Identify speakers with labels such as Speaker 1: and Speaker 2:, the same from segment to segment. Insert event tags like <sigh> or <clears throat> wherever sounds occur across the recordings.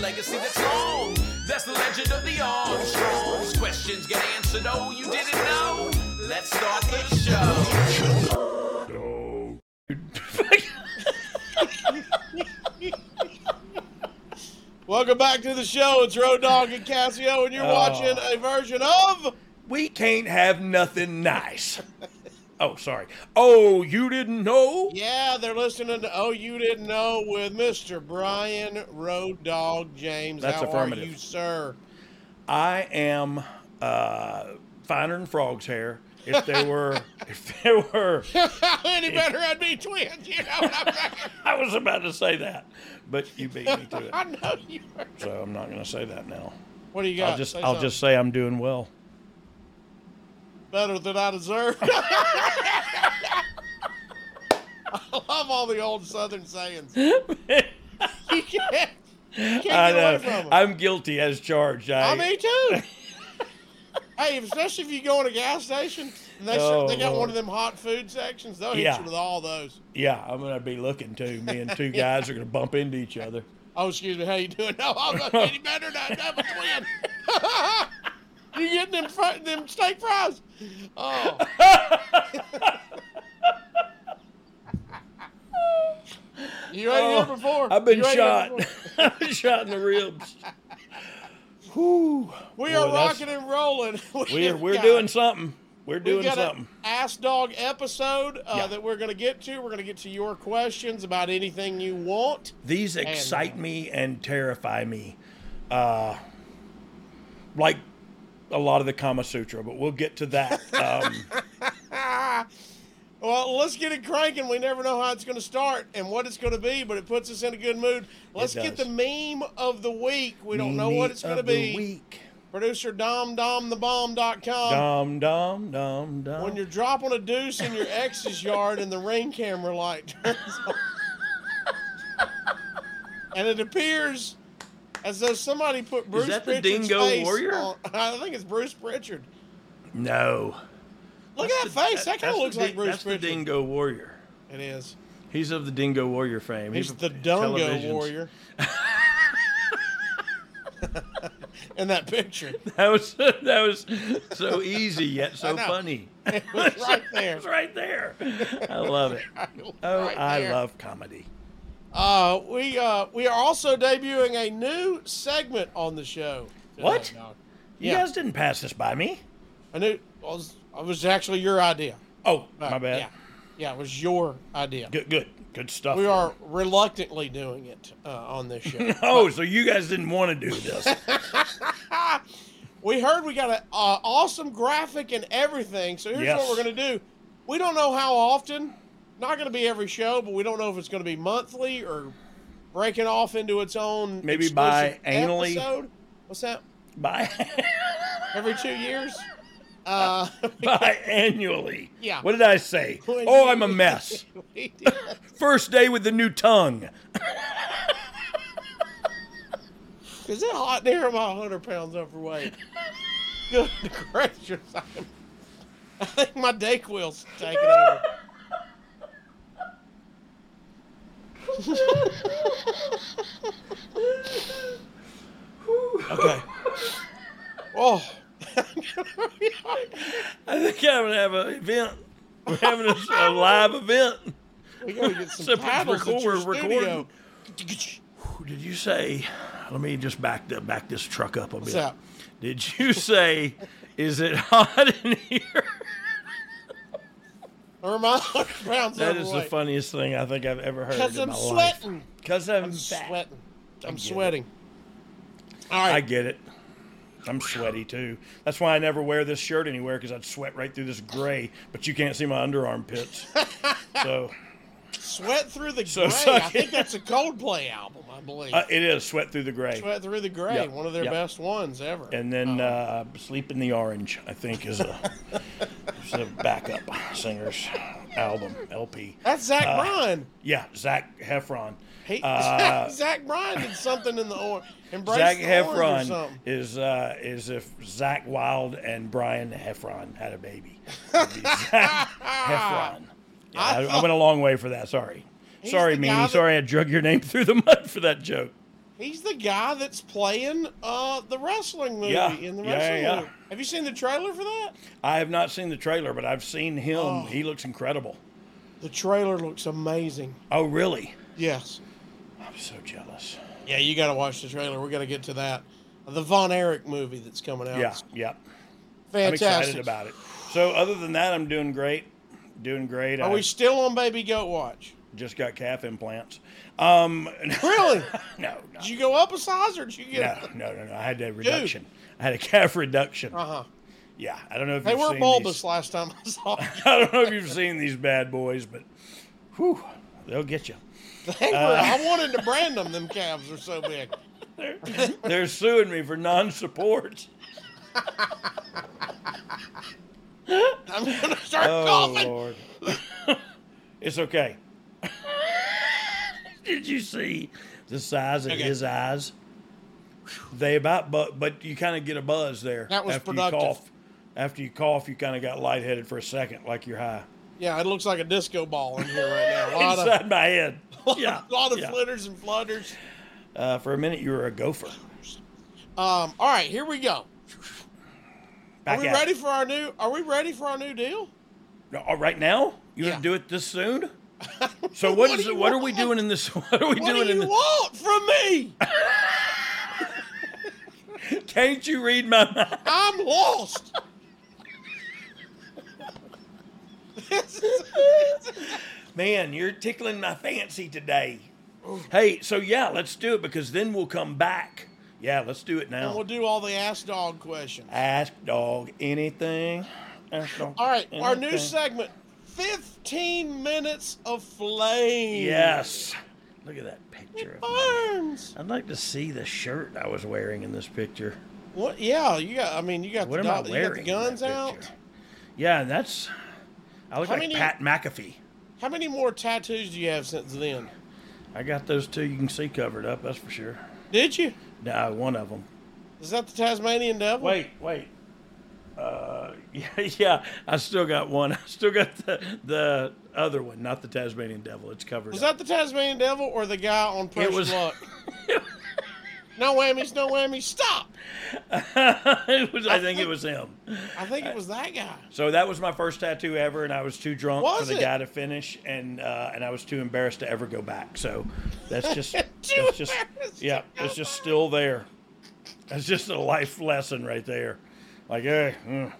Speaker 1: legacy that's long. That's the legend of the Armstrongs. Questions get answered, oh, you didn't know. Let's start the show.
Speaker 2: Welcome back to the show. It's Road Dog and Cassio, and you're
Speaker 3: Oh.
Speaker 2: watching a version of
Speaker 3: We can't have nothing nice. Oh, sorry. Oh, you didn't know?
Speaker 2: Yeah, they're listening to Oh You Didn't Know with Mr. Brian Road Dog James.
Speaker 3: That's
Speaker 2: How
Speaker 3: affirmative.
Speaker 2: are you, sir? <laughs>
Speaker 3: I am uh, finer than frog's hair. If
Speaker 2: <laughs>
Speaker 3: there were, if there were,
Speaker 2: Any better I'd be twins, you know what I'm saying?
Speaker 3: I was about to say that, but you beat me to it,
Speaker 2: I know you are.
Speaker 3: so I'm not going to say that now.
Speaker 2: What do you got?
Speaker 3: I'll just,
Speaker 2: Say
Speaker 3: I'll
Speaker 2: something.
Speaker 3: just say I'm doing well.
Speaker 2: better than I deserve. <laughs> I love all the old Southern
Speaker 3: <laughs>
Speaker 2: sayings. You can't, you can't
Speaker 3: I
Speaker 2: get away
Speaker 3: know.
Speaker 2: from 'em.
Speaker 3: I'm guilty as charged. I,
Speaker 2: I
Speaker 3: <laughs>
Speaker 2: me too. hey, especially if you go in a gas station and they,
Speaker 3: Oh,
Speaker 2: they got one
Speaker 3: Lord.
Speaker 2: of them hot food sections, they'll hit
Speaker 3: Yeah.
Speaker 2: you with all those.
Speaker 3: yeah, I'm going to be looking too. Me and
Speaker 2: <laughs>
Speaker 3: two guys are going to bump into each other.
Speaker 2: Oh, excuse me, how you doing? <laughs> No, I'm
Speaker 3: <laughs>
Speaker 2: not any better than I'm a twin. <laughs> you getting them fr- them steak fries? Oh,
Speaker 3: <laughs>
Speaker 2: you ain't
Speaker 3: Oh,
Speaker 2: here before.
Speaker 3: I've been
Speaker 2: You ain't here
Speaker 3: shot.
Speaker 2: before.
Speaker 3: <laughs> I've been shot in the
Speaker 2: <laughs>
Speaker 3: ribs. Whew.
Speaker 2: We
Speaker 3: Boy,
Speaker 2: are
Speaker 3: that's-
Speaker 2: rocking and rolling. <laughs>
Speaker 3: We're
Speaker 2: We've
Speaker 3: we're
Speaker 2: got-
Speaker 3: doing something. We're
Speaker 2: We've
Speaker 3: doing
Speaker 2: got
Speaker 3: something.
Speaker 2: an ass dog episode uh,
Speaker 3: Yeah.
Speaker 2: that we're going to get to. We're going to get to your questions about anything you want.
Speaker 3: These excite me and terrify me, uh, like a lot of the Kama Sutra. But we'll get to
Speaker 2: <laughs>
Speaker 3: that. Um,
Speaker 2: Well, let's get it cranking. We never know how it's going to start and what it's going to be, but it puts us in a good mood. Let's get the
Speaker 3: does.
Speaker 2: meme of the week. We don't know
Speaker 3: uh,
Speaker 2: what it's going to be.
Speaker 3: Week.
Speaker 2: Producer Dom Dom the Bomb.com.
Speaker 3: Dum dum dum dum.
Speaker 2: Um, When you're dropping a deuce in your ex's yard and the ring camera light turns on. And it appears as though somebody put Bruce
Speaker 3: that the
Speaker 2: Pritchard's
Speaker 3: dingo
Speaker 2: face
Speaker 3: warrior?
Speaker 2: on- I think it's Bruce Pritchard.
Speaker 3: no.
Speaker 2: Look at that face. That kind of looks like Bruce
Speaker 3: That's
Speaker 2: Pritchard.
Speaker 3: the Dingo Warrior.
Speaker 2: It is.
Speaker 3: He's of the Dingo Warrior fame.
Speaker 2: He's
Speaker 3: a
Speaker 2: the Dungo
Speaker 3: television's-
Speaker 2: warrior. in that
Speaker 3: <laughs>
Speaker 2: picture.
Speaker 3: <laughs> That was that was so easy yet so
Speaker 2: know.
Speaker 3: funny.
Speaker 2: It was right <laughs> there.
Speaker 3: It's right there. I love it. Oh,
Speaker 2: <laughs> Right
Speaker 3: I
Speaker 2: there.
Speaker 3: love comedy.
Speaker 2: Uh, we uh, we are also debuting a new segment on the show. today,
Speaker 3: What?
Speaker 2: dog.
Speaker 3: You
Speaker 2: Yeah.
Speaker 3: guys didn't pass this by me.
Speaker 2: I knew. I was, it was actually your idea.
Speaker 3: Oh,
Speaker 2: Uh,
Speaker 3: my bad.
Speaker 2: Yeah, yeah, it was your idea.
Speaker 3: Good, good, good stuff.
Speaker 2: We are reluctantly doing it uh, on
Speaker 3: <laughs>
Speaker 2: this show.
Speaker 3: Oh, so you guys didn't want to do
Speaker 2: <laughs>
Speaker 3: this?
Speaker 2: we heard we got an uh, awesome graphic and everything. So here's what
Speaker 3: Yes.
Speaker 2: we're gonna do. We don't know how often. Not gonna be every show, but we don't know if it's gonna be monthly or breaking off into its own
Speaker 3: Maybe
Speaker 2: exclusive
Speaker 3: biannually.
Speaker 2: episode. What's that?
Speaker 3: <laughs> by
Speaker 2: Every two years. Uh,
Speaker 3: by annually.
Speaker 2: Yeah.
Speaker 3: What did I say?
Speaker 2: When
Speaker 3: Oh, I'm a
Speaker 2: <laughs> you-
Speaker 3: mess.
Speaker 2: we did-
Speaker 3: First day with the new tongue. <laughs>
Speaker 2: Is it hot in here? Am I 100
Speaker 3: <laughs>
Speaker 2: pounds overweight? Good gracious. I'm, I think my Dayquil's taking
Speaker 3: <laughs>
Speaker 2: over. okay. Oh.
Speaker 3: I think I'm gonna have an event. We're having a, a live event.
Speaker 2: we gotta get some
Speaker 3: Except it's
Speaker 2: paddles
Speaker 3: record-
Speaker 2: at your
Speaker 3: we're recording.
Speaker 2: studio.
Speaker 3: Did you say? Let me just back the back this truck up a bit.
Speaker 2: up?
Speaker 3: Did you say? Is it hot in
Speaker 2: <laughs>
Speaker 3: here?
Speaker 2: Or my 100 pounds
Speaker 3: That
Speaker 2: overweight.
Speaker 3: is the funniest thing I think I've ever heard.
Speaker 2: Because
Speaker 3: in
Speaker 2: I'm
Speaker 3: my
Speaker 2: sweating.
Speaker 3: Because I'm,
Speaker 2: I'm
Speaker 3: fat.
Speaker 2: sweating. I'm
Speaker 3: get it.
Speaker 2: sweating. All
Speaker 3: I
Speaker 2: right.
Speaker 3: get it. I'm sweaty too. That's why I never wear this shirt anywhere because I'd sweat right through this gray. But you can't see my underarm
Speaker 2: <laughs>
Speaker 3: pits. so
Speaker 2: Sweat Through the
Speaker 3: So
Speaker 2: Gray.
Speaker 3: suck
Speaker 2: I
Speaker 3: it.
Speaker 2: think that's a Coldplay album, I believe.
Speaker 3: uh, it is sweat through the gray.
Speaker 2: Sweat Oh. Through the Gray,
Speaker 3: yeah,
Speaker 2: one of their
Speaker 3: yeah.
Speaker 2: best ones ever.
Speaker 3: And then uh, sleep in the orange. I think is a, is a
Speaker 2: <laughs>
Speaker 3: backup singer's album LP.
Speaker 2: that's Zach
Speaker 3: uh,
Speaker 2: Bryan.
Speaker 3: Yeah, Zach Heffron.
Speaker 2: He, <laughs>
Speaker 3: uh,
Speaker 2: Zach Bryan did something in the or embrace
Speaker 3: Zach
Speaker 2: the Orange or
Speaker 3: Heffron
Speaker 2: something.
Speaker 3: is uh, is if Zach Wild and Brian Heffron had a
Speaker 2: <laughs>
Speaker 3: baby. It'd be Zach Heffron. Yeah, I,
Speaker 2: I
Speaker 3: I
Speaker 2: thought-
Speaker 3: went a long way for that. Sorry,
Speaker 2: He's
Speaker 3: sorry,
Speaker 2: the guy
Speaker 3: Meanie.
Speaker 2: that-
Speaker 3: <laughs> Sorry, I drug your name through the mud for that joke.
Speaker 2: He's the guy that's playing uh the wrestling movie
Speaker 3: Yeah,
Speaker 2: in the
Speaker 3: yeah, yeah,
Speaker 2: wrestling
Speaker 3: yeah.
Speaker 2: movie. Have you seen the trailer for that?
Speaker 3: I have not seen the trailer, but I've seen him.
Speaker 2: Oh.
Speaker 3: He looks incredible.
Speaker 2: The trailer looks amazing.
Speaker 3: Oh, really?
Speaker 2: Yes.
Speaker 3: I'm so jealous.
Speaker 2: Yeah, you got to watch the trailer. We're gonna get to that. The Von Erich movie that's coming out.
Speaker 3: Yeah,
Speaker 2: is
Speaker 3: yeah. I'm
Speaker 2: fantastic.
Speaker 3: excited about it. So, other than that, I'm doing great. Doing great.
Speaker 2: Are
Speaker 3: I
Speaker 2: we still on Baby Goat Watch?
Speaker 3: just got calf implants. <laughs> Um, <laughs>
Speaker 2: Really?
Speaker 3: no, no,
Speaker 2: did you go up a size or did you
Speaker 3: no,
Speaker 2: <laughs> get?
Speaker 3: no, no, no. I had a reduction. I had a <laughs> calf reduction.
Speaker 2: Uh huh.
Speaker 3: Yeah, I don't know if
Speaker 2: They
Speaker 3: Uh-huh. you've
Speaker 2: weren't
Speaker 3: seen <laughs>
Speaker 2: bulbous
Speaker 3: these.
Speaker 2: last time I saw. them.
Speaker 3: <laughs> I don't know if you've seen these bad boys, but whew, they'll get you.
Speaker 2: They were,
Speaker 3: Uh.
Speaker 2: I wanted to brand them. Them calves are so big.
Speaker 3: They're suing me for non-support.
Speaker 2: <laughs> I'm gonna start
Speaker 3: Oh
Speaker 2: coughing.
Speaker 3: Lord, <laughs> it's okay. <laughs> Did you see the size of
Speaker 2: Okay.
Speaker 3: his eyes? They about but but you kind of get a buzz there.
Speaker 2: That was
Speaker 3: after
Speaker 2: productive.
Speaker 3: You cough. After you cough, you kind of got lightheaded for a second, like you're high.
Speaker 2: Yeah, it looks like a disco ball in here right now. A lot
Speaker 3: <laughs>
Speaker 2: of,
Speaker 3: Inside my
Speaker 2: <laughs>
Speaker 3: head. Yeah,
Speaker 2: a lot of
Speaker 3: yeah.
Speaker 2: flitters and flutters.
Speaker 3: Uh, for a minute, you were a gopher.
Speaker 2: Um, all right, here we go.
Speaker 3: Back
Speaker 2: are we
Speaker 3: at
Speaker 2: ready
Speaker 3: it.
Speaker 2: for our new? Are we ready for our new deal?
Speaker 3: No, oh, right now? You
Speaker 2: Yeah.
Speaker 3: want to do it this
Speaker 2: <laughs>
Speaker 3: soon? So
Speaker 2: What
Speaker 3: what
Speaker 2: do
Speaker 3: is
Speaker 2: you
Speaker 3: it? What are we
Speaker 2: want?
Speaker 3: doing in this? <laughs> What are we
Speaker 2: What
Speaker 3: doing
Speaker 2: do
Speaker 3: in
Speaker 2: you
Speaker 3: this?
Speaker 2: want from me?
Speaker 3: Can't you read my mind? <laughs>
Speaker 2: I'm lost. <laughs> This is-
Speaker 3: Man, you're tickling my fancy today.
Speaker 2: Oh.
Speaker 3: Hey, so yeah, let's do it because then we'll come back. Yeah, let's do it
Speaker 2: and we'll
Speaker 3: now.
Speaker 2: do all the ass dog questions.
Speaker 3: Ask dog anything. Ask dog
Speaker 2: All right, our new
Speaker 3: anything.
Speaker 2: segment: fifteen minutes of flame.
Speaker 3: Yes. Look at that picture. Of me.
Speaker 2: Burns.
Speaker 3: I'd like to see the shirt I was wearing in this picture.
Speaker 2: What? Yeah, you got. I mean, you got
Speaker 3: What
Speaker 2: the
Speaker 3: am I
Speaker 2: dog- you got the
Speaker 3: wearing? in that
Speaker 2: guns out.
Speaker 3: picture? Yeah, and that's. I look
Speaker 2: How
Speaker 3: like
Speaker 2: many-
Speaker 3: Pat McAfee.
Speaker 2: How many more tattoos do you have since then?
Speaker 3: I got those two you can see covered up, that's for sure.
Speaker 2: Did you?
Speaker 3: No, one of them.
Speaker 2: Is that the Tasmanian devil?
Speaker 3: Wait, wait. Uh, <laughs> yeah, yeah, I still got one. <laughs> I still got the, the other one, not the Tasmanian devil. It's covered
Speaker 2: Was
Speaker 3: up.
Speaker 2: that the Tasmanian devil or the guy on Push
Speaker 3: was- <laughs>
Speaker 2: Luck? no whammies, no whammies. Stop.
Speaker 3: <laughs> it was, I think
Speaker 2: think-
Speaker 3: it was him.
Speaker 2: I think it was that guy.
Speaker 3: So that was my first tattoo ever, and I was too drunk
Speaker 2: Was
Speaker 3: for the
Speaker 2: it?
Speaker 3: guy to finish, and uh, and I was too embarrassed to ever go back. So
Speaker 2: <laughs>
Speaker 3: that's just
Speaker 2: Too
Speaker 3: that's just
Speaker 2: embarrassed
Speaker 3: yeah,
Speaker 2: to go
Speaker 3: it's just
Speaker 2: back.
Speaker 3: still there. It's just a life lesson right there. Like, hey, mm.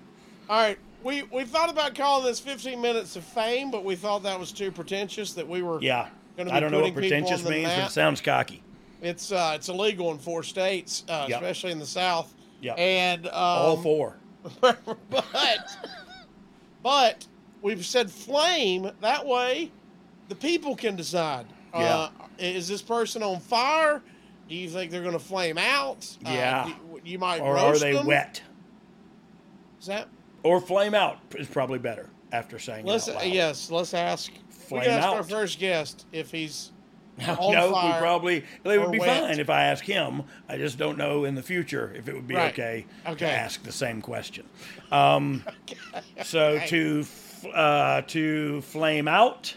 Speaker 2: All right. We, we thought about calling this 15 minutes of fame, but we thought that was too pretentious that we were.
Speaker 3: yeah,
Speaker 2: Gonna
Speaker 3: I
Speaker 2: be
Speaker 3: don't know what
Speaker 2: putting people
Speaker 3: pretentious
Speaker 2: on the
Speaker 3: means, but
Speaker 2: map.
Speaker 3: it sounds cocky.
Speaker 2: It's uh, it's illegal in four states, uh,
Speaker 3: Yeah.
Speaker 2: especially in the South.
Speaker 3: Yeah.
Speaker 2: And um,
Speaker 3: All four.
Speaker 2: but but we've said flame that way the people can decide uh, is this person on fire do you think they're going to flame out Uh,
Speaker 3: Yeah.
Speaker 2: do- you might
Speaker 3: Or are
Speaker 2: roast
Speaker 3: they
Speaker 2: them?
Speaker 3: wet?
Speaker 2: is that
Speaker 3: Or flame out is probably better after saying it
Speaker 2: let's
Speaker 3: out loud.
Speaker 2: yes let's ask we
Speaker 3: Flame
Speaker 2: can ask our
Speaker 3: out.
Speaker 2: first guest if he's
Speaker 3: <laughs>
Speaker 2: on
Speaker 3: no,
Speaker 2: fire
Speaker 3: we probably they
Speaker 2: or
Speaker 3: would be
Speaker 2: wet.
Speaker 3: fine if I asked him. I just don't know in the future if it would be
Speaker 2: Right.
Speaker 3: okay,
Speaker 2: Okay.
Speaker 3: to ask the same question.
Speaker 2: <laughs>
Speaker 3: Um, So to f- uh, to flame out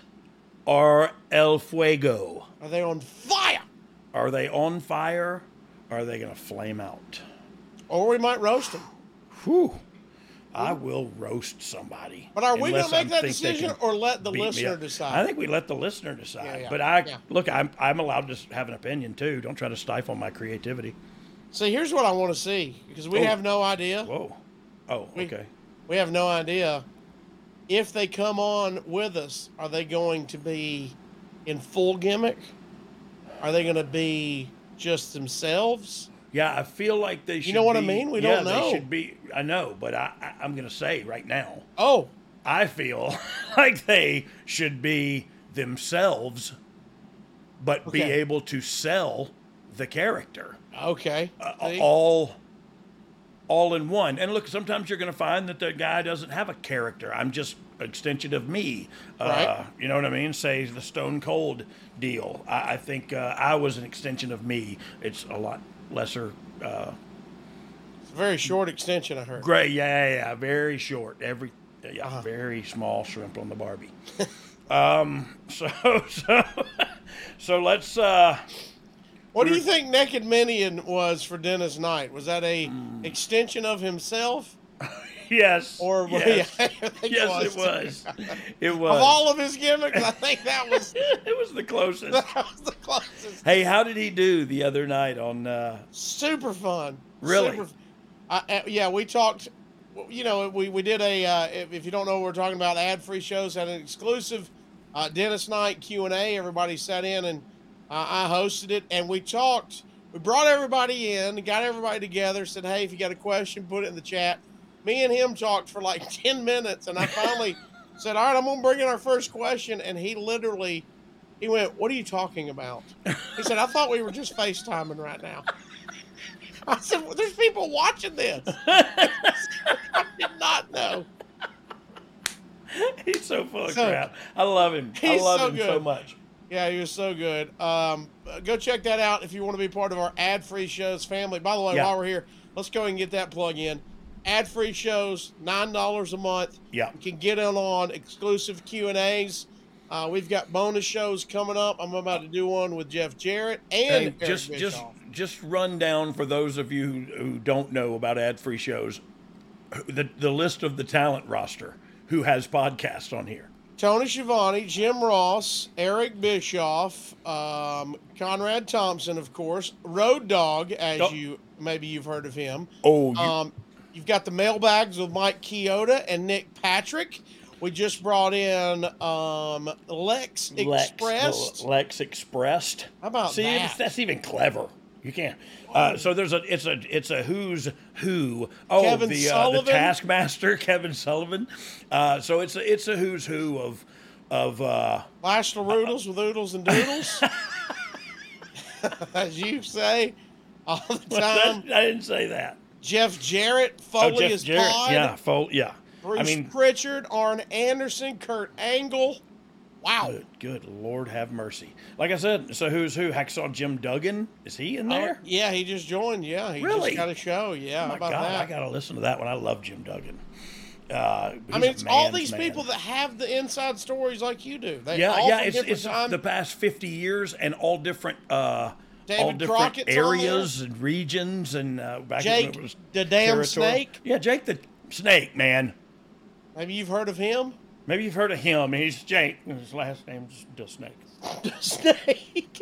Speaker 3: or el fuego?
Speaker 2: are they on fire
Speaker 3: Are they on fire? are they gonna flame out?
Speaker 2: or we might roast them
Speaker 3: Whew. I will roast somebody.
Speaker 2: But are we
Speaker 3: unless
Speaker 2: gonna make
Speaker 3: I
Speaker 2: that
Speaker 3: think they
Speaker 2: decision
Speaker 3: can
Speaker 2: or let the
Speaker 3: beat me
Speaker 2: listener
Speaker 3: up.
Speaker 2: decide?
Speaker 3: I think we let the listener decide.
Speaker 2: Yeah, yeah,
Speaker 3: But I
Speaker 2: yeah.
Speaker 3: look, I'm I'm allowed to s- have an opinion too. Don't try to stifle my creativity.
Speaker 2: so here's what i want to see because we
Speaker 3: Oh.
Speaker 2: have no idea
Speaker 3: Whoa. Oh, okay.
Speaker 2: we have no idea if they come on with us are they going to be in full gimmick are they going to be just themselves
Speaker 3: Yeah, I feel like they should.
Speaker 2: know what I
Speaker 3: be-
Speaker 2: mean? We
Speaker 3: yeah,
Speaker 2: don't know.
Speaker 3: They should be. I know, but I, I I'm gonna say right now.
Speaker 2: oh
Speaker 3: I feel <laughs> like they should be themselves, but be
Speaker 2: Okay.
Speaker 3: able to sell the character.
Speaker 2: okay
Speaker 3: Uh,
Speaker 2: See?
Speaker 3: all all in one. And look, sometimes you're going to find that the guy doesn't have a character. I'm just an extension of me. Uh,
Speaker 2: Right.
Speaker 3: you know what I mean? Say the Stone Cold deal. I, I think uh, I was an extension of me. It's a lot lesser. Uh,
Speaker 2: it's a very short extension i heard
Speaker 3: gray, yeah, yeah, yeah, very short. Every yeah,
Speaker 2: Uh-huh.
Speaker 3: very small shrimp on the
Speaker 2: <laughs>
Speaker 3: Barbie. <laughs> um, so so so let's uh,
Speaker 2: What do you think Naked Minion was for Dennis Knight? Was that a
Speaker 3: Hmm.
Speaker 2: extension of himself,
Speaker 3: Yes.
Speaker 2: or <laughs>
Speaker 3: yes,
Speaker 2: I think
Speaker 3: yes it was.
Speaker 2: <laughs>
Speaker 3: It was.
Speaker 2: Of all of his gimmicks, I think that was <laughs>
Speaker 3: it was the closest.
Speaker 2: that was the closest.
Speaker 3: Hey, how did he do the other night on? Uh, <laughs>
Speaker 2: Super fun.
Speaker 3: Really?
Speaker 2: Super, I, I- yeah, we talked. well, You know, we, we did a. Uh, if, if you don't know what we're talking about, ad free shows had an exclusive uh, Dennis Night Q and A. Everybody sat in and uh, I hosted it, and we talked. We brought everybody in, got everybody together, said, "Hey, if you got a question, put it in the chat." Me and him talked for like <laughs> ten minutes, and I finally said, "All right, I'm gonna bring in our first question," and he literally. He went, What are you talking about? He said, I thought we were just FaceTiming right now. I said, well, There's people
Speaker 3: <laughs>
Speaker 2: watching this. I did not know.
Speaker 3: he's so full of
Speaker 2: So-
Speaker 3: crap. I love him. I
Speaker 2: He's
Speaker 3: love
Speaker 2: so
Speaker 3: him
Speaker 2: good.
Speaker 3: so much.
Speaker 2: Yeah, he was so good. Um, uh, go check that out if you want to be part of our ad free shows family. By the way,
Speaker 3: Yeah.
Speaker 2: while we're here, let's go and get that plug in. Ad free shows, nine dollars a month.
Speaker 3: Yeah.
Speaker 2: You can get in on exclusive Q and A's. Uh, we've got bonus shows coming up. I'm about to do one with Jeff Jarrett and
Speaker 3: Hey,
Speaker 2: Eric
Speaker 3: just just
Speaker 2: Bischoff.
Speaker 3: just run down for those of you who, who don't know about ad-free shows, the the list of the talent roster who has podcasts on here.
Speaker 2: Tony Schiavone, Jim Ross, Eric Bischoff, um, Conrad Thompson, of course, Road Dog, as
Speaker 3: Oh.
Speaker 2: you maybe you've heard of him.
Speaker 3: Oh, you,
Speaker 2: Um, you've got the mailbags with Mike Chioda and Nick Patrick. We just brought in um, Lex
Speaker 3: Lex,
Speaker 2: Express.
Speaker 3: Lex expressed.
Speaker 2: How about
Speaker 3: See,
Speaker 2: that?
Speaker 3: that's even clever. You can't. Uh, so there's a it's a it's a who's who. Oh,
Speaker 2: Kevin
Speaker 3: the, Uh,
Speaker 2: Sullivan?
Speaker 3: the Taskmaster, <laughs> Kevin Sullivan. Uh, so it's a it's a who's who of of uh, <laughs>
Speaker 2: Lash the Roodles with Oodles and Doodles. <laughs> as you say all the time.
Speaker 3: I didn't say that.
Speaker 2: Jeff Jarrett,
Speaker 3: Oh,
Speaker 2: Foley
Speaker 3: Jeff
Speaker 2: is
Speaker 3: Jarrett.
Speaker 2: pod.
Speaker 3: Yeah, Fo- yeah.
Speaker 2: Bruce
Speaker 3: I mean,
Speaker 2: Pritchard, Arn Anderson, Kurt Angle. Wow.
Speaker 3: good, good Lord have mercy. Like I said, so who's who? Hacksaw Jim Duggan is he in there?
Speaker 2: Yeah, he just joined. Yeah, he
Speaker 3: Really?
Speaker 2: just got a show.
Speaker 3: oh
Speaker 2: Yeah, how
Speaker 3: my
Speaker 2: about
Speaker 3: God,
Speaker 2: that.
Speaker 3: I gotta listen to that one. I love Jim Duggan. Uh,
Speaker 2: I
Speaker 3: he's
Speaker 2: mean,
Speaker 3: a
Speaker 2: it's all
Speaker 3: man's
Speaker 2: these
Speaker 3: man.
Speaker 2: people that have the inside stories like you do. They
Speaker 3: Yeah,
Speaker 2: all
Speaker 3: yeah,
Speaker 2: from
Speaker 3: it's
Speaker 2: different
Speaker 3: it's
Speaker 2: time-
Speaker 3: the past fifty years and all different uh all
Speaker 2: David
Speaker 3: different
Speaker 2: Crockett's on there.
Speaker 3: areas and regions and uh, back when
Speaker 2: Jake,
Speaker 3: it was
Speaker 2: the damn
Speaker 3: territorial.
Speaker 2: snake.
Speaker 3: Yeah, Jake the snake man.
Speaker 2: Maybe you've heard of him. <laughs>
Speaker 3: Maybe you've heard of him. He's Jake. and His last name's the snake. <laughs>
Speaker 2: Snake.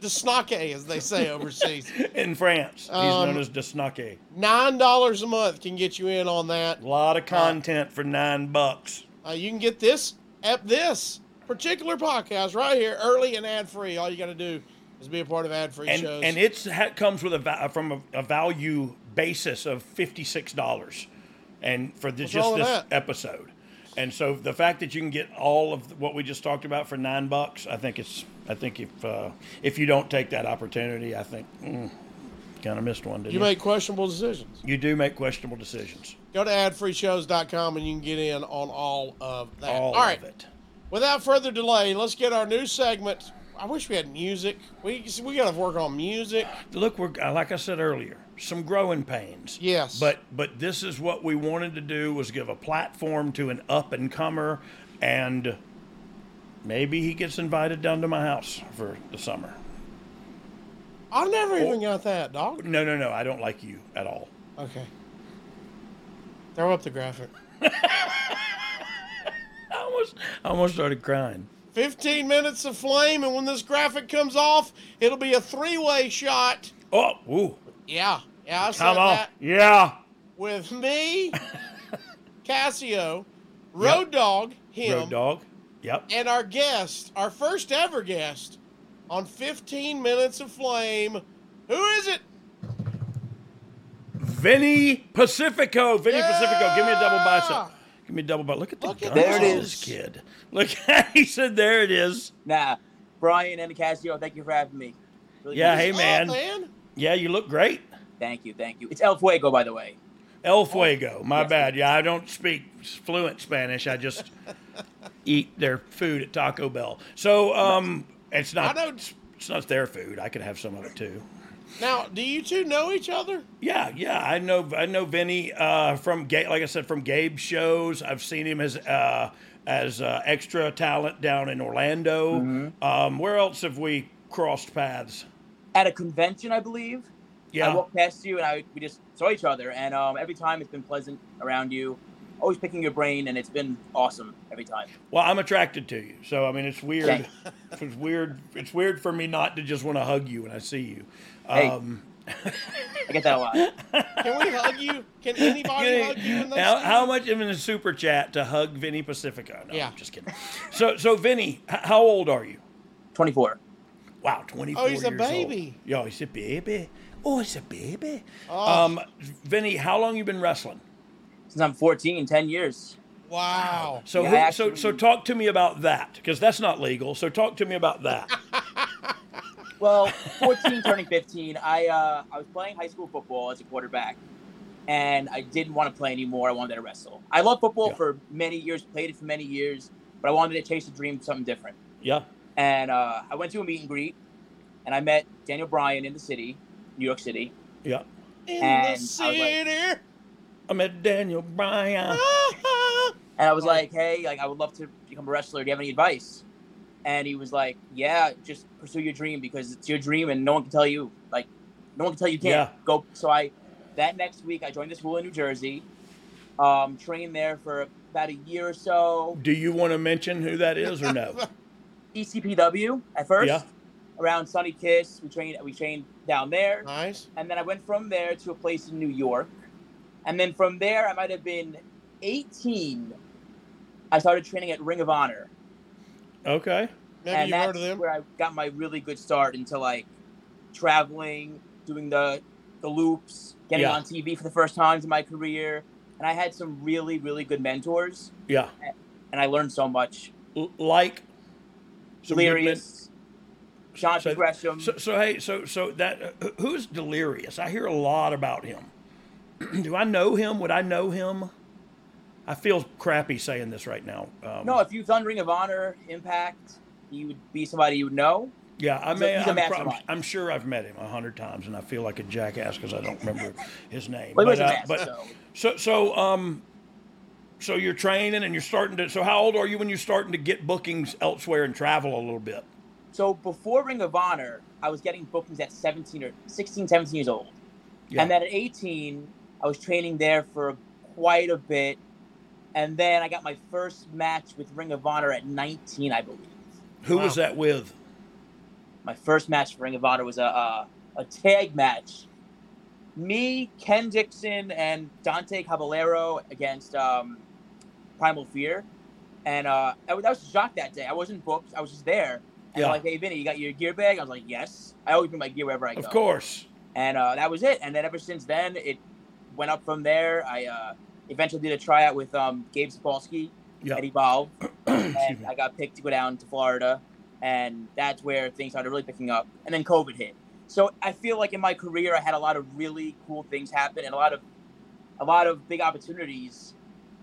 Speaker 2: the snake, as they say overseas.
Speaker 3: In France, he's
Speaker 2: Um,
Speaker 3: known as the snake.
Speaker 2: Nine dollars a month can get you in on that.
Speaker 3: A lot of content for nine bucks.
Speaker 2: Uh, you can get this at this particular podcast right here, early and ad free. All you got to do is be a part of ad free
Speaker 3: and
Speaker 2: shows.
Speaker 3: and it's ha- comes with a va- uh, from a, a value basis of fifty six dollars, and for the, just
Speaker 2: wrong with
Speaker 3: this
Speaker 2: that?
Speaker 3: episode, and so the fact that you can get all of what we just talked about for nine bucks, I think it's I think if uh, if you don't take that opportunity, I think mm, kind of missed one. Didn't
Speaker 2: you
Speaker 3: you,
Speaker 2: make questionable decisions.
Speaker 3: you do make questionable decisions.
Speaker 2: Go to adfreeshows.com and you can get in on all of that.
Speaker 3: All,
Speaker 2: all right.
Speaker 3: of it.
Speaker 2: Without further delay, let's get our new segment. I wish we had music. We we got to work on music.
Speaker 3: look we're uh, like i said earlier some growing pains
Speaker 2: Yes.
Speaker 3: but but this is what we wanted to do was give a platform to an up and comer and maybe he gets invited down to my house for the summer
Speaker 2: I never even got that, dog.
Speaker 3: no no no i don't like you at all <laughs>
Speaker 2: Okay. Throw up the graphic.
Speaker 3: i almost i almost started crying
Speaker 2: 15 minutes of flame, and when this graphic comes off, it'll be a three way shot.
Speaker 3: oh ooh,
Speaker 2: Yeah. Yeah, I said
Speaker 3: come on
Speaker 2: that
Speaker 3: yeah <laughs>
Speaker 2: with me, Cassio, Road Dog, him,
Speaker 3: road dog yep
Speaker 2: and our guest, our first ever guest on 15 Minutes of Flame. Who is it?
Speaker 3: vinny pacifico vinny pacifico give me a double
Speaker 2: Yeah!
Speaker 3: bicep give me a double bicep look at the
Speaker 2: Look
Speaker 3: guns
Speaker 2: at that.
Speaker 3: on
Speaker 4: There it
Speaker 3: this
Speaker 4: is.
Speaker 3: kid look <laughs> he said there it is
Speaker 4: Nah, Brian and Casio, thank you for having me. Really
Speaker 3: Yeah,
Speaker 4: appreciate
Speaker 3: hey,
Speaker 4: it.
Speaker 2: Oh,
Speaker 3: man. yeah you look great
Speaker 4: Thank you, thank you. It's El Fuego, by the way.
Speaker 3: El Fuego. My
Speaker 4: Oh, Yes.
Speaker 3: bad. Yeah, I don't speak fluent Spanish. I just
Speaker 4: <laughs>
Speaker 3: eat their food at Taco Bell. So um, it's not.
Speaker 2: I know-
Speaker 3: It's not their food. I could have some of it too.
Speaker 2: Now, do you two know each other?
Speaker 3: Yeah, yeah. I know. I know Vinny uh, from Gabe. Like I said, from Gabe shows. I've seen him as uh, as uh,
Speaker 4: Mm-hmm.
Speaker 3: extra talent down in Orlando. Um, where else have we crossed paths?
Speaker 4: at a convention, I believe. I
Speaker 3: Yeah.
Speaker 4: walked past you and I we just saw each other, and um, every time it's been pleasant around you. Always picking your brain, and it's been awesome every time.
Speaker 3: Well, I'm attracted to you, so I mean, it's weird.
Speaker 4: Okay.
Speaker 3: it's weird. It's weird for me not to just want to hug you when I see you.
Speaker 4: Hey.
Speaker 3: Um,
Speaker 4: I get that a lot.
Speaker 3: <laughs>
Speaker 2: Can we hug you? Can anybody hug you in
Speaker 3: how, how much even a super chat to hug Vinny Pacifica? No,
Speaker 2: Yeah.
Speaker 3: I'm just kidding. So, so Vinny, h- how old are you?
Speaker 4: Twenty-four.
Speaker 3: Wow, 24
Speaker 2: Oh, he's
Speaker 3: years
Speaker 2: a
Speaker 3: old.
Speaker 2: baby.
Speaker 3: Yo, he's a baby. Oh, he's a baby.
Speaker 2: Oh.
Speaker 3: Um, Vinny, how long you been wrestling?
Speaker 4: Since I'm 14, 10 years.
Speaker 2: Wow.
Speaker 3: So,
Speaker 4: Yeah,
Speaker 3: who, so,
Speaker 4: actually-
Speaker 3: so talk to me about that because that's not legal. So talk to me about
Speaker 2: <laughs>
Speaker 3: that. <laughs>
Speaker 4: Well, 14 turning 15, I uh, I was playing high school football as a quarterback, and I didn't want to play anymore. I wanted to wrestle. I loved football
Speaker 3: Yeah.
Speaker 4: for many years, played it for many years, but I wanted to chase a dream, something different.
Speaker 3: yeah.
Speaker 4: And uh, I went to a meet and greet, and I met Daniel Bryan in the city, New York City.
Speaker 3: Yeah.
Speaker 2: In
Speaker 4: And I
Speaker 2: the
Speaker 4: was
Speaker 2: city.
Speaker 3: <laughs> I met Daniel Bryan.
Speaker 4: And I was like, hey, like I would love to become a wrestler. Do you have any advice? And he was like, yeah, just pursue your dream because it's your dream and no one can tell you. Like, no one can tell you can't
Speaker 3: Yeah.
Speaker 4: go. So I, that next week, I joined the school in New Jersey, um, trained there for about a year or so. E
Speaker 3: Do you want to mention who that is or
Speaker 2: <laughs>
Speaker 3: no?
Speaker 4: ECPW at first,
Speaker 3: Yeah.
Speaker 4: around Sunny Kiss. We trained, we trained down there.
Speaker 2: nice.
Speaker 4: And then I went from there to a place in New York. And then from there, I might have been 18. I started training at Ring of Honor.
Speaker 3: Okay.
Speaker 2: Maybe
Speaker 4: and
Speaker 2: you've
Speaker 4: that's
Speaker 2: heard of them.
Speaker 4: where I got my really good start into like traveling, doing the the loops, getting
Speaker 3: Yeah.
Speaker 4: on TV for the first times in my career, and I had some really really good mentors,
Speaker 3: Yeah.
Speaker 4: and I learned so much.
Speaker 3: L- like. some good
Speaker 4: Delirious, Sean
Speaker 3: So-
Speaker 4: Gresham.
Speaker 3: men- So, so hey, so so that uh, who- who's delirious? I hear a lot about him. <clears throat> Do I know him? Would I know him? I feel crappy saying this right now. Um,
Speaker 4: no, if you've done Ring of Honor, Impact, you would be somebody you would know.
Speaker 3: Yeah, I
Speaker 4: He's a-
Speaker 3: may,
Speaker 4: he's a
Speaker 3: I'm, pro-
Speaker 4: mastermind.
Speaker 3: I'm sure I've met him a hundred times, and I feel like a jackass because I don't remember his name.
Speaker 4: Well, he was a
Speaker 3: uh,
Speaker 4: master,
Speaker 3: but
Speaker 4: so-
Speaker 3: so so um, so you're training and you're starting to. So how old are you when you're starting to get bookings elsewhere and travel a little bit?
Speaker 4: So before Ring of Honor, I was getting bookings at 17 or 16, 17 years old.
Speaker 3: Yeah.
Speaker 4: And then at 18, I was training there for quite a bit. And then I got my first match with Ring of Honor at 19, I believe.
Speaker 3: Who
Speaker 2: Wow.
Speaker 3: was that with?
Speaker 4: My first match for Ring of Honor was a, a, a tag match. Me, Ken Dixon, and Dante Caballero against um, Primal Fear. And uh, I, was- I was shocked that day. I wasn't booked, I was just there. And
Speaker 3: Yeah.
Speaker 4: they're like, hey, Vinny, you got your gear bag? I was like, yes. I always bring my gear wherever I go
Speaker 3: Of course.
Speaker 4: and uh, that was it. And then ever since then, it went up from there. I uh, eventually did a tryout with um, Gabe Sapolsky
Speaker 3: Yeah.
Speaker 4: at Evolve,
Speaker 3: <clears throat> Excuse
Speaker 4: and
Speaker 3: me.
Speaker 4: I got picked to go down to Florida, and that's where things started really picking up. And then COVID hit, so I feel like in my career, I had a lot of really cool things happen and a lot of a lot of big opportunities,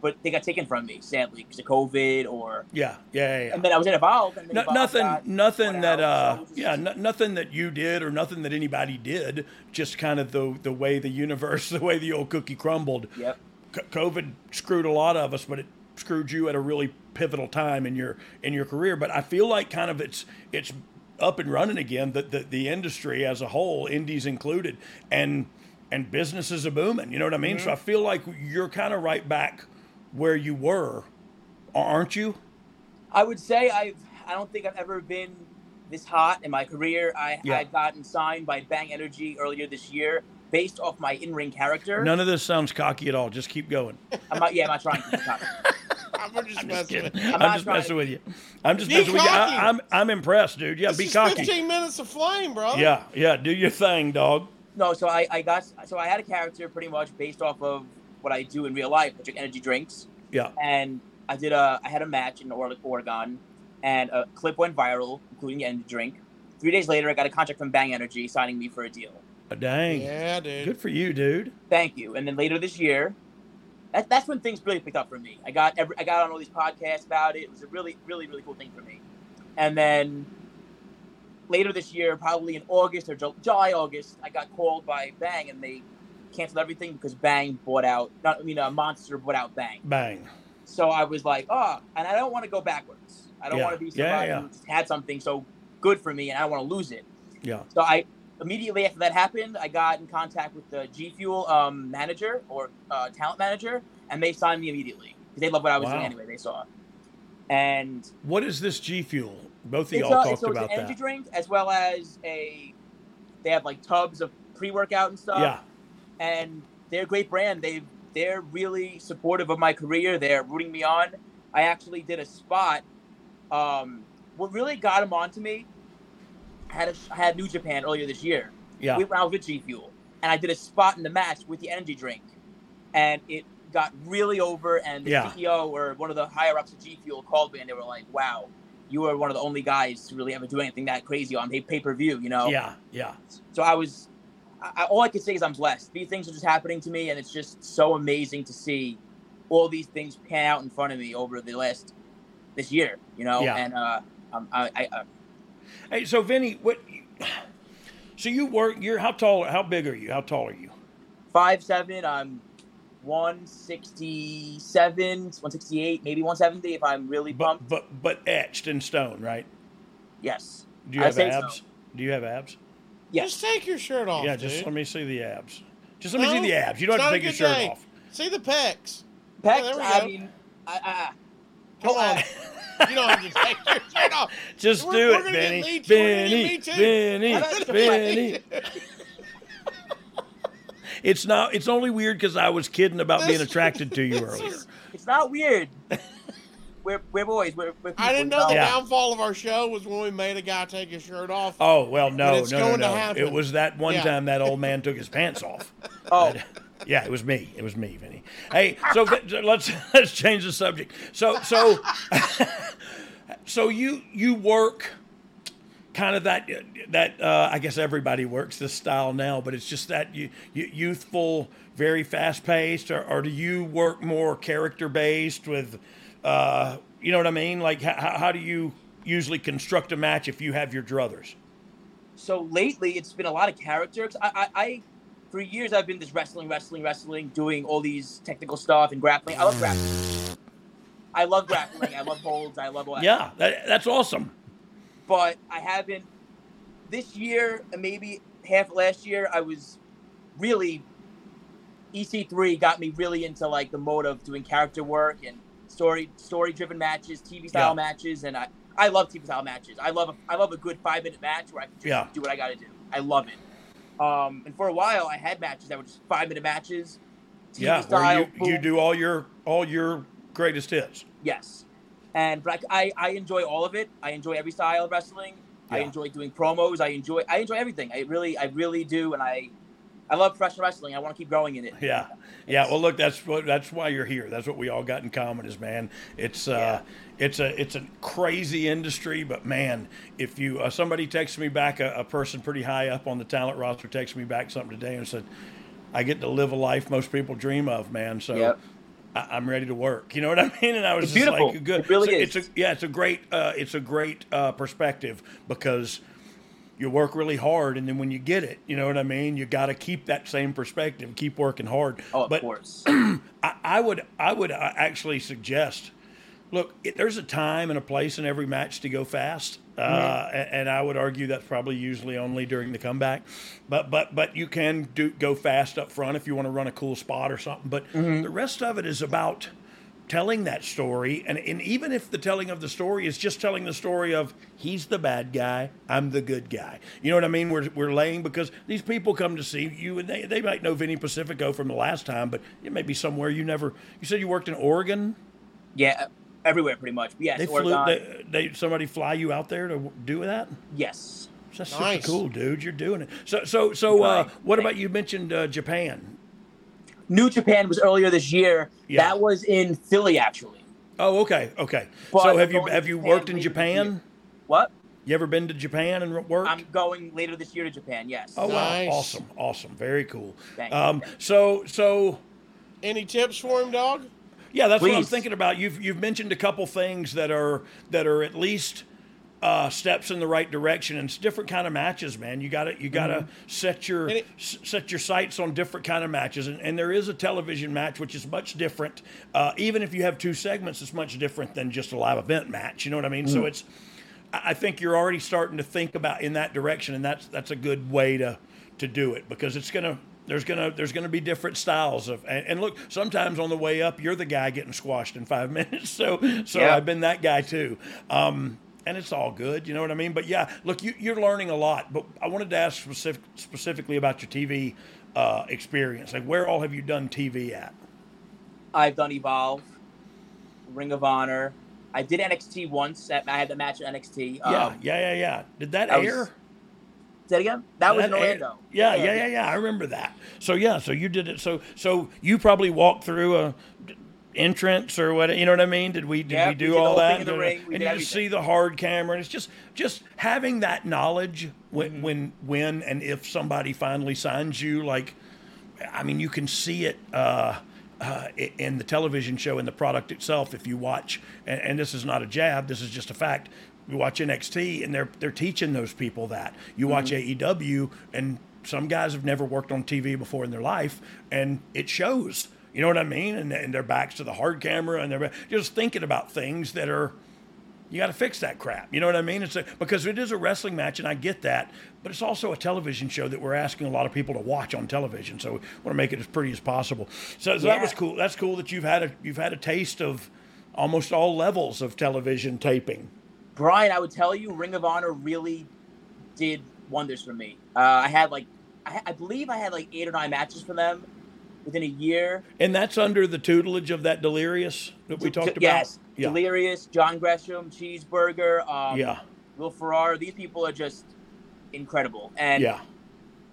Speaker 4: but they got taken from me sadly because of COVID or.
Speaker 3: Yeah. Yeah. yeah, yeah.
Speaker 4: And then I was at Evolve, and then
Speaker 3: No,
Speaker 4: Evolve
Speaker 3: nothing,
Speaker 4: got
Speaker 3: nothing
Speaker 4: bought
Speaker 3: that,
Speaker 4: out,
Speaker 3: uh,
Speaker 4: so it was just-
Speaker 3: yeah, no, nothing that you did or nothing that anybody did. Just kind of the the way the universe, <laughs> the way the old cookie crumbled.
Speaker 4: Yep.
Speaker 3: C- COVID screwed a lot of us, but it screwed you at a really pivotal time in your in your career. But I feel like kind of it's it's up and running again. The the, the industry as a whole, indies included, and and businesses are booming. You know what I mean? So I feel like you're kind of right back where you were, aren't you?
Speaker 4: I would say I've I don't think I've ever been this hot in my career. I
Speaker 3: Yeah.
Speaker 4: I've gotten signed by Bang Energy earlier this year based off my in-ring character.
Speaker 3: None of this sounds cocky at all. Just keep
Speaker 2: <laughs>
Speaker 3: going.
Speaker 4: I'm not, yeah, I'm not trying to be cocky.
Speaker 2: I'm just
Speaker 3: Just
Speaker 2: messing
Speaker 3: kidding.
Speaker 2: with you.
Speaker 3: I'm,
Speaker 4: not
Speaker 3: just
Speaker 4: trying-
Speaker 3: messing with you. I'm just
Speaker 2: Be
Speaker 3: messing with you.
Speaker 2: cocky.
Speaker 3: I, I'm I'm impressed, dude. <laughs> Yeah,
Speaker 2: This
Speaker 3: be
Speaker 2: is
Speaker 3: cocky.
Speaker 2: 15 minutes of flame, bro.
Speaker 3: Yeah, yeah. Do your thing, dog.
Speaker 4: No, so I, I got so I had a character pretty much based off of what I do in real life, which are energy drinks.
Speaker 3: Yeah.
Speaker 4: And I did a I had a match in Or- Oregon, and a clip went viral, including the energy drink. Three days later, I got a contract from Bang Energy signing me for a deal.
Speaker 3: Dang.
Speaker 2: Yeah, dude.
Speaker 3: Good for you, dude.
Speaker 4: Thank you. And then later this year, that, that's when things really picked up for me. I got every, I got on all these podcasts about it. It was a really, really, really cool thing for me. And then later this year, probably in August or Ju- July, August, I got called by Bang, and they canceled everything because Bang bought out. Not, I mean, uh, Monster bought out Bang.
Speaker 3: Bang.
Speaker 4: So I was like, oh, and I don't want to go backwards. I don't
Speaker 3: Yeah.
Speaker 4: want to be
Speaker 3: Yeah,
Speaker 4: somebody
Speaker 3: yeah,
Speaker 4: who just had something so good for me, and I don't want to lose it.
Speaker 3: Yeah.
Speaker 4: So I immediately after that happened, I got in contact with the G Fuel um, manager or uh, talent manager, and they signed me immediately because they loved what I was
Speaker 3: Wow.
Speaker 4: doing anyway. They saw, and
Speaker 3: What is this G Fuel? Both of
Speaker 4: it's,
Speaker 3: y'all
Speaker 4: uh,
Speaker 3: talked
Speaker 4: so it's an
Speaker 3: about
Speaker 4: energy
Speaker 3: that.
Speaker 4: drink as well as a. They have like tubs of pre workout and stuff
Speaker 3: yeah.
Speaker 4: and they're a great brand. They they're really supportive of my career. They're rooting me on. I actually did a spot. Um, what really got them onto me I had a, I had New Japan earlier this year.
Speaker 3: Yeah.
Speaker 4: We were out with G Fuel, and I did a spot in the match with the energy drink, and it got really over. And the
Speaker 3: Yeah.
Speaker 4: CEO or one of the higher ups at G Fuel called me, and they were like, "Wow, you are one of the only guys to really ever do anything that crazy on pay pay per view." You know?
Speaker 3: Yeah. Yeah.
Speaker 4: So I was, I, I- all I could say is I'm blessed. These things are just happening to me, and it's just so amazing to see all these things pan out in front of me over the last this year, you know.
Speaker 3: Yeah.
Speaker 4: And uh, um, I, I, I,
Speaker 3: Hey, so Vinny, what? So you work? You're how tall? How big are you? How tall are you?
Speaker 4: five seven, I'm one sixty seven, one sixty eight, maybe one seventy if I'm really
Speaker 3: But
Speaker 4: bumped.
Speaker 3: but but etched in stone, right?
Speaker 4: yes,
Speaker 3: Do you
Speaker 4: I'd
Speaker 3: have
Speaker 4: say so.
Speaker 3: abs? Do you have abs?
Speaker 4: yes.
Speaker 2: Just take your shirt off.
Speaker 3: yeah. Just
Speaker 2: dude.
Speaker 3: let me see the abs. Just let me
Speaker 2: No,
Speaker 3: see the abs. You don't
Speaker 2: it's
Speaker 3: have to
Speaker 2: not a
Speaker 3: take your
Speaker 2: good
Speaker 3: shirt
Speaker 2: day.
Speaker 3: off.
Speaker 2: See the pecs.
Speaker 4: Pecs,
Speaker 2: there we
Speaker 4: I
Speaker 2: go.
Speaker 4: mean, I, I,
Speaker 2: Come
Speaker 4: Oh,
Speaker 2: on. <laughs> you don't have to take your shirt off.
Speaker 3: Just
Speaker 2: We're-
Speaker 3: do
Speaker 2: we're
Speaker 3: it,
Speaker 2: gonna get
Speaker 3: Vinny. Vinny.
Speaker 2: me too. We're gonna get me too.
Speaker 3: Vinny.
Speaker 4: How about-
Speaker 3: Vinny. It's not. It's only weird because I was kidding about being
Speaker 2: <laughs> This-
Speaker 3: attracted to you earlier.
Speaker 4: it's not
Speaker 2: <laughs>
Speaker 4: weird. we're we're boys. We're, we're people,
Speaker 2: I didn't know
Speaker 4: you
Speaker 2: the
Speaker 3: Yeah.
Speaker 2: downfall of our show was when we made a guy take his shirt off.
Speaker 3: Oh well, no,
Speaker 2: it's
Speaker 3: no, no,
Speaker 2: going to
Speaker 3: no.
Speaker 2: happen.
Speaker 3: It was that one
Speaker 2: Yeah.
Speaker 3: time that old man took his pants off.
Speaker 4: Oh,
Speaker 3: Yeah, it was me. It was me, Vinny. Hey, so th- so let's <laughs> let's change the subject. So so <laughs> so you you work kind of that that uh, I guess everybody works this style now, but it's just that you, you youthful, very fast paced, or, or do you work more character based with, uh, you know what I mean? Like how, how do you usually construct a match if you have your druthers?
Speaker 4: so lately it's been a lot of characters. I, I, I for years I've been just wrestling, wrestling, wrestling, doing all these technical stuff and grappling. I love grappling. I love grappling. I love holds. I love all that.
Speaker 3: Yeah, that, that's awesome.
Speaker 4: But I haven't this year, and maybe half last year, I was really EC3 got me really into like the mode of doing character work and story story driven matches, TV style
Speaker 3: Yeah.
Speaker 4: matches, and I I love TV style matches. I love a, I love a good five minute match where I can just
Speaker 3: Yeah.
Speaker 4: do what I got to do. I love it. Um, and for a while, I had matches that were just five minute matches. TV
Speaker 3: yeah,
Speaker 4: style,
Speaker 3: where you, you
Speaker 4: boom,
Speaker 3: do all your all your greatest hits.
Speaker 4: Yes. And but I, I enjoy all of it. I enjoy every style of wrestling. I
Speaker 3: Yeah.
Speaker 4: enjoy doing promos. I enjoy I enjoy everything. I really I really do and I I love professional wrestling. I want to keep growing in it.
Speaker 3: Yeah, yeah. Well, look, that's what that's why you're here. That's what we all got in common, is man. It's uh, it's a it's a crazy industry, but man, if you uh, somebody texted me back, a, a person pretty high up on the talent roster texted me back something today and said, I get to live a life most people dream of, man. So.
Speaker 4: Yep.
Speaker 3: I- I'm ready to work. You know what I <laughs> mean? And I was
Speaker 4: It's
Speaker 3: just
Speaker 4: beautiful.
Speaker 3: like, good.
Speaker 4: It really
Speaker 3: so
Speaker 4: is.
Speaker 3: It's a, yeah, it's a great, uh, it's a great uh, perspective because you work really hard and then when you get it you know what i mean you got to keep that same perspective keep working hard
Speaker 4: Oh, of
Speaker 3: but
Speaker 4: course.
Speaker 3: I, I would i would uh, actually suggest look it, there's a time and a place in every match to go fast uh,
Speaker 4: Mm-hmm.
Speaker 3: a- and, i would argue that's probably usually only during the comeback but but but you can do go fast up front if you want to run a cool spot or something but
Speaker 4: Mm-hmm.
Speaker 3: the rest of it is about telling that story and, and even if the telling of the story is just telling the story of he's the bad guy i'm the good guy you know what i mean we're, we're laying because these people come to see you and they, they might know vinny pacifico from the last time but it may be somewhere you never you said you worked in oregon
Speaker 4: yeah, e, everywhere pretty much. But yes,
Speaker 3: they flew
Speaker 4: Oregon.
Speaker 3: they, they somebody fly you out there to do that
Speaker 4: yes.
Speaker 3: that's
Speaker 2: Nice.
Speaker 3: super cool dude you're doing it so so so uh,
Speaker 4: Right.
Speaker 3: what about you mentioned uh, japan
Speaker 4: New Japan was earlier this year.
Speaker 3: Yeah.
Speaker 4: That was in Philly actually.
Speaker 3: oh okay okay
Speaker 4: But
Speaker 3: so have
Speaker 4: I'm
Speaker 3: you
Speaker 4: going to
Speaker 3: have you
Speaker 4: Japan
Speaker 3: worked in
Speaker 4: later this
Speaker 3: japan
Speaker 4: year. What?
Speaker 3: you ever been to japan and worked
Speaker 4: I'm going later this year to Japan. Yes.
Speaker 3: Oh
Speaker 2: Nice.
Speaker 3: wow! Awesome, awesome, very cool.
Speaker 4: Thank you,
Speaker 3: Um,
Speaker 4: thank you.
Speaker 3: so, so
Speaker 2: Any tips for him, dog?
Speaker 3: yeah, that's what I'm
Speaker 4: Please.
Speaker 3: thinking about. You've you've mentioned a couple things that are that are at least uh, steps in the right direction, and it's different kind of matches, man. You gotta you gotta set your
Speaker 2: And it-
Speaker 3: s- set your sights on different kind of matches, and, and there is a television match which is much different. Uh, even if you have two segments, it's much different than just a live event match. You know what I mean? So it's I I think you're already starting to think about in that direction, and that's that's a good way to to do it because it's gonna there's gonna there's gonna be different styles of and, and look sometimes on the way up you're the guy getting squashed in five <laughs> minutes so so
Speaker 4: Yeah.
Speaker 3: I've been that guy too um, and it's all good you know what I mean but yeah look you, you're learning a lot but I wanted to ask specific, specifically about your TV uh, experience like where all have you done TV at
Speaker 4: I've done Evolve, Ring of Honor. I did NXT once. That I had the match at NXT. Um,
Speaker 3: Uh, yeah yeah yeah yeah did that
Speaker 4: I was-
Speaker 3: air
Speaker 4: Say it again. That was in
Speaker 3: That air-
Speaker 4: Orlando.
Speaker 3: Yeah, yeah, yeah, yeah. I remember that. So yeah, so you did it. So so you probably walked through a d- entrance or what? You know what I mean? Did we did
Speaker 4: Yeah,
Speaker 3: we
Speaker 4: we
Speaker 3: do
Speaker 4: did the
Speaker 3: all
Speaker 4: whole
Speaker 3: that?
Speaker 4: thing in the
Speaker 3: and
Speaker 4: ring. We
Speaker 3: and
Speaker 4: did
Speaker 3: you just see the hard camera, and it's just just having that knowledge when
Speaker 4: Mm-hmm.
Speaker 3: when when and if somebody finally signs you, like, I mean, you can see it. Uh, uh, i- in the television show and the product itself, if you watch, and, and this is not a jab, this is just a fact. You watch NXT, and they're they're teaching those people that. You watch AEW, and some guys have never worked on TV before in their life, and it shows. You know what I mean? And, and their backs to the hard camera, and they're just thinking about things that are. You got to fix that crap. You know what I mean? It's a, because it is a wrestling match, and I get that, but it's also a television show that we're asking a lot of people to watch on television. So we want to make it as pretty as possible. So, so that
Speaker 4: Yeah.
Speaker 3: was cool. That's cool that you've had a you've had a taste of almost all levels of television taping.
Speaker 4: Brian, I would tell you, Ring of Honor really did wonders for me. Uh, I had like, I, ha- I believe I had like eight or nine matches for them within a year.
Speaker 3: And that's under the tutelage of that delirious that we
Speaker 4: D-
Speaker 3: talked
Speaker 4: d- Yes,
Speaker 3: about. Yeah.
Speaker 4: Delirious, John Gresham, Cheeseburger, um,
Speaker 3: yeah.
Speaker 4: Will Ferrara. These people are just incredible, and
Speaker 3: yeah.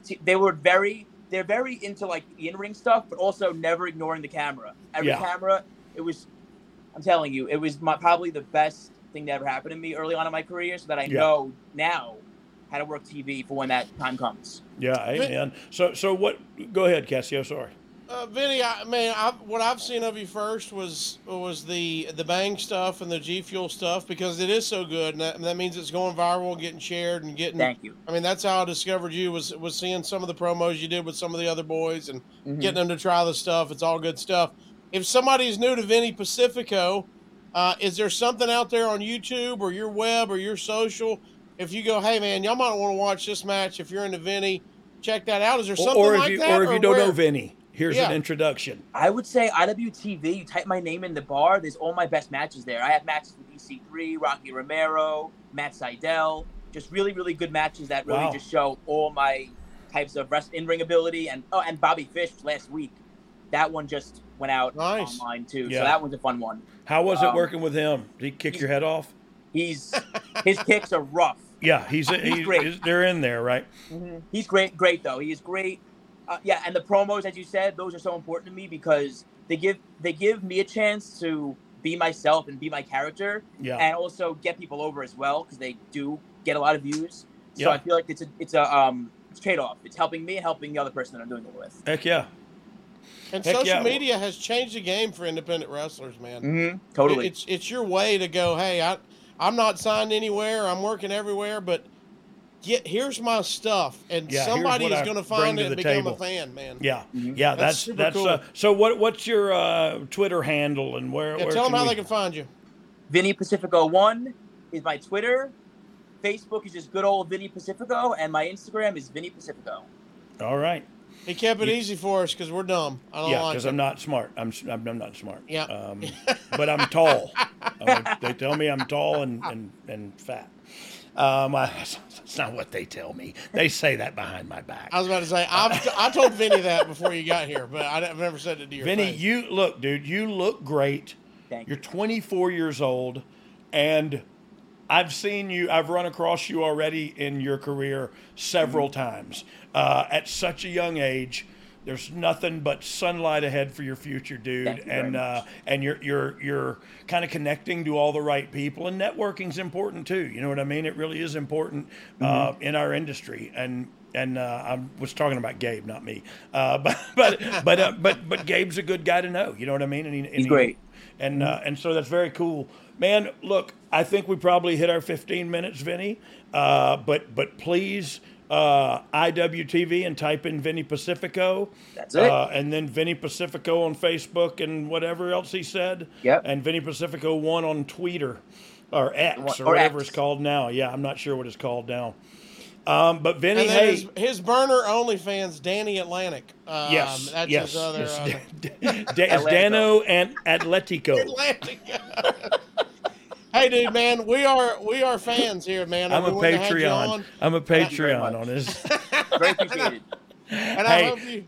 Speaker 4: t- they were very, they're very into like the in ring stuff, but also never ignoring the camera. Every
Speaker 3: Yeah.
Speaker 4: camera, it was. I'm telling you, it was my, probably the best thing that ever happened to me early on in my career, so that I
Speaker 3: Yeah.
Speaker 4: know now how to work TV for when that time comes.
Speaker 3: Yeah. Amen. So so what? Go ahead, Cassio. Sorry.
Speaker 2: Uh, Vinny, I mean, I, what I've seen of you first was was the the Bang stuff and the G Fuel stuff because it is so good, and that, and that means it's going viral, and getting shared, and getting.
Speaker 4: Thank you.
Speaker 2: I mean, that's how I discovered you was was seeing some of the promos you did with some of the other boys and
Speaker 4: Mm-hmm.
Speaker 2: getting them to try the stuff. It's all good stuff. If somebody's new to Vinny Pacifico, uh, is there something out there on YouTube or your web or your social? If you go, hey man, y'all might want to watch this match. If you're into Vinny, check that out. Is there something
Speaker 3: or if
Speaker 2: like
Speaker 3: you
Speaker 2: that?
Speaker 3: or if you don't
Speaker 2: where-
Speaker 3: know Vinny, here's
Speaker 2: Yeah.
Speaker 3: an introduction.
Speaker 4: I would say IWTV. You type my name in the bar. There's all my best matches there. I have matches with EC3, Rocky Romero, Matt Seidel. Just really, really good matches that really
Speaker 3: Wow.
Speaker 4: just show all my types of rest in ring ability. And oh, and Bobby Fish last week. That one just went out
Speaker 2: Nice.
Speaker 4: online too.
Speaker 3: Yeah.
Speaker 4: So that one's a fun one.
Speaker 3: How was it
Speaker 4: Um,
Speaker 3: working with him? Did he kick your head off?
Speaker 4: He's his kicks are rough.
Speaker 3: Yeah, he's,
Speaker 2: Oh,
Speaker 3: he's,
Speaker 4: great.
Speaker 3: he's- they're in there, right?
Speaker 4: He's great, great though. He is great. Uh, yeah, and the promos, as you said, those are so important to me because they give they give me a chance to be myself and be my character,
Speaker 3: Yeah.
Speaker 4: and also get people over as well because they do get a lot of views. So
Speaker 3: Yeah.
Speaker 4: I feel like it's a it's a um it's trade off. It's helping me and helping the other person that I'm doing it with.
Speaker 3: Heck yeah.
Speaker 2: And
Speaker 3: Heck
Speaker 2: social
Speaker 3: yeah. Mm,
Speaker 2: media has changed the game for independent wrestlers, man.
Speaker 4: Mm-hmm. Totally.
Speaker 2: It's it's your way to go. Hey, I I'm not signed anywhere. I'm working everywhere, but get here's my stuff, and
Speaker 3: Yeah, here's
Speaker 2: somebody
Speaker 3: what
Speaker 2: is
Speaker 3: I
Speaker 2: going to
Speaker 3: bring
Speaker 2: find
Speaker 3: to
Speaker 2: it
Speaker 3: the
Speaker 2: and become
Speaker 3: table.
Speaker 2: a fan, man.
Speaker 3: Yeah.
Speaker 4: Mhm.
Speaker 3: Yeah, that's
Speaker 2: Mm-hmm. That's
Speaker 3: that's,
Speaker 2: super cool.
Speaker 3: uh, so what what's your uh, Twitter handle and where,
Speaker 2: Yeah,
Speaker 3: where
Speaker 2: tell them
Speaker 3: can
Speaker 2: how
Speaker 3: we-
Speaker 2: they can find you.
Speaker 4: Vinny Pacifico one is my Twitter. Facebook is just good old Vinny Pacifico, and my Instagram is Vinny Pacifico.
Speaker 3: All right.
Speaker 2: He kept it
Speaker 3: Yeah.
Speaker 2: easy for us because we're dumb. Oh, I don't
Speaker 3: Yeah,
Speaker 2: like
Speaker 3: cuz
Speaker 2: it.
Speaker 3: I'm not smart. I'm s- I'm, I'm not smart.
Speaker 2: Yeah. <laughs>
Speaker 3: Um, but I'm tall. Uh, they tell me I'm tall and and, and fat. Um, I, <laughs> that's not what they tell me. They say that behind my back.
Speaker 2: I was about to say I've, I told Vinny that before you got here, but I, have never said it to your
Speaker 3: Vinny,
Speaker 2: face.
Speaker 3: you look, dude, you look great.
Speaker 4: Thank
Speaker 3: You're
Speaker 4: you.
Speaker 3: 24 years old, and I've seen you, I've run across you already in your career several
Speaker 4: Mm-hmm.
Speaker 3: times. Uh, at such a young age, there's nothing but sunlight ahead for your future, dude.
Speaker 4: Thank you very
Speaker 3: and
Speaker 4: much.
Speaker 3: uh, and you're you're you're kind of connecting to all the right people, and networking's important too. You know what I mean? It really is important uh,
Speaker 4: Mm-hmm.
Speaker 3: in our industry. And and uh, I was talking about Gabe, not me. Uh, <laughs> but but but uh, but but Gabe's a good guy to know. You know what I mean? And, he, and
Speaker 4: He's
Speaker 3: he-
Speaker 4: great.
Speaker 3: and uh, and so that's very cool, man. Look, I think we probably hit our 15 minutes, Vinny. Uh, but but please, uh, IWTV and type in Vinny Pacifico.
Speaker 4: That's it.
Speaker 3: Uh, and then Vinny Pacifico on Facebook and whatever else he said.
Speaker 4: Yep.
Speaker 3: And Vinny Pacifico one on Twitter. or X or,
Speaker 4: Or
Speaker 3: whatever
Speaker 4: X.
Speaker 3: it's called now. Yeah, I'm not sure what it's called now. Um, but Vinny,
Speaker 2: And then
Speaker 3: hey,
Speaker 2: his, his burner OnlyFans, Danny Atlantic. Um,
Speaker 3: yes,
Speaker 2: that's
Speaker 3: yes,
Speaker 2: his other. uh,
Speaker 3: yes.
Speaker 2: other-
Speaker 3: <laughs> Da-
Speaker 4: <laughs>
Speaker 3: it's Dano and Atletico.
Speaker 2: <laughs> Atlantic. <laughs> hey, dude, man, we are we are fans here, man.
Speaker 3: I'm
Speaker 2: We
Speaker 3: a
Speaker 2: wouldn't have had you
Speaker 3: Patreon.
Speaker 2: on,
Speaker 3: I'm a
Speaker 4: very much.
Speaker 3: Patreon on this.
Speaker 2: <laughs>
Speaker 3: <laughs>
Speaker 4: Very appreciated.
Speaker 2: and
Speaker 3: Hey,
Speaker 2: I hope you.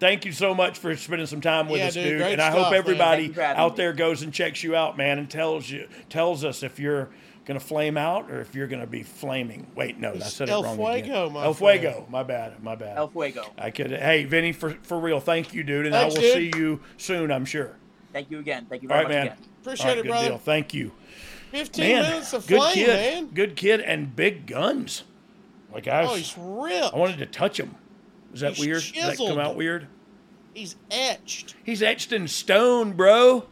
Speaker 3: Thank you so much for spending some time with
Speaker 2: Yeah,
Speaker 3: us,
Speaker 2: dude,
Speaker 3: dude.
Speaker 2: great
Speaker 3: And I
Speaker 2: stuff,
Speaker 3: hope
Speaker 2: man.
Speaker 4: Thank
Speaker 3: everybody
Speaker 4: you for having
Speaker 3: out
Speaker 4: me.
Speaker 3: there goes and checks you out, man, and tells you tells us if you're gonna flame out or if you're gonna be flaming. Wait, no, I said
Speaker 2: El
Speaker 3: it wrong.
Speaker 2: Fuego,
Speaker 3: again.
Speaker 2: my
Speaker 3: El
Speaker 2: friend.
Speaker 3: Fuego, my bad, my bad.
Speaker 4: El Fuego.
Speaker 3: I could. Hey, Vinny, for for real, thank you, dude, and
Speaker 2: Thanks,
Speaker 3: I will
Speaker 2: dude.
Speaker 3: see you soon, I'm sure.
Speaker 4: Thank you again. Thank you
Speaker 3: All
Speaker 4: very
Speaker 3: right,
Speaker 4: much
Speaker 3: man.
Speaker 4: again.
Speaker 2: Appreciate
Speaker 3: All right,
Speaker 2: it,
Speaker 3: good
Speaker 2: brother.
Speaker 3: Deal. Thank you,
Speaker 2: 15
Speaker 3: man.
Speaker 2: minutes of
Speaker 3: Good
Speaker 2: flame,
Speaker 3: kid,
Speaker 2: man.
Speaker 3: good kid, and big guns. Like I,
Speaker 2: Oh,
Speaker 3: was-
Speaker 2: he's ripped.
Speaker 3: I wanted to touch him. Is that
Speaker 2: He's
Speaker 3: weird? Does that come
Speaker 2: chiseled.
Speaker 3: out weird?
Speaker 2: He's etched
Speaker 3: He's etched in stone, bro.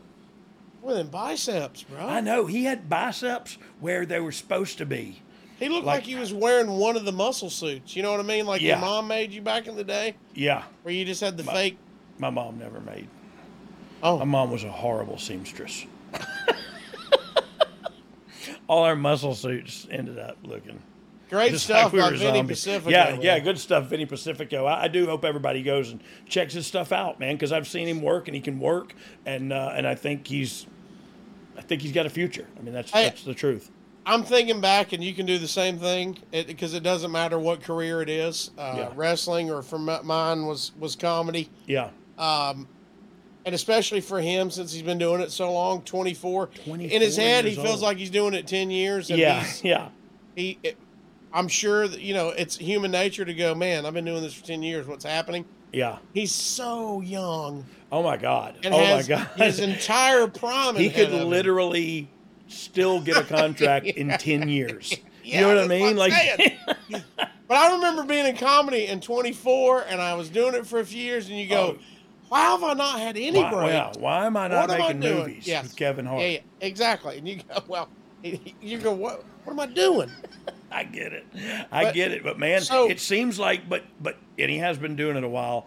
Speaker 2: with them biceps, bro.
Speaker 3: I know he had biceps where they were supposed to be.
Speaker 2: He looked
Speaker 3: Like-
Speaker 2: like, he was wearing one of the muscle suits. You know what I mean? Like
Speaker 3: Yeah.
Speaker 2: your mom made you back in the day,
Speaker 3: Yeah,
Speaker 2: where you just had the fake.
Speaker 3: my mom never made.
Speaker 2: Oh,
Speaker 3: My mom was a horrible seamstress. <laughs> All our muscle suits ended up looking
Speaker 2: great
Speaker 3: just
Speaker 2: stuff
Speaker 3: like we
Speaker 2: by
Speaker 3: were
Speaker 2: Vinny
Speaker 3: zombies.
Speaker 2: Pacifico.
Speaker 3: Yeah,
Speaker 2: man.
Speaker 3: yeah, good stuff, Vinny Pacifico. I, I do hope everybody goes and checks his stuff out, man, because I've seen him work and he can work, and uh, and I think he's, I think he's got a future. I mean, that's
Speaker 2: Hey.
Speaker 3: that's the truth.
Speaker 2: I'm thinking back, and you can do the same thing because it, doesn't matter what career it is. Uh,
Speaker 3: Yeah.
Speaker 2: Wrestling, or for mi- mine was was comedy,
Speaker 3: Yeah,
Speaker 2: um, and especially for him since he's been doing it so long, 24.
Speaker 3: 24
Speaker 2: In his head, he
Speaker 3: years
Speaker 2: feels
Speaker 3: old.
Speaker 2: like he's doing it 10 years. And
Speaker 3: yeah,
Speaker 2: he's-
Speaker 3: yeah,
Speaker 2: he, it, I'm sure that you know it's human nature to go, man. I've been doing this for 10 years. What's happening?
Speaker 3: yeah.
Speaker 2: He's so young
Speaker 3: Oh my god.
Speaker 2: and
Speaker 3: oh
Speaker 2: has
Speaker 3: my god. <laughs>
Speaker 2: his entire prime.
Speaker 3: he
Speaker 2: ahead
Speaker 3: could
Speaker 2: of him.
Speaker 3: literally still get a contract
Speaker 2: <laughs>
Speaker 3: in 10 years.
Speaker 2: Yeah,
Speaker 3: you know what I
Speaker 2: that's
Speaker 3: mean?
Speaker 2: I'm
Speaker 3: Like,
Speaker 2: saying. but I remember being in comedy in 24, and I was doing it for a few years, and you go,
Speaker 3: Oh.
Speaker 2: "Why have I not had
Speaker 3: <laughs>
Speaker 2: any
Speaker 3: why,
Speaker 2: break?
Speaker 3: wow, why am I not
Speaker 2: What am I
Speaker 3: making
Speaker 2: doing?
Speaker 3: movies
Speaker 2: Yes.
Speaker 3: with Kevin Hart?
Speaker 2: Yeah, yeah, exactly." And you go, "Well," <laughs> you go, "What? What am I doing?"
Speaker 3: I get it. I
Speaker 2: But-
Speaker 3: get it. But man,
Speaker 2: so-
Speaker 3: it seems like, but, but, and he has been doing it a while.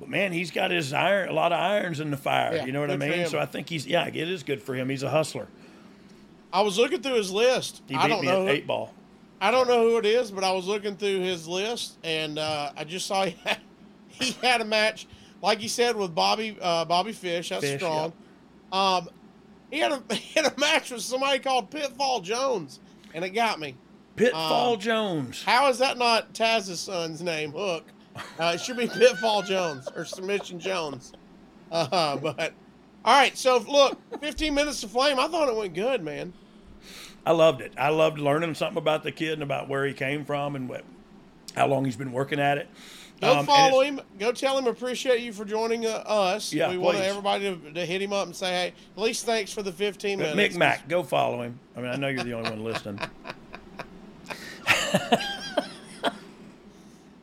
Speaker 3: But man, he's got his iron, a lot of irons in the fire.
Speaker 2: Yeah,
Speaker 3: you know what I
Speaker 2: good for
Speaker 3: mean?
Speaker 2: him.
Speaker 3: So I think he's, yeah, it is good for him. He's a hustler.
Speaker 2: I was looking through his list.
Speaker 3: He beat
Speaker 2: I don't
Speaker 3: me
Speaker 2: know.
Speaker 3: at eight ball.
Speaker 2: I don't know who it is, but I was looking through his list, and uh, I just saw <laughs> he had, he had a match, like you said, with Bobby uh, Bobby Fish. That's
Speaker 3: Fish,
Speaker 2: strong. Um, he had a <laughs> he had a match with somebody called Pitfall Jones, and it got me.
Speaker 3: Pitfall
Speaker 2: Um,
Speaker 3: Jones.
Speaker 2: How is that not Taz's son's name, Hook? Uh, it should be Pitfall Jones or Submission Jones. Uh, <laughs> but all right, so look, 15 minutes to flame. I thought it went good, man.
Speaker 3: I loved it. I loved learning something about the kid and about where he came from and what, how long he's been working at it.
Speaker 2: Go
Speaker 3: Um, and
Speaker 2: follow
Speaker 3: it's-
Speaker 2: him. Go tell him appreciate you for joining uh, us.
Speaker 3: Yeah,
Speaker 2: we want
Speaker 3: please.
Speaker 2: everybody to, to hit him up and say, hey, at least thanks for the 15
Speaker 3: But
Speaker 2: minutes.
Speaker 3: Mick Mac, go follow him. I mean, I know you're the only one listening.
Speaker 2: <laughs>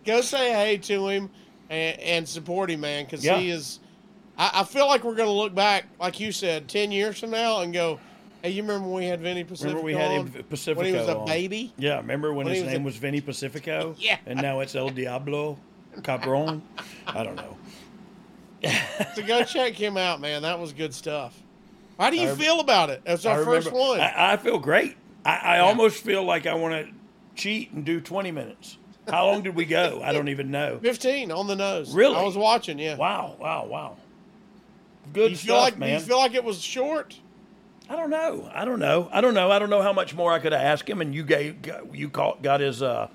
Speaker 2: Go say hey to him and, and support him, man, because
Speaker 3: Yeah.
Speaker 2: he is. I, I feel like we're going to look back, like you said, 10 years from now and go, hey, you remember when we had Vinny Pacifico?
Speaker 3: Remember we had
Speaker 2: on?
Speaker 3: him Pacifico
Speaker 2: when he was a
Speaker 3: on.
Speaker 2: baby?
Speaker 3: Yeah, remember when,
Speaker 2: When he
Speaker 3: his
Speaker 2: was
Speaker 3: name
Speaker 2: a-
Speaker 3: was Vinny Pacifico?
Speaker 2: <laughs> Yeah.
Speaker 3: And now it's El Diablo Cabron. I don't know.
Speaker 2: So
Speaker 3: <laughs>
Speaker 2: go check him out, man. That was good stuff. How do you
Speaker 3: I-
Speaker 2: feel about it? It's
Speaker 3: I
Speaker 2: our first
Speaker 3: remember-
Speaker 2: one.
Speaker 3: I, I feel great. I, I almost feel like I want to cheat and do 20 minutes. How long did we go? I don't even
Speaker 2: <laughs>
Speaker 3: know.
Speaker 2: 15 on the nose.
Speaker 3: Really?
Speaker 2: I was watching, yeah.
Speaker 3: Wow, wow, wow. Good
Speaker 2: you
Speaker 3: stuff,
Speaker 2: feel like
Speaker 3: man.
Speaker 2: you feel like it was short?
Speaker 3: I don't know. I don't know. I don't know. I don't know how much more I could have asked him. And you gave got- you caught, got his uh,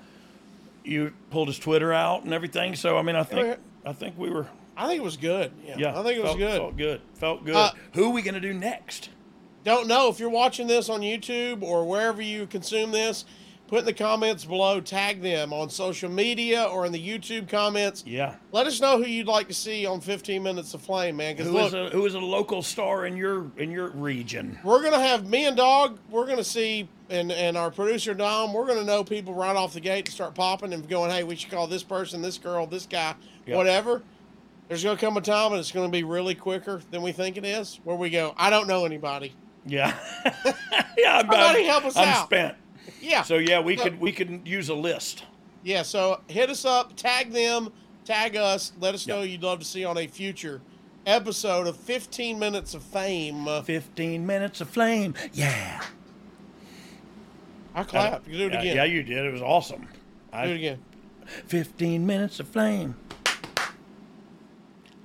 Speaker 3: you pulled his Twitter out and everything. So I mean, I think I think we were
Speaker 2: I think it was good. Yeah,
Speaker 3: yeah.
Speaker 2: I think it was
Speaker 3: felt-
Speaker 2: good.
Speaker 3: Felt good. Felt good.
Speaker 2: Uh,
Speaker 3: Who are we gonna do next?
Speaker 2: Don't know if you're watching this on YouTube or wherever you consume this. Put in the comments below, tag them on social media or in the YouTube comments.
Speaker 3: Yeah.
Speaker 2: Let us know who you'd like to see on 15 Minutes of Flame, man. Because
Speaker 3: Who is
Speaker 2: look,
Speaker 3: a who is a local star in your in your region?
Speaker 2: we're gonna have me and Dog. We're gonna see, and and our producer Dom. We're gonna know people right off the gate to start popping and going. Hey, we should call this person, this girl, this guy,
Speaker 3: Yeah.
Speaker 2: whatever. There's gonna come a time, and it's gonna be really quicker than we think it is. Where we go, I don't know anybody. <laughs>
Speaker 3: Yeah. yeah. I'm,
Speaker 2: Somebody
Speaker 3: I'm-
Speaker 2: help us
Speaker 3: I'm
Speaker 2: out.
Speaker 3: spent.
Speaker 2: Yeah.
Speaker 3: So yeah, we could we could use a list.
Speaker 2: Yeah, so hit us up, tag them, tag us, let us
Speaker 3: Yeah.
Speaker 2: know you'd love to see on a future episode of 15 Minutes of Fame.
Speaker 3: Fifteen minutes of flame. Yeah.
Speaker 2: I clapped. You do it
Speaker 3: Yeah,
Speaker 2: again.
Speaker 3: yeah, you did. It was awesome. I,
Speaker 2: do it again.
Speaker 3: 15 minutes of flame.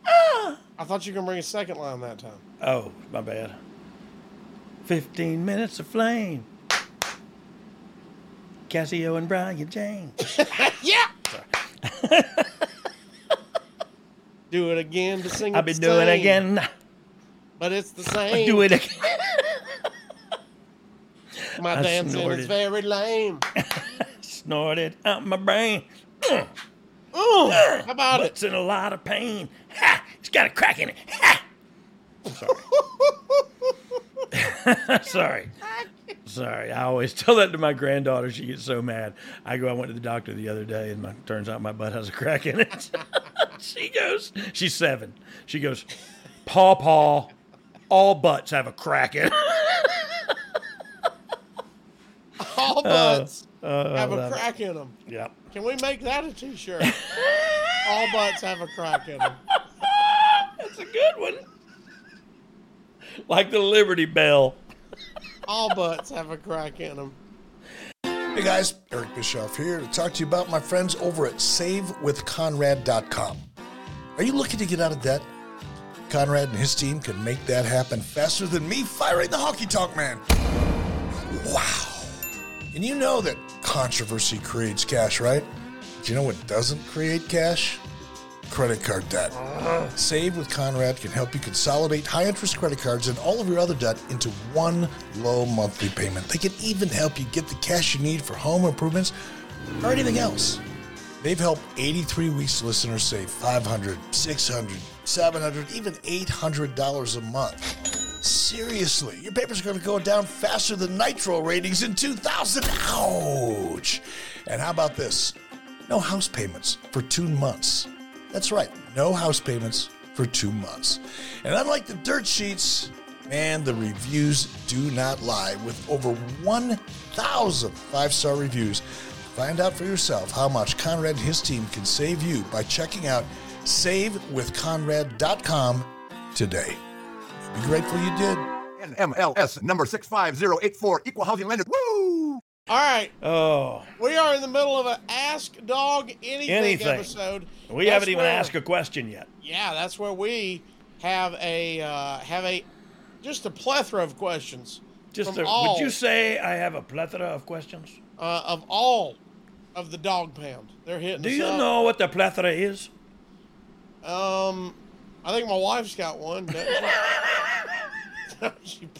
Speaker 2: I thought you were gonna bring a second line that time.
Speaker 3: Oh, my bad. 15 minutes of flame. Cassio and Brian James.
Speaker 2: Yeah. <laughs> do it again to sing.
Speaker 3: I've
Speaker 2: it
Speaker 3: been
Speaker 2: the
Speaker 3: doing it
Speaker 2: same,
Speaker 3: again.
Speaker 2: but it's the
Speaker 3: <laughs> I
Speaker 2: same.
Speaker 3: do it again. <laughs>
Speaker 2: My
Speaker 3: I
Speaker 2: dancing
Speaker 3: snorted.
Speaker 2: is
Speaker 3: <laughs>
Speaker 2: very lame.
Speaker 3: Snorted out my brain.
Speaker 2: Ooh, how about it?
Speaker 3: It's in a lot of pain. Ha! It's got a crack in it. Ha! Sorry. <laughs> Sorry. I always tell that to my granddaughter. She gets so mad. I go, I went to the doctor the other day and my, turns out my butt has a crack in it. <laughs> she goes, she's seven. She goes, Paw Paw, all butts have a crack in it. <laughs>
Speaker 2: All butts
Speaker 3: Uh,
Speaker 2: have a
Speaker 3: Oh, love it.
Speaker 2: crack in them.
Speaker 3: Yep.
Speaker 2: Can we make that
Speaker 3: <laughs>
Speaker 2: a T-shirt? All butts have a crack in them.
Speaker 3: That's a good one. Like the Liberty Bell.
Speaker 2: All butts have a crack in them.
Speaker 5: Hey guys, Eric Bischoff here to talk to you about my friends over at SaveWithConrad.com. Are you looking to get out of debt? Conrad and his team can make that happen faster than me firing the hockey talk man. Wow. And you know that controversy creates cash, right? But you know what doesn't create cash? Credit card debt. Save with Conrad can help you consolidate high interest credit cards and all of your other debt into one low monthly payment. They can even help you get the cash you need for home improvements or anything else. They've helped 83 weeks listeners save 500, 600, 700, even $800 a month. Seriously, your paper's going to go down faster than Nitro ratings in 2000. Ouch! And how about this? No house payments for two months. That's right, no house payments for two months. And unlike the dirt sheets, man, the reviews do not lie. With over 1,000 five star reviews, find out for yourself how much Conrad and his team can save you by checking out savewithconrad.com today. Be grateful you did.
Speaker 6: NMLS number 650884, equal housing lender. Woo!
Speaker 2: All right,
Speaker 3: Oh,
Speaker 2: we are in the middle of an Ask Dog Anything,
Speaker 3: Anything.
Speaker 2: episode.
Speaker 3: we
Speaker 2: That's
Speaker 3: haven't even
Speaker 2: where-
Speaker 3: asked a question yet.
Speaker 2: Yeah, that's where we have a uh, have a just a plethora of questions
Speaker 3: Just
Speaker 2: from
Speaker 3: a,
Speaker 2: all
Speaker 3: would you say I have a plethora of questions?
Speaker 2: uh, of all of the dog pound. They're hitting.
Speaker 3: Do
Speaker 2: us
Speaker 3: you
Speaker 2: up.
Speaker 3: know what the plethora is?
Speaker 2: Um, I think my wife's got one. doesn't she? <laughs>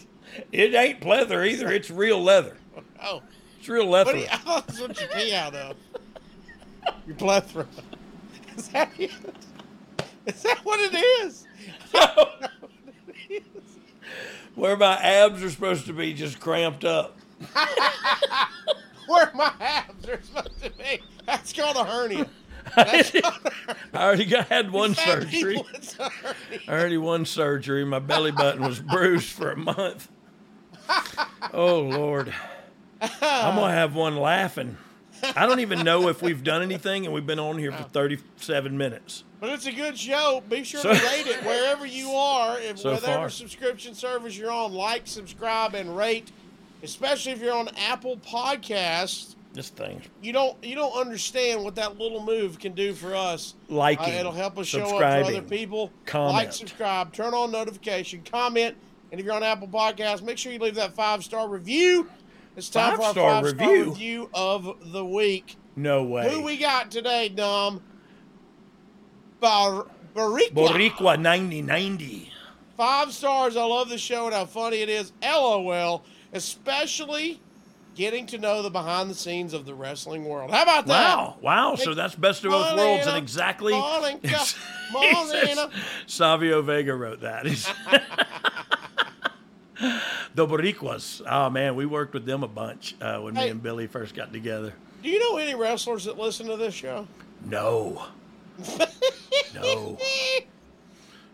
Speaker 2: She-
Speaker 3: It ain't pleather either. It's real leather.
Speaker 2: oh,
Speaker 3: It's real
Speaker 2: what do you,
Speaker 3: leather.
Speaker 2: I thought that's what you pee out of. Your plethora. Is that, it? is that what it is?
Speaker 3: Where my abs are supposed to be just cramped up.
Speaker 2: Where my abs are supposed to be? That's called a
Speaker 3: <laughs>
Speaker 2: hernia.
Speaker 3: I already got, had one
Speaker 2: Fat
Speaker 3: surgery.
Speaker 2: people, it's a hernia.
Speaker 3: I already one surgery. My belly button
Speaker 2: <laughs>
Speaker 3: was bruised for a month. Oh Lord, I'm gonna have one laughing. I don't even know if we've done anything, and we've been on here for 37 minutes.
Speaker 2: But it's a good show. Be sure
Speaker 3: So-
Speaker 2: to rate it wherever you are, if
Speaker 3: So
Speaker 2: whatever
Speaker 3: far.
Speaker 2: subscription service you're on. Like, subscribe, and rate. Especially if you're on Apple Podcasts,
Speaker 3: This thing's
Speaker 2: you don't you don't understand what that little move can do for us.
Speaker 3: Liking,
Speaker 2: Uh, it'll help us show up for other
Speaker 3: subscribing,
Speaker 2: people. Like,
Speaker 3: comment.
Speaker 2: subscribe, turn on notification, comment, and if you're on Apple Podcasts, make sure you leave that five star review. It's time for our
Speaker 3: Five-star
Speaker 2: five star
Speaker 3: review?
Speaker 2: review of the week.
Speaker 3: no way.
Speaker 2: Who we got today, Dom? Bar- Barriqua.
Speaker 3: Boricua 9090.
Speaker 2: Five stars. I love the show and how funny it is. LOL. Especially getting to know the behind the scenes of the wrestling world. How about that?
Speaker 3: Wow, wow. So that's best of both
Speaker 2: Morning,
Speaker 3: worlds, and
Speaker 2: uh,
Speaker 3: exactly.
Speaker 2: morning, uh, <laughs>
Speaker 3: Jesus.
Speaker 2: morning, uh.
Speaker 3: Savio Vega wrote that. <laughs> the Boricuas. Oh man, we worked with them a bunch uh, when
Speaker 2: Hey.
Speaker 3: me and Billy first got together.
Speaker 2: Do you know any wrestlers that listen to this show?
Speaker 3: No,
Speaker 2: <laughs>
Speaker 3: no,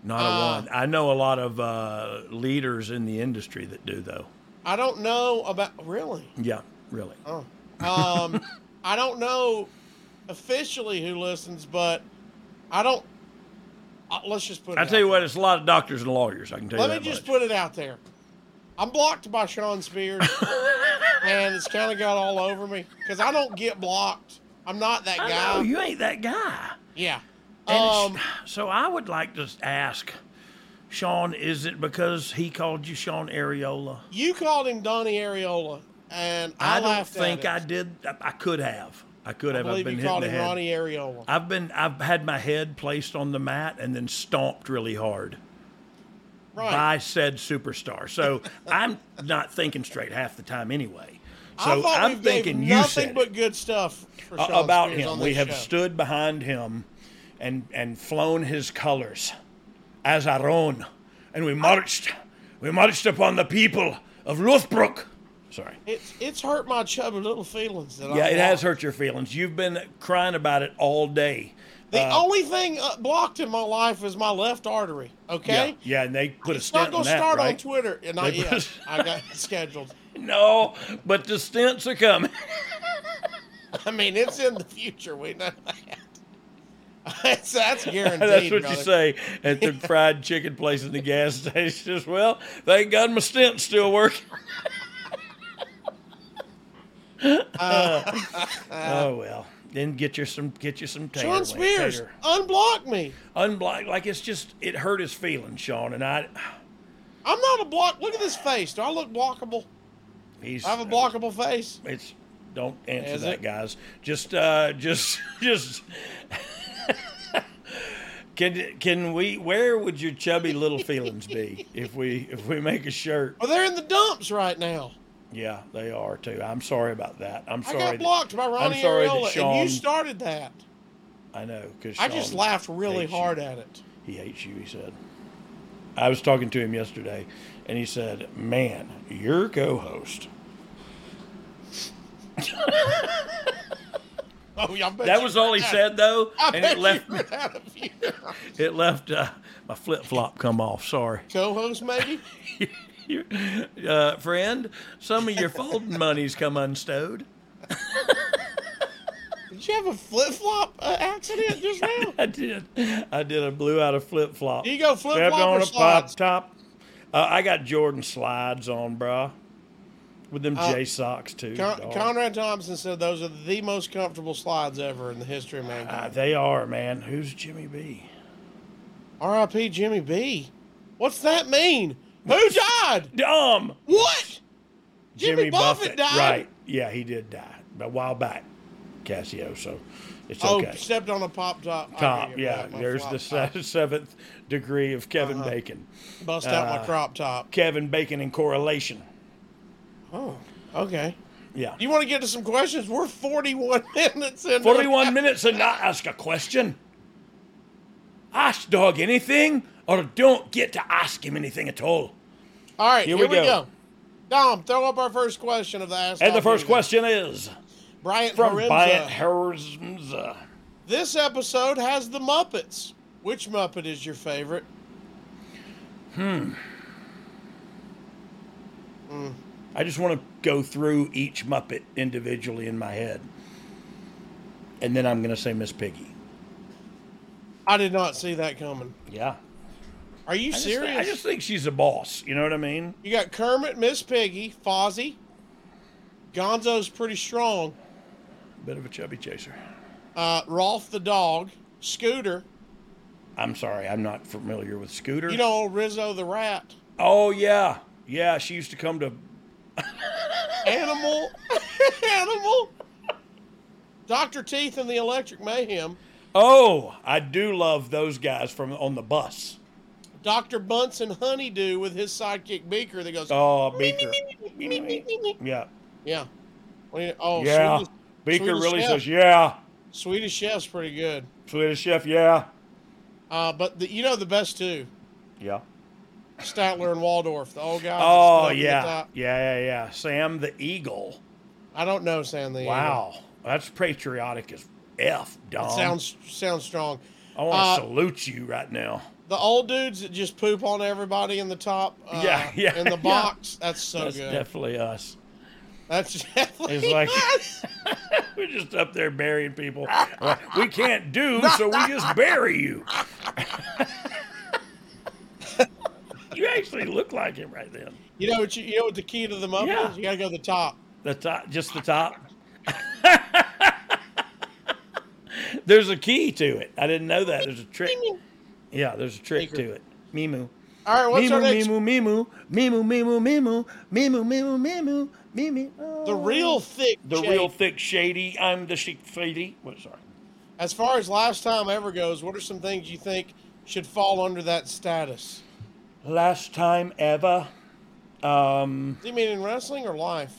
Speaker 3: not
Speaker 2: Uh.
Speaker 3: a one. I know a lot of uh, leaders in the industry that do though.
Speaker 2: I don't know about really.
Speaker 3: Yeah, really.
Speaker 2: Oh. Um, I don't know officially who listens, but I don't. Uh, let's just put.
Speaker 3: I
Speaker 2: it
Speaker 3: tell you
Speaker 2: out
Speaker 3: what, it's a lot of doctors and lawyers. I can tell
Speaker 2: Let
Speaker 3: you
Speaker 2: me
Speaker 3: that
Speaker 2: just
Speaker 3: much. <laughs>
Speaker 2: put it out there. I'm blocked by Sean Spears. and it's kind of got all over me because I don't get blocked. I'm not that
Speaker 3: I
Speaker 2: guy.
Speaker 3: know you ain't that guy.
Speaker 2: yeah.
Speaker 3: And
Speaker 2: Um,
Speaker 3: it's- so I would like to ask Sean, is it because he called you Sean Areola?
Speaker 2: you called him Donnie Areola, and I,
Speaker 3: I, don't
Speaker 2: laughed at
Speaker 3: think
Speaker 2: it.
Speaker 3: I did. I, I could have. I could
Speaker 2: I
Speaker 3: have. I've
Speaker 2: believe
Speaker 3: been
Speaker 2: you
Speaker 3: hit in
Speaker 2: called
Speaker 3: the
Speaker 2: him
Speaker 3: head.
Speaker 2: Ronnie Areola.
Speaker 3: I've been. I've had my head placed on the mat and then stomped really hard
Speaker 2: right.
Speaker 3: by said superstar. So I'm not thinking straight half the time anyway.
Speaker 2: I
Speaker 3: So
Speaker 2: thought
Speaker 3: I'm
Speaker 2: we
Speaker 3: thinking
Speaker 2: gave
Speaker 3: you
Speaker 2: nothing
Speaker 3: said
Speaker 2: but
Speaker 3: it.
Speaker 2: good stuff for
Speaker 3: A-
Speaker 2: Sean
Speaker 3: Uh, about
Speaker 2: Spears
Speaker 3: him.
Speaker 2: on
Speaker 3: We
Speaker 2: this
Speaker 3: have
Speaker 2: show.
Speaker 3: stood behind him, and and flown his colors, as our own, and we marched. We marched upon the people of Lothbrook. Sorry.
Speaker 2: It's it's hurt my chubby little feelings that I
Speaker 3: Yeah, it has
Speaker 2: blocked.
Speaker 3: hurt your feelings. You've been crying about it all day.
Speaker 2: The only thing uh, blocked in my life is my left artery. Okay,
Speaker 3: Yeah, yeah, and they put a
Speaker 2: it's
Speaker 3: stent
Speaker 2: not gonna
Speaker 3: on that,
Speaker 2: start on
Speaker 3: right?
Speaker 2: Twitter. And not
Speaker 3: They put-
Speaker 2: yet. I got it scheduled.
Speaker 3: No, but the stents are coming.
Speaker 2: I mean, it's in the future. We know that. <laughs>
Speaker 3: <laughs>
Speaker 2: that's, that's guaranteed.
Speaker 3: That's what
Speaker 2: brother.
Speaker 3: you say at
Speaker 2: <laughs>
Speaker 3: the fried chicken place in the gas station. Just, well, thank God my stent's still working.
Speaker 2: <laughs> Uh.
Speaker 3: <laughs> oh well, then get your some get you some tater.
Speaker 2: Sean
Speaker 3: wing-
Speaker 2: Spears,
Speaker 3: tater.
Speaker 2: unblock me.
Speaker 3: unblock like it's just it hurt his feelings, Sean, and I.
Speaker 2: I'm not a block. Look at this face. Do I look blockable?
Speaker 3: He's
Speaker 2: I have a blockable face.
Speaker 3: it's don't answer
Speaker 2: Is
Speaker 3: that
Speaker 2: it?
Speaker 3: guys just uh just <laughs> just can can we where would your chubby little feelings
Speaker 2: <laughs>
Speaker 3: be if we if we make a shirt
Speaker 2: Well, Oh, they're in the dumps right now.
Speaker 3: yeah they are too i'm sorry about that i'm
Speaker 2: I
Speaker 3: sorry
Speaker 2: got
Speaker 3: that-
Speaker 2: blocked by Ronnie
Speaker 3: sorry that
Speaker 2: Areola, and
Speaker 3: Sean-
Speaker 2: you started that.
Speaker 3: i know because
Speaker 2: I just laughed really hard at it.
Speaker 3: he hates you he said i was talking to him yesterday and he said man your co-host
Speaker 2: <laughs> Oh, yeah, I bet
Speaker 3: that
Speaker 2: you
Speaker 3: was all he
Speaker 2: read
Speaker 3: said though
Speaker 2: I
Speaker 3: and
Speaker 2: bet
Speaker 3: it left
Speaker 2: you
Speaker 3: me
Speaker 2: read that a few
Speaker 3: it left uh, my flip-flop come off sorry
Speaker 2: co-host maybe.
Speaker 3: Your- uh, friend, some of your
Speaker 2: <laughs>
Speaker 3: folding money's come unstowed.
Speaker 2: Did you have a flip flop uh, accident
Speaker 3: <laughs>
Speaker 2: just now?
Speaker 3: I did. I did. I blew out a flip flop.
Speaker 2: You go flip-flop or
Speaker 3: on a pop
Speaker 2: slides?
Speaker 3: top. Uh, I got Jordan slides on, bruh. With them J socks too.
Speaker 2: Uh, Con-
Speaker 3: dog.
Speaker 2: Conrad Thompson said those are the most comfortable slides ever in the history of mankind.
Speaker 3: Uh, they are, man. Who's Jimmy B?
Speaker 2: R.I.P. Jimmy B. What's that mean? Who died?
Speaker 3: Dumb.
Speaker 2: What? Jimmy Buffett died?
Speaker 3: Right. Yeah, he did die a while back, Cassio. So it's
Speaker 2: Oh,
Speaker 3: okay.
Speaker 2: stepped on a pop top. I
Speaker 3: Top.
Speaker 2: gotta get
Speaker 3: Yeah.
Speaker 2: back my
Speaker 3: There's
Speaker 2: flop
Speaker 3: the
Speaker 2: top. Uh-huh.
Speaker 3: se- seventh degree of Kevin Bacon.
Speaker 2: Bust out
Speaker 3: Uh.
Speaker 2: my crop top.
Speaker 3: Kevin Bacon in correlation.
Speaker 2: Oh, okay.
Speaker 3: Yeah.
Speaker 2: You want to get to some questions? We're 41 <laughs> minutes in.
Speaker 3: 41 minutes and not ask a question. Ask dog anything or don't get to ask him anything at all.
Speaker 2: All right, here,
Speaker 3: Here
Speaker 2: we,
Speaker 3: we
Speaker 2: go.
Speaker 3: go.
Speaker 2: Dom, throw up our first question of the Ask
Speaker 3: And the
Speaker 2: Dom
Speaker 3: first
Speaker 2: Hugo.
Speaker 3: question is
Speaker 2: Bryant
Speaker 3: from
Speaker 2: Horenza.
Speaker 3: Bryant Harrison.
Speaker 2: This episode has the Muppets. Which Muppet is your favorite?
Speaker 3: I just want to go through each Muppet individually in my head. And then I'm going to say Miss Piggy.
Speaker 2: I did not see that coming.
Speaker 3: Yeah.
Speaker 2: Are you
Speaker 3: I just,
Speaker 2: serious?
Speaker 3: I just think she's a boss. You know what I mean?
Speaker 2: You got Kermit, Miss Piggy, Fozzie. Gonzo's pretty strong.
Speaker 3: Bit of a chubby chaser.
Speaker 2: Uh, Rolf the dog. Scooter.
Speaker 3: I'm sorry, I'm not familiar with Scooter.
Speaker 2: You know, old Rizzo the rat.
Speaker 3: oh, yeah. Yeah, she used to come to
Speaker 2: Animal. <laughs> Animal. Dr. Teeth and the Electric Mayhem.
Speaker 3: Oh, I do love those guys from on the bus.
Speaker 2: Dr. Bunsen Honeydew with his sidekick Beaker that goes,
Speaker 3: Oh, Beaker. Yeah.
Speaker 2: yeah. What do you- Oh,
Speaker 3: Yeah.
Speaker 2: Swedish,
Speaker 3: Beaker
Speaker 2: Swedish
Speaker 3: really
Speaker 2: Chef.
Speaker 3: says, yeah.
Speaker 2: Swedish Chef's pretty good.
Speaker 3: Swedish Chef, yeah.
Speaker 2: Uh, but the, you know the best two,
Speaker 3: Yeah.
Speaker 2: Statler and Waldorf, the old guys. that
Speaker 3: Oh,
Speaker 2: stuck in the
Speaker 3: yeah.
Speaker 2: top.
Speaker 3: Yeah, yeah, yeah. Sam the Eagle.
Speaker 2: I don't know Sam the Eagle.
Speaker 3: Wow. That's patriotic as F, Dom.
Speaker 2: It sounds sounds strong.
Speaker 3: I want to
Speaker 2: uh,
Speaker 3: salute you right now.
Speaker 2: The old dudes that just poop on everybody in the top. Uh,
Speaker 3: <laughs> Yeah, yeah,
Speaker 2: In the
Speaker 3: yeah.
Speaker 2: box, that's so
Speaker 3: That's
Speaker 2: good.
Speaker 3: definitely us.
Speaker 2: that's <laughs> definitely
Speaker 3: It's like-
Speaker 2: us.
Speaker 3: We're just up there burying people. Like, we can't do, so we just bury you. <laughs> you actually look like him right then.
Speaker 2: <laughs> you know what you, you know what the key to the Muppet
Speaker 3: Yeah.
Speaker 2: is? You got to go to the top.
Speaker 3: The top, just the top. <laughs> there's a key to it. I didn't know that. There's a trick. Yeah, there's a trick to it. Mimu.
Speaker 2: All right, what's
Speaker 3: Mimu,
Speaker 2: our next?
Speaker 3: Mimu, Mimu, Mimu, Mimu, Mimu, Mimu, Mimu, Mimu, Mimu. Oh.
Speaker 2: The real thick.
Speaker 3: the
Speaker 2: Jake.
Speaker 3: real thick shady. I'm the chic shady. What? Sorry.
Speaker 2: As far as lifetime ever goes, what are some things you think should fall under that status?
Speaker 3: Last time ever. Um,
Speaker 2: Do you mean in wrestling or life?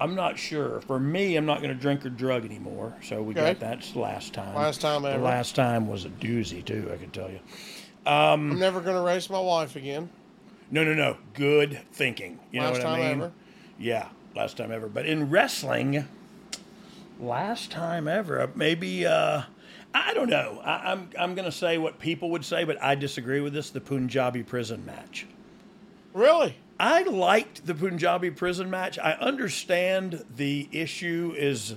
Speaker 3: I'm not sure. For me, I'm not going to drink or drug anymore. So we
Speaker 2: Okay.
Speaker 3: got that's last time.
Speaker 2: Last time
Speaker 3: The
Speaker 2: ever.
Speaker 3: last time was a doozy too. I can tell you. Hmm.
Speaker 2: I'm never going to race my wife again.
Speaker 3: No, no, no. Good thinking. You know
Speaker 2: Last
Speaker 3: what
Speaker 2: time
Speaker 3: I mean?
Speaker 2: ever.
Speaker 3: Yeah, last time ever. But in wrestling, last time ever, maybe uh, I don't know. I, I'm I'm gonna say what people would say, but I disagree with this. The Punjabi prison match.
Speaker 2: Really?
Speaker 3: I liked the Punjabi prison match. I understand the issue is,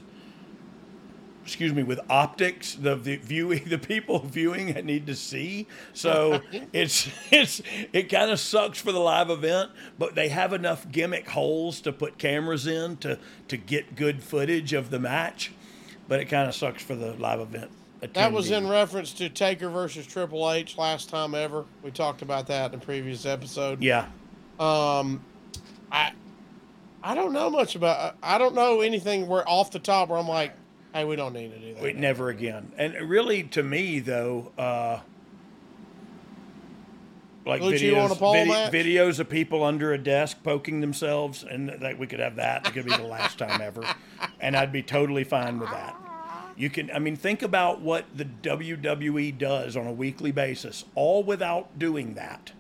Speaker 3: excuse me, with optics, the, the <laughs> viewing, the people viewing that need to see.
Speaker 2: <laughs>
Speaker 3: So it's it's it kind of sucks for the live event, but they have enough gimmick holes to put cameras in to to get good footage of the match. But it kind of sucks for the live event.
Speaker 2: That was
Speaker 3: attendee.
Speaker 2: in reference to Taker versus Triple H last time ever. We talked about that in a previous episode.
Speaker 3: Yeah,
Speaker 2: Um, I I don't know much about. I don't know anything where off the top where I'm like, hey, we don't need to do that.
Speaker 3: Wait, never again. And really, to me though, uh, like
Speaker 2: Would you
Speaker 3: videos,
Speaker 2: want a pole
Speaker 3: vide-
Speaker 2: match?
Speaker 3: videos of people under a desk poking themselves, and that we could have that. It could be the last time ever, and I'd be totally fine with that. You can, I mean, think about what the WWE does on a weekly basis, all without doing that.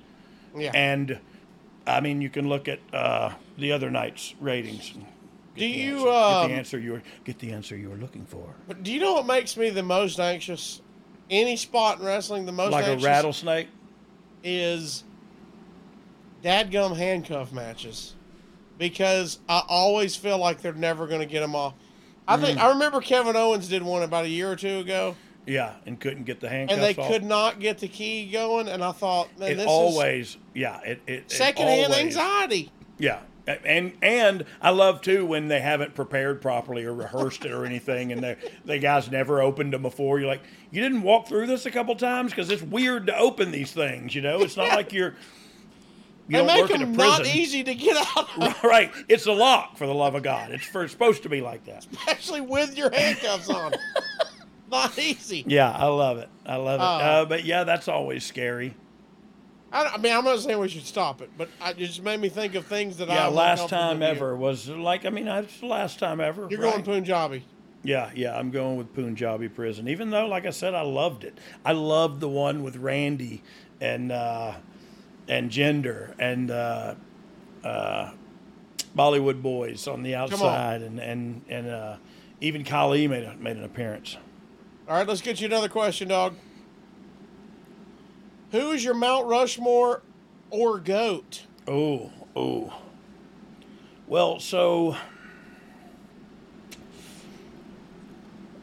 Speaker 2: yeah.
Speaker 3: And I mean, you can look at uh, the other night's ratings. and get the
Speaker 2: Do you,
Speaker 3: answer- get
Speaker 2: um,
Speaker 3: the answer you were get the answer you were looking for?
Speaker 2: But do you know what makes me the most anxious? Any spot in wrestling, the most
Speaker 3: Like a
Speaker 2: anxious
Speaker 3: rattlesnake.
Speaker 2: is dadgum handcuff matches because I always feel like they're never going to get them off. I
Speaker 3: Mm.
Speaker 2: think I remember Kevin Owens did one about a year or two ago,
Speaker 3: Yeah, and couldn't get the handcuffs
Speaker 2: and they
Speaker 3: off.
Speaker 2: could not get the key going. And I thought, man,
Speaker 3: It
Speaker 2: this
Speaker 3: always, yeah, it, it it
Speaker 2: is secondhand
Speaker 3: always-
Speaker 2: anxiety.
Speaker 3: Yeah, A- and and I love too when they haven't prepared properly or rehearsed it or anything, and they the guys never opened them before. You're like, you didn't walk through this a couple times because it's weird to open these things. You know, it's not like you're. You
Speaker 2: They
Speaker 3: don't
Speaker 2: make
Speaker 3: work in a
Speaker 2: them
Speaker 3: prison.
Speaker 2: not easy to get <laughs> out,
Speaker 3: <laughs>
Speaker 2: of,
Speaker 3: right? It's a lock for the love of God. It's for, supposed to be like that.
Speaker 2: especially with your
Speaker 3: <laughs>
Speaker 2: handcuffs on. not easy.
Speaker 3: Yeah, I love it. I love it.
Speaker 2: Uh,
Speaker 3: Uh, but yeah, that's always scary.
Speaker 2: I, don't- I mean, I'm not saying we should stop it, but I, it just made me think of things that I.
Speaker 3: Yeah,
Speaker 2: am
Speaker 3: last time
Speaker 2: uncomfortable with.
Speaker 3: ever was like I mean that's the last time ever.
Speaker 2: You're
Speaker 3: right?
Speaker 2: going Punjabi.
Speaker 3: Yeah, yeah, I'm going with Punjabi Prison. Even though, like I said, I loved it. I loved the one with Randy and uh, and Gender and uh, uh, Bollywood Boys on the outside, and and and uh, even Kali made a, made an appearance.
Speaker 2: All right, let's get you another question, dog. Who is your Mount Rushmore or goat?
Speaker 3: Oh, oh. Well, so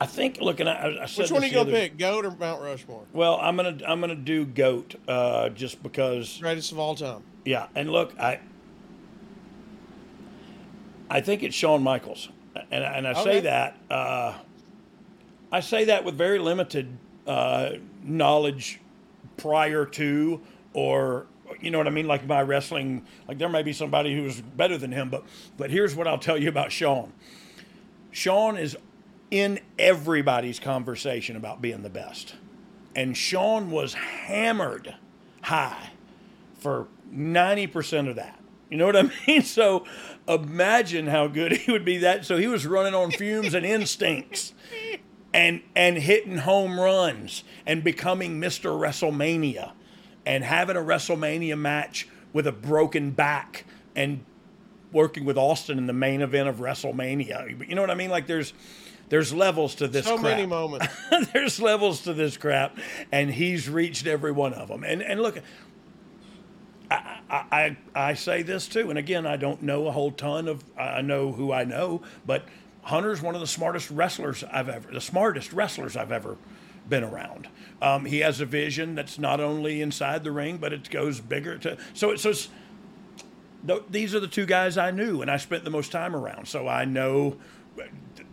Speaker 3: I think. Look, and I, I I said
Speaker 2: Which one are
Speaker 3: this
Speaker 2: you
Speaker 3: the
Speaker 2: gonna
Speaker 3: other-
Speaker 2: pick, goat or Mount Rushmore?
Speaker 3: Well, I'm gonna I'm gonna do Goat uh, just because.
Speaker 2: Greatest of all time.
Speaker 3: Yeah, and look, I I think it's Shawn Michaels, and and I
Speaker 2: Okay.
Speaker 3: say that uh, I say that with very limited uh, knowledge prior to or you know what I mean, like my wrestling. Like there may be somebody who's better than him, but but here's what I'll tell you about Shawn. Sean is in everybody's conversation about being the best. And Sean was hammered high for 90% of that. You know what I <laughs> mean? So imagine how good he would be that. So he was running on fumes and instincts and and hitting home runs and becoming Mr. WrestleMania and having a WrestleMania match with a broken back and working with Austin in the main event of WrestleMania. You know what I mean? Like there's there's levels to this
Speaker 2: So
Speaker 3: crap. <laughs>
Speaker 2: many moments.
Speaker 3: there's levels to this crap and he's reached every one of them. And and look I, I, I say this too, and again, I don't know a whole ton of. I I know who I know, but Hunter's one of the smartest wrestlers I've ever, the smartest wrestlers I've ever been around. Um, he has a vision that's not only inside the ring, but it goes bigger to. So, it's so it's, th- these are the two guys I knew and I spent the most time around. So I know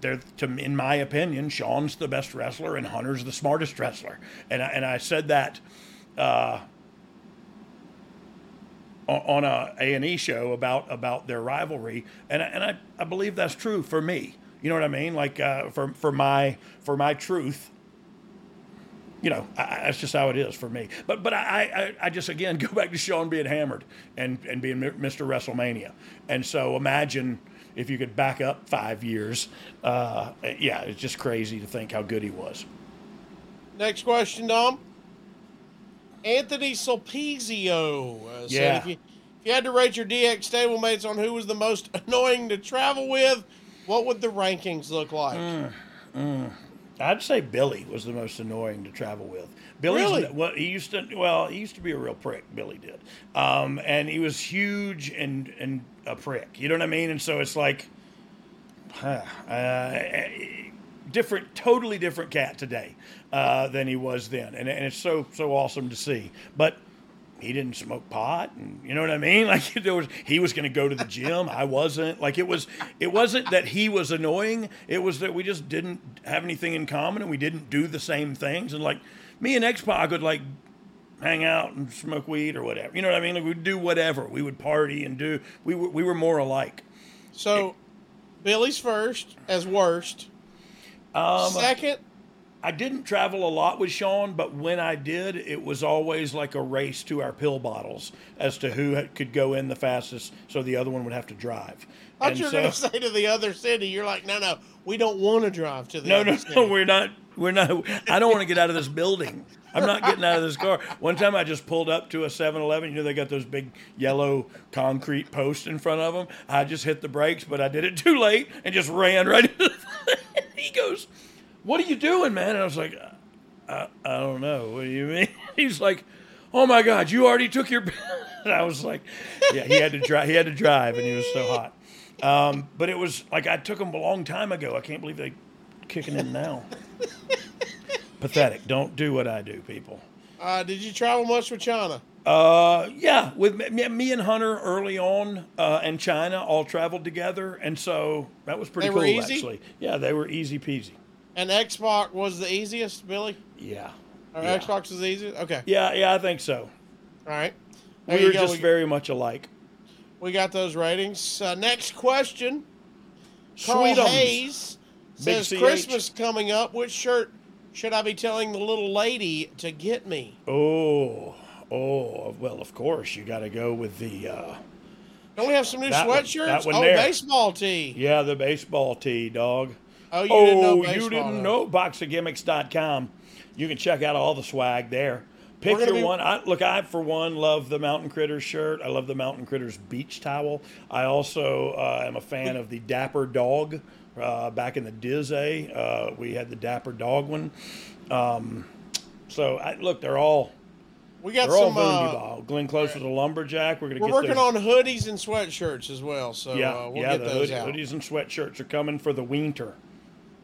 Speaker 3: they're to in my opinion, Sean's the best wrestler and Hunter's the smartest wrestler. And I, and I said that uh, on, on a A and E show about about their rivalry, and I, and I, I believe that's true for me. You know what I mean? Like uh, for for my for my truth. You know, I, I- that's just how it is for me. But but I, I I just again <laughs> go back to Sean being hammered and and being Mr. WrestleMania, and so imagine if you could back up five years. Uh, yeah, it's just crazy to think how good he was.
Speaker 2: Next question, Dom. Anthony Sulpizio uh, said,
Speaker 3: Yeah.
Speaker 2: if you, if you had to rate your DX stablemates on who was the most <laughs> annoying to travel with, what would the rankings look like?
Speaker 3: Hmm. I'd say Billy was the most annoying to travel with. Billy,
Speaker 2: Really?
Speaker 3: well, he used to well, he used to be a real prick. Billy did, um, and he was huge and and a prick. You know what I mean? And so it's like, huh, uh, different, totally different cat today uh, than he was then, and and it's so so awesome to see. But he didn't smoke pot, and you know what I mean. <laughs> Like there was, he was going to go to the gym. I wasn't. Like it was, it wasn't that he was annoying. It was that we just didn't have anything in common, and we didn't do the same things. And like me and X Pac would like hang out and smoke weed or whatever. You know what I mean? Like we'd do whatever. We would party and do. We were, we were more alike.
Speaker 2: So, Billy's first as worst.
Speaker 3: Um,
Speaker 2: Second,
Speaker 3: I didn't travel a lot with Sean, but when I did, it was always like a race to our pill bottles as to who had- could go in the fastest, so the other one would have to drive.
Speaker 2: I
Speaker 3: And
Speaker 2: thought you were
Speaker 3: so-
Speaker 2: going to say to the other city, you're like, no, no, we don't want to drive to the
Speaker 3: No,
Speaker 2: other
Speaker 3: no,
Speaker 2: city.
Speaker 3: no, we're not. We're not. I don't want to get out of this building. I'm not getting out of this car. One time I just pulled up to a 7 Eleven. You know, they got those big yellow concrete posts in front of them. I just hit the brakes, but I did it too late and just ran right <laughs> into the. he goes, What are you doing, man? And I was like, I, I don't know. What do you mean? <laughs> He's like, Oh my God, you already took your. <laughs> and I was like, Yeah, he had to drive. He had to drive, and he was so hot. Um, but it was like I took him a long time ago. I can't believe they kicking him
Speaker 2: <laughs>
Speaker 3: now. Pathetic. Don't do what I do, people.
Speaker 2: Uh, did you travel much with China?
Speaker 3: Uh, yeah, with me- me, me and Hunter early on, uh, and China all traveled together, and so that was pretty
Speaker 2: They were
Speaker 3: cool
Speaker 2: easy?
Speaker 3: actually. Yeah, they were easy peasy.
Speaker 2: And Xbox was the easiest, Billy?
Speaker 3: Yeah.
Speaker 2: Or
Speaker 3: yeah.
Speaker 2: Xbox was the easiest? Okay.
Speaker 3: Yeah, yeah, I think so.
Speaker 2: All right. There
Speaker 3: We
Speaker 2: you
Speaker 3: were
Speaker 2: go.
Speaker 3: just
Speaker 2: We-
Speaker 3: very much alike.
Speaker 2: We got those ratings. Uh, next question. Carl
Speaker 3: Sweetums.
Speaker 2: Hayes
Speaker 3: Big
Speaker 2: says
Speaker 3: CH.
Speaker 2: Christmas coming up. Which shirt should I be telling the little lady to get me?
Speaker 3: Oh, oh, well, of course you got to go with the. Uh,
Speaker 2: Don't we have some new
Speaker 3: That one-
Speaker 2: sweatshirts?
Speaker 3: that one
Speaker 2: oh,
Speaker 3: there.
Speaker 2: baseball tee.
Speaker 3: yeah, the baseball tee, dog.
Speaker 2: Oh, you
Speaker 3: oh,
Speaker 2: didn't know baseball.
Speaker 3: you didn't
Speaker 2: though.
Speaker 3: know boxofgimmicks.com. You can check out all the swag there. Pick
Speaker 2: We're gonna
Speaker 3: your
Speaker 2: be-
Speaker 3: one. I, look, I for one love the Mountain Critters shirt. I love the Mountain Critters beach towel. I also uh, am a fan of the Dapper Dog. Uh, back in the Dizzy, uh, we had the Dapper Dog one. Um, so I, look, they're all
Speaker 2: We got
Speaker 3: they're all
Speaker 2: some.
Speaker 3: booty
Speaker 2: Uh,
Speaker 3: ball. Glenn Close was a lumberjack. We're gonna
Speaker 2: we're
Speaker 3: get
Speaker 2: working
Speaker 3: those-
Speaker 2: on hoodies and sweatshirts as well, so
Speaker 3: yeah,
Speaker 2: uh, we'll
Speaker 3: yeah.
Speaker 2: get
Speaker 3: The
Speaker 2: those
Speaker 3: hoodie-
Speaker 2: out.
Speaker 3: hoodies and sweatshirts are coming for the winter.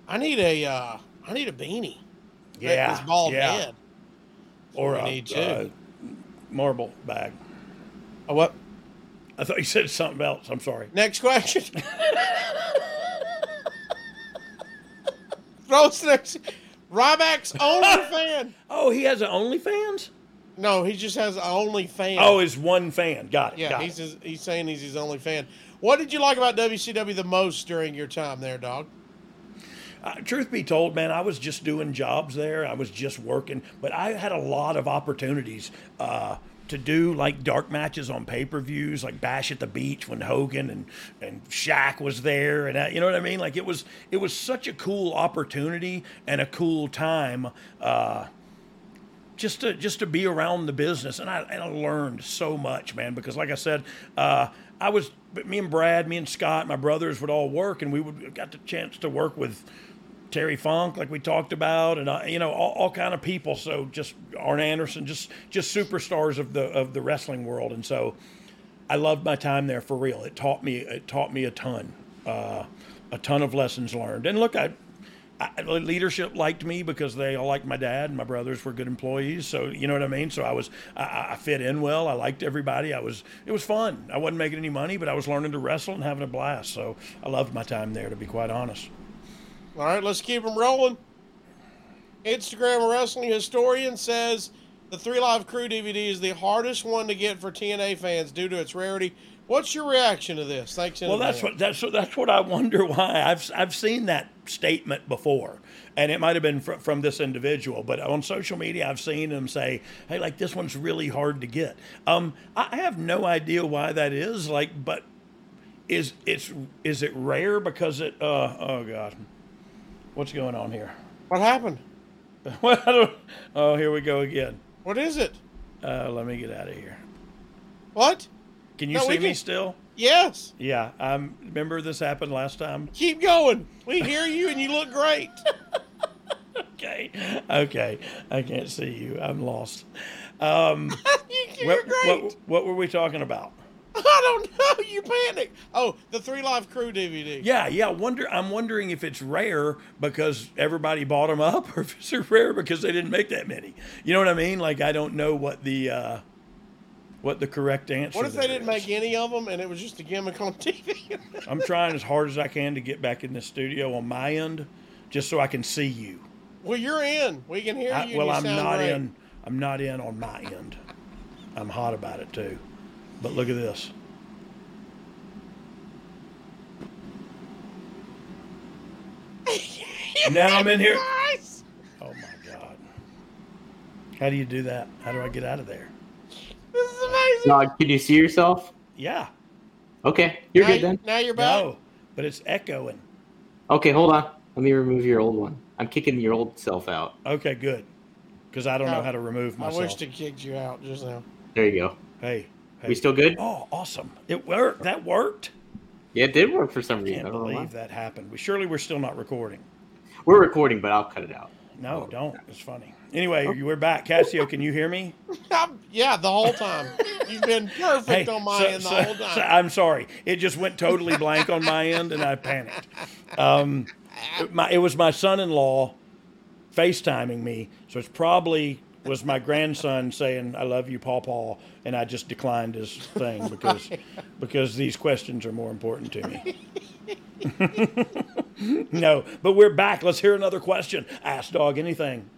Speaker 2: I need a. Uh, I need a beanie. That
Speaker 3: Yeah,
Speaker 2: is bald
Speaker 3: yeah.
Speaker 2: head.
Speaker 3: or
Speaker 2: we
Speaker 3: a,
Speaker 2: need too.
Speaker 3: uh, marble bag.
Speaker 2: Oh, what?
Speaker 3: I thought you said something else. I'm sorry.
Speaker 2: Next question. Throw us next. Ryback's only fan.
Speaker 3: Oh, he has an OnlyFans.
Speaker 2: No, he just has an only fan.
Speaker 3: Oh, is one fan. Got it.
Speaker 2: yeah.
Speaker 3: got
Speaker 2: He's
Speaker 3: it.
Speaker 2: his, he's saying he's his only fan. What did you like about WCW the most during your time there, dog?
Speaker 3: Uh, truth be told, man, I was just doing jobs there. I was just working, but I had a lot of opportunities uh, to do like dark matches on pay per views, like Bash at the Beach when Hogan and and Shaq was there, and that, you know what I mean. Like it was it was such a cool opportunity and a cool time. Uh, just to just to be around the business and I, and I learned so much man because like I said uh, I was but me and Brad me and Scott my brothers would all work and we would got the chance to work with Terry Funk like we talked about and uh, you know all, all kind of people so just Arn Anderson just just superstars of the of the wrestling world and so I loved my time there for real it taught me it taught me a ton uh, a ton of lessons learned and look I I, leadership liked me because they all liked my dad and my brothers were good employees. So you know what I mean. So I was I, I fit in well. I liked everybody. I was it was fun. I wasn't making any money, but I was learning to wrestle and having a blast. So I loved my time there, to be quite honest.
Speaker 2: All right, let's keep them rolling. Instagram wrestling historian says the Three Live Crew DVD is the hardest one to get for TNA fans due to its rarity. What's your reaction to this? Thanks. in
Speaker 3: Well, that's
Speaker 2: advance.
Speaker 3: what that's what- that's what I wonder why I've I've seen that statement before, and it might have been fr- from this individual, but on social media I've seen them say, "Hey, like this one's really hard to get." Um, I I have no idea why that is. Like, but is it's is it rare because it? Uh, oh God, what's going on here? <laughs>
Speaker 2: What happened.
Speaker 3: Well, I don't, oh, here we go again.
Speaker 2: What is it?
Speaker 3: Uh, let me get out of here.
Speaker 2: What?
Speaker 3: Can you
Speaker 2: No, we
Speaker 3: see me
Speaker 2: can-
Speaker 3: still?
Speaker 2: Yes.
Speaker 3: Yeah, I remember this happened last time.
Speaker 2: Keep going. We hear you and you look great.
Speaker 3: okay, okay. I can't see you. I'm lost. Um,
Speaker 2: <laughs> you, you're
Speaker 3: what,
Speaker 2: great.
Speaker 3: what, what were we talking about?
Speaker 2: <laughs> I don't know. You panic. Oh, the Three Live Crew DVD.
Speaker 3: Yeah, yeah. Wonder. I'm wondering if it's rare because everybody bought them up, <laughs> or if it's rare because they didn't make that many. You know what I mean? Like I don't know what the uh, what the correct answer.
Speaker 2: What if they
Speaker 3: there
Speaker 2: didn't
Speaker 3: is.
Speaker 2: make any of them and it was just a gimmick on <laughs> TV?
Speaker 3: I'm trying as hard as I can to get back in the studio on my end, just so I can see you.
Speaker 2: well, you're in. We can hear you.
Speaker 3: I,
Speaker 2: and
Speaker 3: well,
Speaker 2: you
Speaker 3: I'm
Speaker 2: sound
Speaker 3: not
Speaker 2: great.
Speaker 3: in. I'm not in on my end. I'm hot about it too. But look at this.
Speaker 2: <laughs>
Speaker 3: now I'm in here.
Speaker 2: Nice.
Speaker 3: Oh my god. How do you do that? How do I get out of there?
Speaker 2: This is amazing.
Speaker 7: Dog, can you see yourself?
Speaker 3: Yeah.
Speaker 7: Okay, you're
Speaker 2: now,
Speaker 7: good then.
Speaker 2: Now you're back.
Speaker 3: No. But it's echoing.
Speaker 7: Okay, hold on. Let me remove your old one. I'm kicking your old self out.
Speaker 3: Okay, good. Because I don't
Speaker 2: No.
Speaker 3: know how to remove
Speaker 2: I
Speaker 3: myself.
Speaker 2: wish they kicked you out just now.
Speaker 7: There you go.
Speaker 3: Hey. hey.
Speaker 7: We still good?
Speaker 3: Oh, awesome. It worked. That worked.
Speaker 7: Yeah, it did work for some reason.
Speaker 3: Can't
Speaker 7: I don't know why.
Speaker 3: believe that happened. We surely we're still not recording.
Speaker 7: We're recording, but I'll cut it out.
Speaker 3: No, don't. It's funny. Anyway,
Speaker 7: Oh.
Speaker 3: you we're back. Cassio, can you hear me?
Speaker 2: I'm- yeah, the whole <laughs> time. You've been perfect
Speaker 3: Hey,
Speaker 2: on my
Speaker 3: so-
Speaker 2: end the
Speaker 3: so-
Speaker 2: whole time.
Speaker 3: so I'm sorry. It just went totally blank on my end, and I panicked. Um, it- my, it was my son-in-law FaceTiming me, so it's probably was my grandson saying "I love you, Paw Paw," and I just declined his
Speaker 2: <laughs>
Speaker 3: thing because because these questions are more important to me. <laughs> no, but we're back. Let's hear another question. Ask dog anything.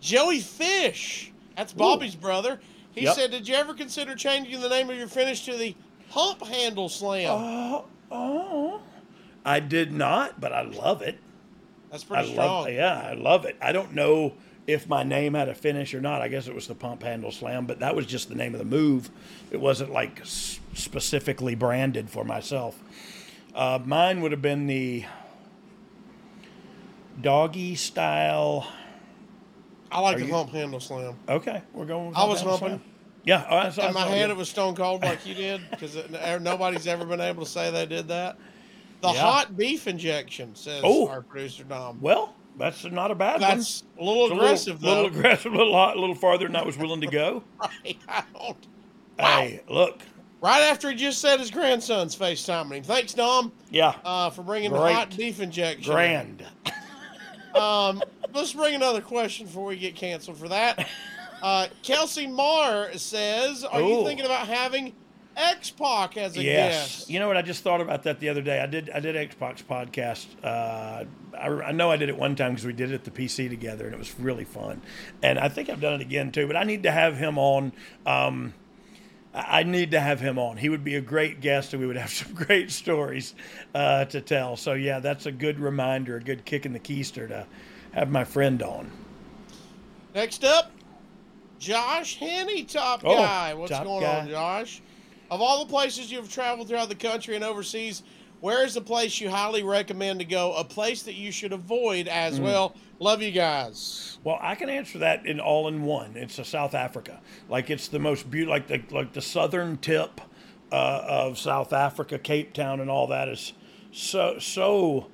Speaker 2: Joey Fish. That's Bobby's brother. He
Speaker 3: Yep.
Speaker 2: said, Did you ever consider changing the name of your finish to the Hump Handle Slam?
Speaker 3: Oh, oh, I did not, but I love it.
Speaker 2: That's
Speaker 3: I
Speaker 2: pretty strong.
Speaker 3: love, yeah, I love it. I don't know if my name had a finish or not. I guess it was the pump handle slam, but that was just the name of the move. It wasn't like s- specifically branded for myself. Uh, mine would have been the doggy style.
Speaker 2: I like the
Speaker 3: you-
Speaker 2: Hump Handle Slam.
Speaker 3: Okay, we're going. With
Speaker 2: I
Speaker 3: pump
Speaker 2: was
Speaker 3: handle
Speaker 2: humping.
Speaker 3: slam. Yeah, all right, so I
Speaker 2: In my
Speaker 3: thought-
Speaker 2: head, it was Stone Cold like you did because nobody's ever been able to say they did that. The
Speaker 3: Yeah.
Speaker 2: hot beef injection, says
Speaker 3: Oh.
Speaker 2: our producer Dom.
Speaker 3: Well, that's not a bad one.
Speaker 2: That's a little
Speaker 3: It's a
Speaker 2: aggressive,
Speaker 3: little, <laughs>
Speaker 2: though.
Speaker 3: little aggressive, a little, hot, a little farther than I was willing to
Speaker 2: <laughs>
Speaker 3: go.
Speaker 2: I don't-
Speaker 3: hey, look,
Speaker 2: Right after he just said his grandson's FaceTiming him. Thanks, Dom,
Speaker 3: yeah,
Speaker 2: uh, for bringing the
Speaker 3: Great.
Speaker 2: hot beef injection.
Speaker 3: grand.
Speaker 2: Um, let's bring another question before we get canceled for <laughs> that. Uh, Kelsey Marr says, "Are you
Speaker 3: Ooh.
Speaker 2: thinking about having X Pac as a
Speaker 3: Yes.
Speaker 2: guest?"
Speaker 3: You know what? I just thought about that the other day. I did. I did Xbox podcast. Uh, I, I know I did it one time because we did it at the PC together, and it was really fun. And I think I've done it again too. But I need to have him on. Um, I I need to have him on. He would be a great guest, and we would have <laughs> some great stories uh, to tell. So yeah, that's a good reminder, a good kick in the keister to have my friend on.
Speaker 2: Next up, Josh Henney, top
Speaker 3: Oh,
Speaker 2: guy. What's
Speaker 3: top
Speaker 2: going
Speaker 3: guy.
Speaker 2: on, Josh? Of all the places you've traveled throughout the country and overseas, where is the place you highly recommend to go? A place that you should avoid as
Speaker 3: Mm.
Speaker 2: well. Love you guys.
Speaker 3: Well, I can answer that in all in one. It's a South Africa. Like it's the most beautiful, like the like the southern tip uh, of South Africa, Cape Town, and all that is so so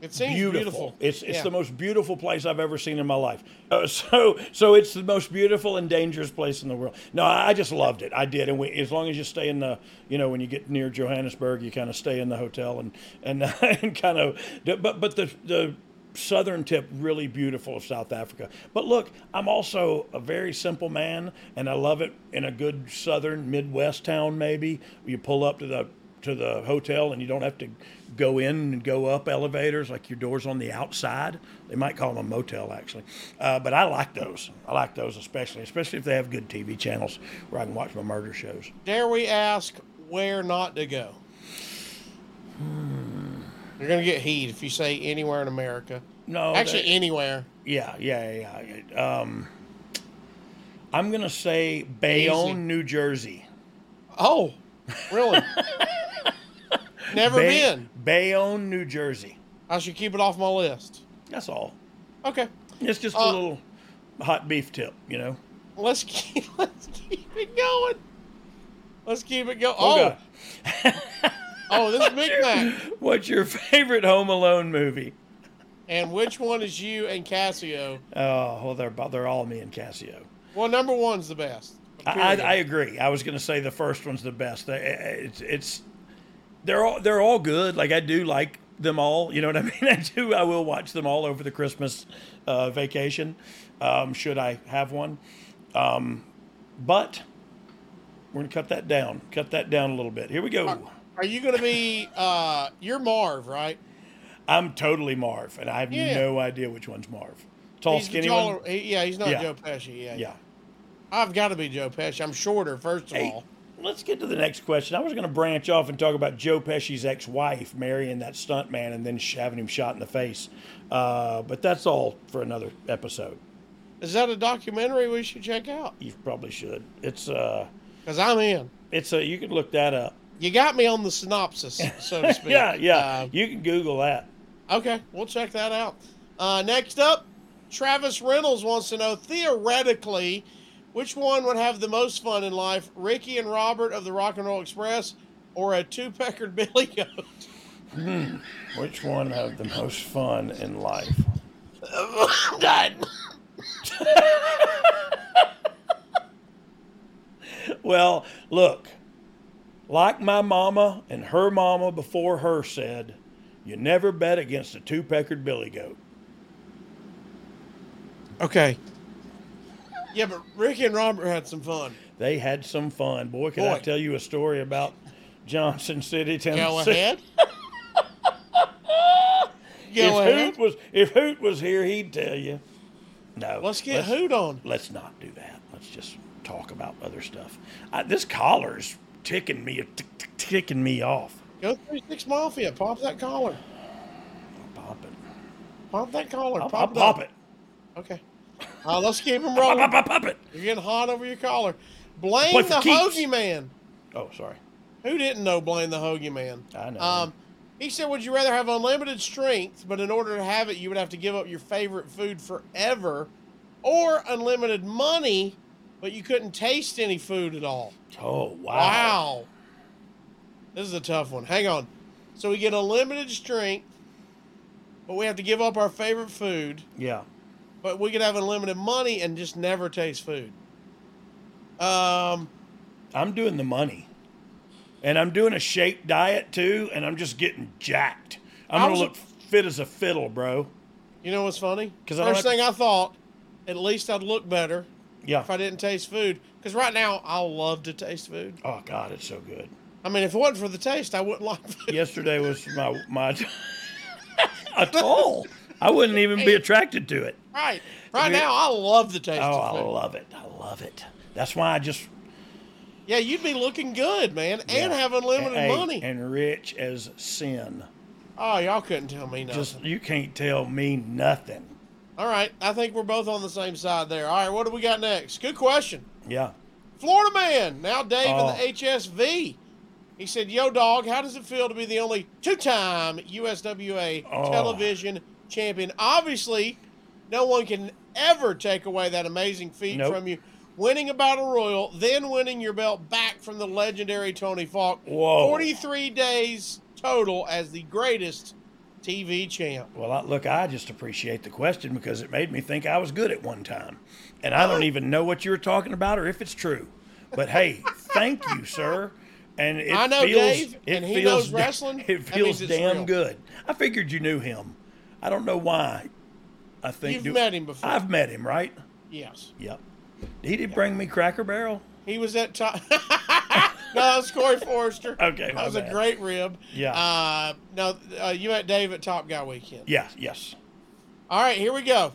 Speaker 2: It seems
Speaker 3: beautiful.
Speaker 2: beautiful.
Speaker 3: It's it's
Speaker 2: Yeah.
Speaker 3: the most beautiful place I've ever seen in my life. Uh, <laughs> so so it's the most beautiful and dangerous place in the world. No, I I just loved it. I did, and we, as long as you stay in the you know when you get near <laughs> Johannesburg, you kind of stay in the hotel and and and kind of but but the the southern tip really beautiful of South Africa. But look, I'm also a very simple man, and I love it in a good southern Midwest town. Maybe you pull up to the to the hotel and you don't have to go in and go up elevators like your doors on the outside. They might call them a motel actually, uh, but I like those. I like those especially, especially if they have good TV channels where I can watch my murder shows.
Speaker 2: Dare we ask where not to go?
Speaker 3: Hmm.
Speaker 2: You're gonna get heat if you say anywhere in America.
Speaker 3: No,
Speaker 2: Actually,
Speaker 3: they-
Speaker 2: anywhere.
Speaker 3: Yeah, yeah, yeah. yeah. Um, I'm gonna say Bayonne,
Speaker 2: Easy.
Speaker 3: New Jersey.
Speaker 2: Oh,
Speaker 3: <laughs>
Speaker 2: really? Never
Speaker 3: Bay-
Speaker 2: been.
Speaker 3: Bayonne, New Jersey.
Speaker 2: I should keep it off my list.
Speaker 3: That's all.
Speaker 2: Okay,
Speaker 3: It's just a
Speaker 2: Uh,
Speaker 3: little hot beef tip, you know.
Speaker 2: let's keep <laughs> let's keep it going. Let's keep it going. Oh,
Speaker 3: Okay.
Speaker 2: oh, this is Big Mac.
Speaker 3: <laughs> What's your favorite Home Alone movie?
Speaker 2: And which one is you and Cassio?
Speaker 3: Oh, well, they're bo- they're all me and Cassio.
Speaker 2: Well, number one's the best.
Speaker 3: I, I,
Speaker 2: Period.
Speaker 3: I agree. I was going to say the first one's the best. They- eh, It's it's they're all they're all good. Like I do like them all. You know what I <laughs> mean? I do. I will watch them all over the Christmas uh, vacation, um, should I have one. Um, but we're going to cut that down. Cut that down a little bit. Here we go.
Speaker 2: Are you gonna be? Uh, you're Marv, right?
Speaker 3: I'm totally Marv, and I have
Speaker 2: Yeah.
Speaker 3: no idea which one's Marv. Tall,
Speaker 2: He's the
Speaker 3: skinny
Speaker 2: taller-
Speaker 3: one.
Speaker 2: he- yeah, he's not
Speaker 3: Yeah.
Speaker 2: Joe Pesci. Yeah,
Speaker 3: Yeah.
Speaker 2: I've got to be Joe Pesci. I'm shorter, first of
Speaker 3: Hey,
Speaker 2: all.
Speaker 3: let's get to the next question. I was going to branch off and talk about Joe Pesci's ex-wife marrying that stunt man and then sh- having him shot in the face, uh, but that's all for another episode.
Speaker 2: Is that a documentary we should check out?
Speaker 3: You probably should. It's uh,
Speaker 2: Because I'm in.
Speaker 3: it's a you can look that up.
Speaker 2: You got me on the synopsis,
Speaker 3: <laughs>
Speaker 2: so to speak.
Speaker 3: Yeah, yeah. you can Google that.
Speaker 2: Uh, okay, we'll check that out. Uh, next up, Travis Reynolds wants to know theoretically, which one would have the most fun in life, Ricky and Robert of the Rock and Roll Express, or a two peckered <laughs> Billy Goat?
Speaker 3: Which one had the most fun in life?
Speaker 2: I'm dying.
Speaker 3: <laughs> Well, look, like my mama and her mama before her said, you never bet against a two-peckered billy goat.
Speaker 2: Okay. Yeah, but Ricky and Robert had some fun.
Speaker 3: They had some fun. Boy, can I
Speaker 2: Boy.
Speaker 3: tell you a story about Johnson City, Tennessee.
Speaker 2: Go
Speaker 3: <laughs>
Speaker 2: ahead.
Speaker 3: if
Speaker 2: Go ahead.
Speaker 3: Hoot was if Hoot was here, he'd tell you. No.
Speaker 2: Let's get Hoot on.
Speaker 3: Let's not do that. Let's just talk about other stuff. I, this collar's ticking me tick, tick, ticking me off.
Speaker 2: Go through six mafia. Pop that collar.
Speaker 3: Pop it.
Speaker 2: Pop that collar.
Speaker 3: I'll,
Speaker 2: pop,
Speaker 3: I'll
Speaker 2: it
Speaker 3: pop
Speaker 2: up.
Speaker 3: it.
Speaker 2: Okay. Uh, let's
Speaker 3: <laughs>
Speaker 2: keep him
Speaker 3: Pop,
Speaker 2: rolling.
Speaker 3: pop, pop, pop it.
Speaker 2: You're getting hot over your collar. Blame
Speaker 3: Play
Speaker 2: the
Speaker 3: for keeps.
Speaker 2: hoagie man.
Speaker 3: Oh, sorry.
Speaker 2: Who didn't know blame the hoagie man?
Speaker 3: I know.
Speaker 2: Um, he said, "Would you rather have unlimited strength, but in order to have it, you would have to give up your favorite food forever, or unlimited money, but you couldn't taste any food at all?"
Speaker 3: oh, wow.
Speaker 2: Wow. This is a tough one. Hang on. So we get unlimited strength, but we have to give up our favorite food,
Speaker 3: Yeah.
Speaker 2: but we could have unlimited money and just never taste food. Um,
Speaker 3: I'm doing the money. And I'm doing a shaped diet too, and I'm just getting jacked. I'm
Speaker 2: I
Speaker 3: gonna
Speaker 2: was a-
Speaker 3: look fit as a fiddle, bro.
Speaker 2: you know what's funny?
Speaker 3: 'Cause I don't
Speaker 2: First
Speaker 3: have-
Speaker 2: thing I thought, at least I'd look better
Speaker 3: Yeah.
Speaker 2: if I didn't taste food. Because right now, I love to taste food.
Speaker 3: Oh God, it's so good.
Speaker 2: I mean, if it wasn't for the taste, I wouldn't <laughs> like food.
Speaker 3: Yesterday was my my <laughs> at all. I wouldn't even be attracted to it.
Speaker 2: Right. Right now, I love the taste
Speaker 3: Oh,
Speaker 2: of
Speaker 3: I
Speaker 2: food.
Speaker 3: love it. I love it. That's why I just
Speaker 2: yeah, you'd be looking good, man, and
Speaker 3: yeah.
Speaker 2: have unlimited
Speaker 3: Hey,
Speaker 2: money.
Speaker 3: and rich as sin.
Speaker 2: Oh, y'all couldn't tell me nothing.
Speaker 3: Just you can't tell me nothing.
Speaker 2: All right, I think we're both on the same side there. All right, what do we got next? Good question.
Speaker 3: Yeah.
Speaker 2: Florida man, now Dave
Speaker 3: Oh.
Speaker 2: in the HSV. He said, "Yo, dog, how does it feel to be the only two-time USWA
Speaker 3: Oh.
Speaker 2: television champion? Obviously, no one can ever take away that amazing feat
Speaker 3: Nope.
Speaker 2: from you, winning a battle royal, then winning your belt back from the legendary Tony Falk.
Speaker 3: Whoa.
Speaker 2: 43 days total as the greatest TV champ."
Speaker 3: Well, I, look, I just appreciate the question because it made me think I was good at one time, and I don't even know what you were talking about or if it's true. But
Speaker 2: <laughs>
Speaker 3: hey, thank you, sir. And it
Speaker 2: I know
Speaker 3: feels,
Speaker 2: Dave,
Speaker 3: it
Speaker 2: and he
Speaker 3: feels
Speaker 2: knows
Speaker 3: da-
Speaker 2: wrestling.
Speaker 3: It
Speaker 2: That
Speaker 3: feels
Speaker 2: means it's
Speaker 3: damn
Speaker 2: real.
Speaker 3: good. I figured you knew him. I don't know why. I think
Speaker 2: You've
Speaker 3: do-
Speaker 2: met him before.
Speaker 3: I've met him, right?
Speaker 2: Yes.
Speaker 3: Yep. He did bring me Cracker Barrel.
Speaker 2: He was at top. <laughs> no, that was Corey Forrester.
Speaker 3: Okay, my
Speaker 2: That was
Speaker 3: bad.
Speaker 2: a great rib.
Speaker 3: Yeah.
Speaker 2: Uh, no, uh, you met Dave at Top Guy Weekend.
Speaker 3: Yeah, yes.
Speaker 2: All right, here we go.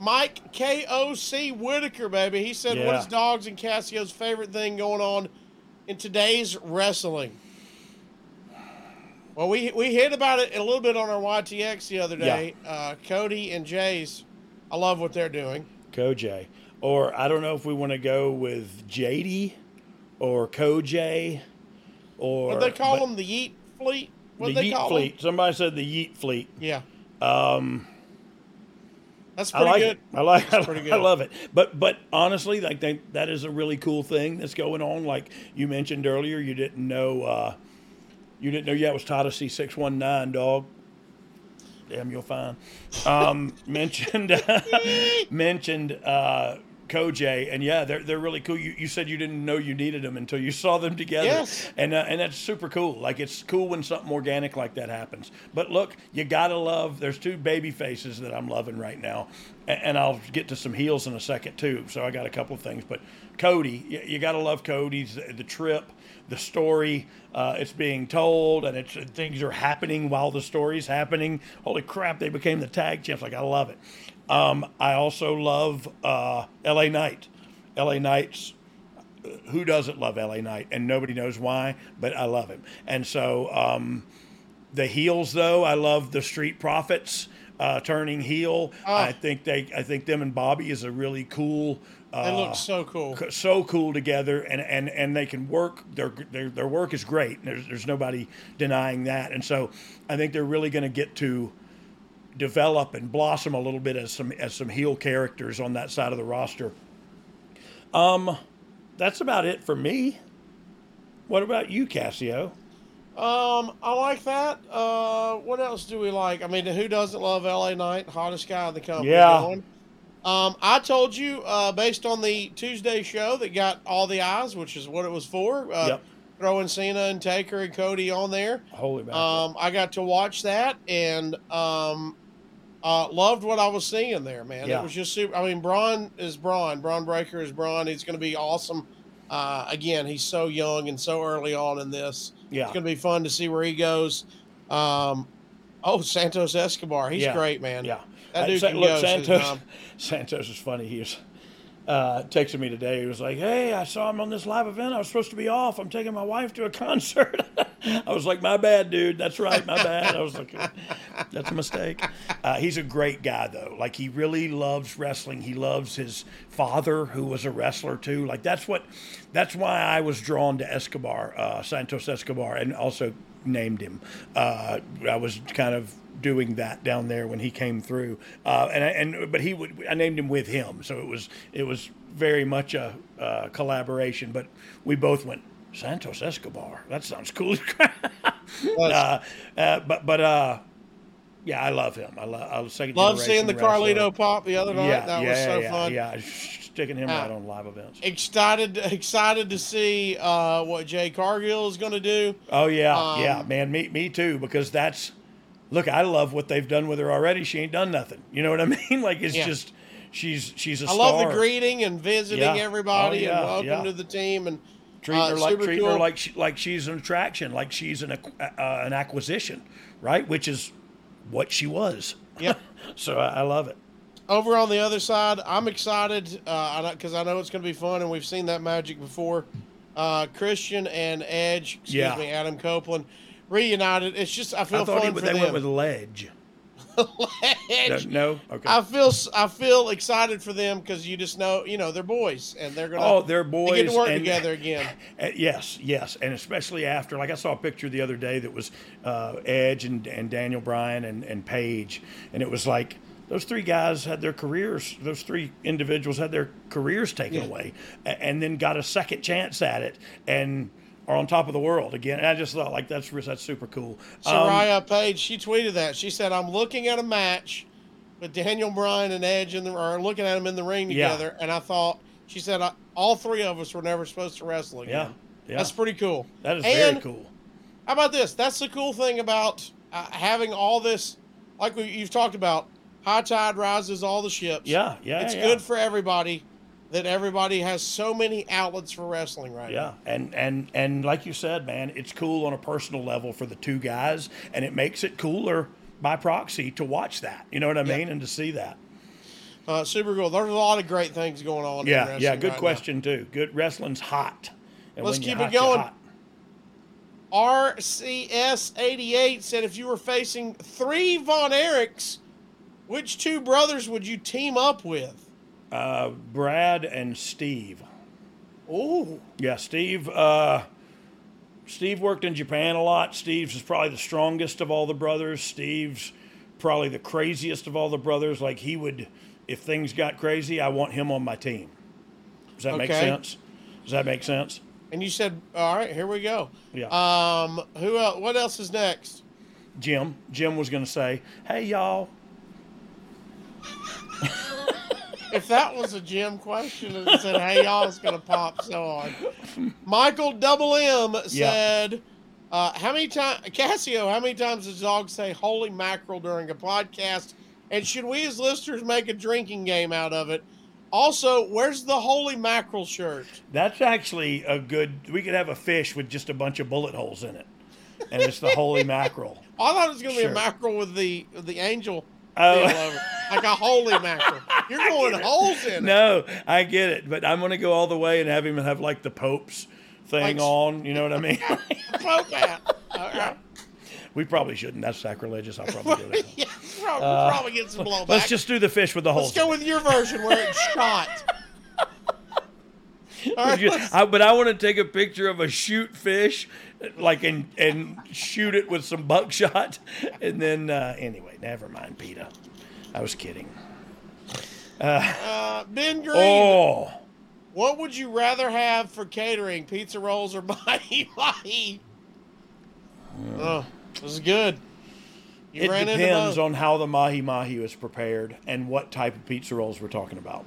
Speaker 2: Mike KOC Whitaker, baby. He said, What
Speaker 3: Yeah.
Speaker 2: is dogs and Cassio's favorite thing going on in today's wrestling? Well, we, we hit about it a little bit on our YTX the other day. Uh, Cody and Jay's, I love what they're doing.
Speaker 3: Koj. Or I don't know if we want to go with JD or Koj or
Speaker 2: What they call
Speaker 3: but
Speaker 2: them? The Yeet Fleet? What
Speaker 3: the
Speaker 2: they
Speaker 3: Yeet
Speaker 2: call 'em?
Speaker 3: Fleet. Somebody said the Yeet Fleet.
Speaker 2: Yeah. Um, That's
Speaker 3: I
Speaker 2: pretty
Speaker 3: like
Speaker 2: good.
Speaker 3: it. I like. I,
Speaker 2: pretty
Speaker 3: I
Speaker 2: good.
Speaker 3: love it. But but honestly, like they, that is a really cool thing that's going on. Like you mentioned earlier, you didn't know. Uh, you didn't know. Yeah, it was Tata C six one nine dog. Damn, you'll find. Um, <laughs> mentioned mentioned uh, Koj, and yeah, they're they're really cool. You, you said you didn't know you needed them until you saw them together.
Speaker 2: Yes.
Speaker 3: and uh, and that's super cool. Like it's cool when something organic like that happens. But look, you gotta love. There's two baby faces that I'm loving right now, A- and, I'll get to some heels in a second too. So I got a couple of things. But Cody, you, you gotta love Cody's the, the trip, the story. Uh, it's being told, and it's uh, things are happening while the story's happening. Holy crap! They became the tag champs. Like I love it. Um, I also love uh, L.A. Knight. L.A. Knight's who doesn't love LA Knight? And nobody knows why, but I love him. And so um, the heels, though, I love the Street Profits uh, turning heel. I think they, I think them and Bobby is a really cool. Uh,
Speaker 2: They look so cool.
Speaker 3: co- so cool together and, and, and they can work their, their their work is great there's, there's nobody denying that and so I think they're really going to get to develop and blossom a little bit as some as some heel characters on that side of the roster Um, that's about it for me. What about you, Cassio?
Speaker 2: Um, I like that. Uh, what else do we like? I mean, who doesn't love LA Knight? Hottest guy in the company.
Speaker 3: Yeah.
Speaker 2: going. Um, I told you uh, based on the Tuesday show that got all the eyes, which is what it was for. Uh,
Speaker 3: Yep.
Speaker 2: Throwing Cena and Taker and Cody on there.
Speaker 3: Holy mackerel.
Speaker 2: Um, I got to watch that and um, uh, loved what I was seeing there, man.
Speaker 3: Yeah.
Speaker 2: It was just super. I mean, Braun is Braun. Braun Breaker is Braun. He's going to be awesome. Uh, again, he's so young and so early on in this.
Speaker 3: Yeah.
Speaker 2: It's going to be fun to see where he goes. Um, oh, Santos Escobar. He's
Speaker 3: Yeah.
Speaker 2: great, man.
Speaker 3: yeah.
Speaker 2: That
Speaker 3: Uh,
Speaker 2: dude
Speaker 3: Sa-
Speaker 2: can
Speaker 3: look,
Speaker 2: go. says
Speaker 3: Santos.
Speaker 2: Dom.
Speaker 3: <laughs> Santos is funny. He was uh, texting me today. He was like, "Hey, I saw him on this live event. I was supposed to be off. I'm taking my wife to a <laughs> concert." I was like, "My bad, dude. That's right, my bad." I was like, <laughs> "That's a mistake." Uh, he's a great guy, though. Like he really loves wrestling. He loves his father, who was a wrestler too. Like that's what. That's why I was drawn to Escobar, uh, Santos Escobar, and also named him. Uh, I was kind of doing that down there when he came through, uh, and I, and but he would I named him with him, so it was it was very much a uh, collaboration. But we both went Santos Escobar. That sounds cool. <laughs> as crap." uh, uh, but but uh, yeah, I love him. I love. I was second
Speaker 2: Love
Speaker 3: generation
Speaker 2: seeing the
Speaker 3: wrestler.
Speaker 2: Carlito pop the other night.
Speaker 3: Yeah,
Speaker 2: that
Speaker 3: yeah,
Speaker 2: was so
Speaker 3: yeah,
Speaker 2: fun.
Speaker 3: Yeah, sticking him
Speaker 2: Ah.
Speaker 3: out on live events.
Speaker 2: Excited, <laughs> excited to see uh, what Jay Cargill is going to do.
Speaker 3: Oh yeah, yeah,
Speaker 2: Um,
Speaker 3: man. Me, me too. Because that's look, I love what they've done with her already. She ain't done nothing. You know what I <laughs> mean? Like it's
Speaker 2: Yeah.
Speaker 3: just she's she's a
Speaker 2: I
Speaker 3: star.
Speaker 2: love the greeting and visiting
Speaker 3: Yeah.
Speaker 2: everybody
Speaker 3: Oh, yeah,
Speaker 2: and welcome
Speaker 3: yeah.
Speaker 2: to the team and
Speaker 3: Treating
Speaker 2: uh,
Speaker 3: her like
Speaker 2: super
Speaker 3: treating her
Speaker 2: cool.
Speaker 3: like she, like she's an attraction, like she's an ac- uh, an acquisition, right? Which is what she was.
Speaker 2: Yep.
Speaker 3: so I, I love it.
Speaker 2: <laughs> over on the other side. I'm excited because I know it's going to be fun and we've seen that magic before. Uh, Christian and Edge, excuse
Speaker 3: Yeah.
Speaker 2: me, Adam Copeland reunited. It's just I feel
Speaker 3: I thought
Speaker 2: fun
Speaker 3: he,
Speaker 2: for
Speaker 3: they
Speaker 2: them.
Speaker 3: went
Speaker 2: <laughs>
Speaker 3: with ledge. No, <laughs>
Speaker 2: Edge.
Speaker 3: no? okay.
Speaker 2: I feel s- I feel excited for them because you just know you know they're boys and they're gonna
Speaker 3: Oh, they're
Speaker 2: they get
Speaker 3: boys
Speaker 2: to work
Speaker 3: and-
Speaker 2: together again.
Speaker 3: Uh, yes, yes, and especially after, like I saw a picture the other day that was uh, Edge and, and Daniel Bryan and, and Paige, and it was like those three guys had their careers, those three individuals had their careers taken away, a- and then got a second chance at it, and are on top of the world again. And I just thought like that's that's super cool. Um,
Speaker 2: Soraya Page, she tweeted that. She said, I'm looking at a match with Daniel Bryan and Edge in the or looking at them in the ring
Speaker 3: Yeah.
Speaker 2: together. And I thought, she said, "I- all three of us were never supposed to wrestle
Speaker 3: yeah,
Speaker 2: again.
Speaker 3: yeah,
Speaker 2: That's pretty cool.
Speaker 3: that is
Speaker 2: and
Speaker 3: very cool.
Speaker 2: How about this? That's the cool thing about uh, having all this like we, you've talked about, high tide rises all the ships.
Speaker 3: Yeah, yeah,
Speaker 2: it's
Speaker 3: yeah.
Speaker 2: good for everybody that everybody has so many outlets for wrestling right now.
Speaker 3: Yeah, and and and like you said, man, it's cool on a personal level for the two guys, and it makes it cooler by proxy to watch that. You know what I mean? And to see that.
Speaker 2: Uh, super cool. There's a lot of great things going on. in
Speaker 3: Yeah,
Speaker 2: wrestling
Speaker 3: yeah. Good
Speaker 2: right now.
Speaker 3: question too. Good wrestling's hot. And
Speaker 2: Let's
Speaker 3: when you're
Speaker 2: keep it
Speaker 3: hot, you're
Speaker 2: going.
Speaker 3: hot.
Speaker 2: RCS88 said if you were facing three Von Erichs, which two brothers would you team up with?
Speaker 3: Uh, Brad and Steve.
Speaker 2: Oh,
Speaker 3: Yeah, Steve. Uh, Steve worked in Japan a lot. Steve's is probably the strongest of all the brothers. Steve's probably the craziest of all the brothers. Like he would, if things got crazy, I want him on my team. Does that make
Speaker 2: Okay.
Speaker 3: sense? Does that make sense?
Speaker 2: and you said, all right, here we go.
Speaker 3: Yeah.
Speaker 2: Um, who else? What else is next?
Speaker 3: Jim. Jim was gonna say, "Hey y'all."
Speaker 2: If that was a Jim question and it said, hey, y'all, it's going to pop so hard. Michael Double M said, uh, how many times, Cassio, how many times does dog say holy mackerel during a podcast? And should we as listeners make a drinking game out of it? Also, where's the holy mackerel shirt?
Speaker 3: That's actually a good. We could have a fish with just a bunch of bullet holes in it, and it's the holy mackerel.
Speaker 2: I thought it was going to be
Speaker 3: Sure.
Speaker 2: a mackerel with the with the angel
Speaker 3: Oh.
Speaker 2: deal over it. like a holy mackerel. You're going holes in it.
Speaker 3: No, I get it, but I'm gonna go all the way and have him have like the Pope's thing
Speaker 2: Like-
Speaker 3: on. You know what I
Speaker 2: <laughs>
Speaker 3: mean?
Speaker 2: Poke hat. All right. <laughs>
Speaker 3: we probably shouldn't. That's sacrilegious. I'll probably do that.
Speaker 2: Yeah, probably,
Speaker 3: Uh,
Speaker 2: probably get some blowback.
Speaker 3: Let's just do the fish with the
Speaker 2: Let's
Speaker 3: holes.
Speaker 2: go with your version where it's shot. All right,
Speaker 3: <laughs>
Speaker 2: let's-
Speaker 3: I, but I want to take a picture of a shoot fish, like and and shoot it with some buckshot, <laughs> and then uh, anyway, never mind, Peter. I was kidding.
Speaker 2: uh, ben Green,
Speaker 3: Oh,
Speaker 2: what would you rather have for catering, pizza rolls or <laughs> mahi mahi? Oh, this is good. You
Speaker 3: it
Speaker 2: ran into
Speaker 3: depends
Speaker 2: both.
Speaker 3: on how the mahi mahi was prepared and what type of pizza rolls we're talking about.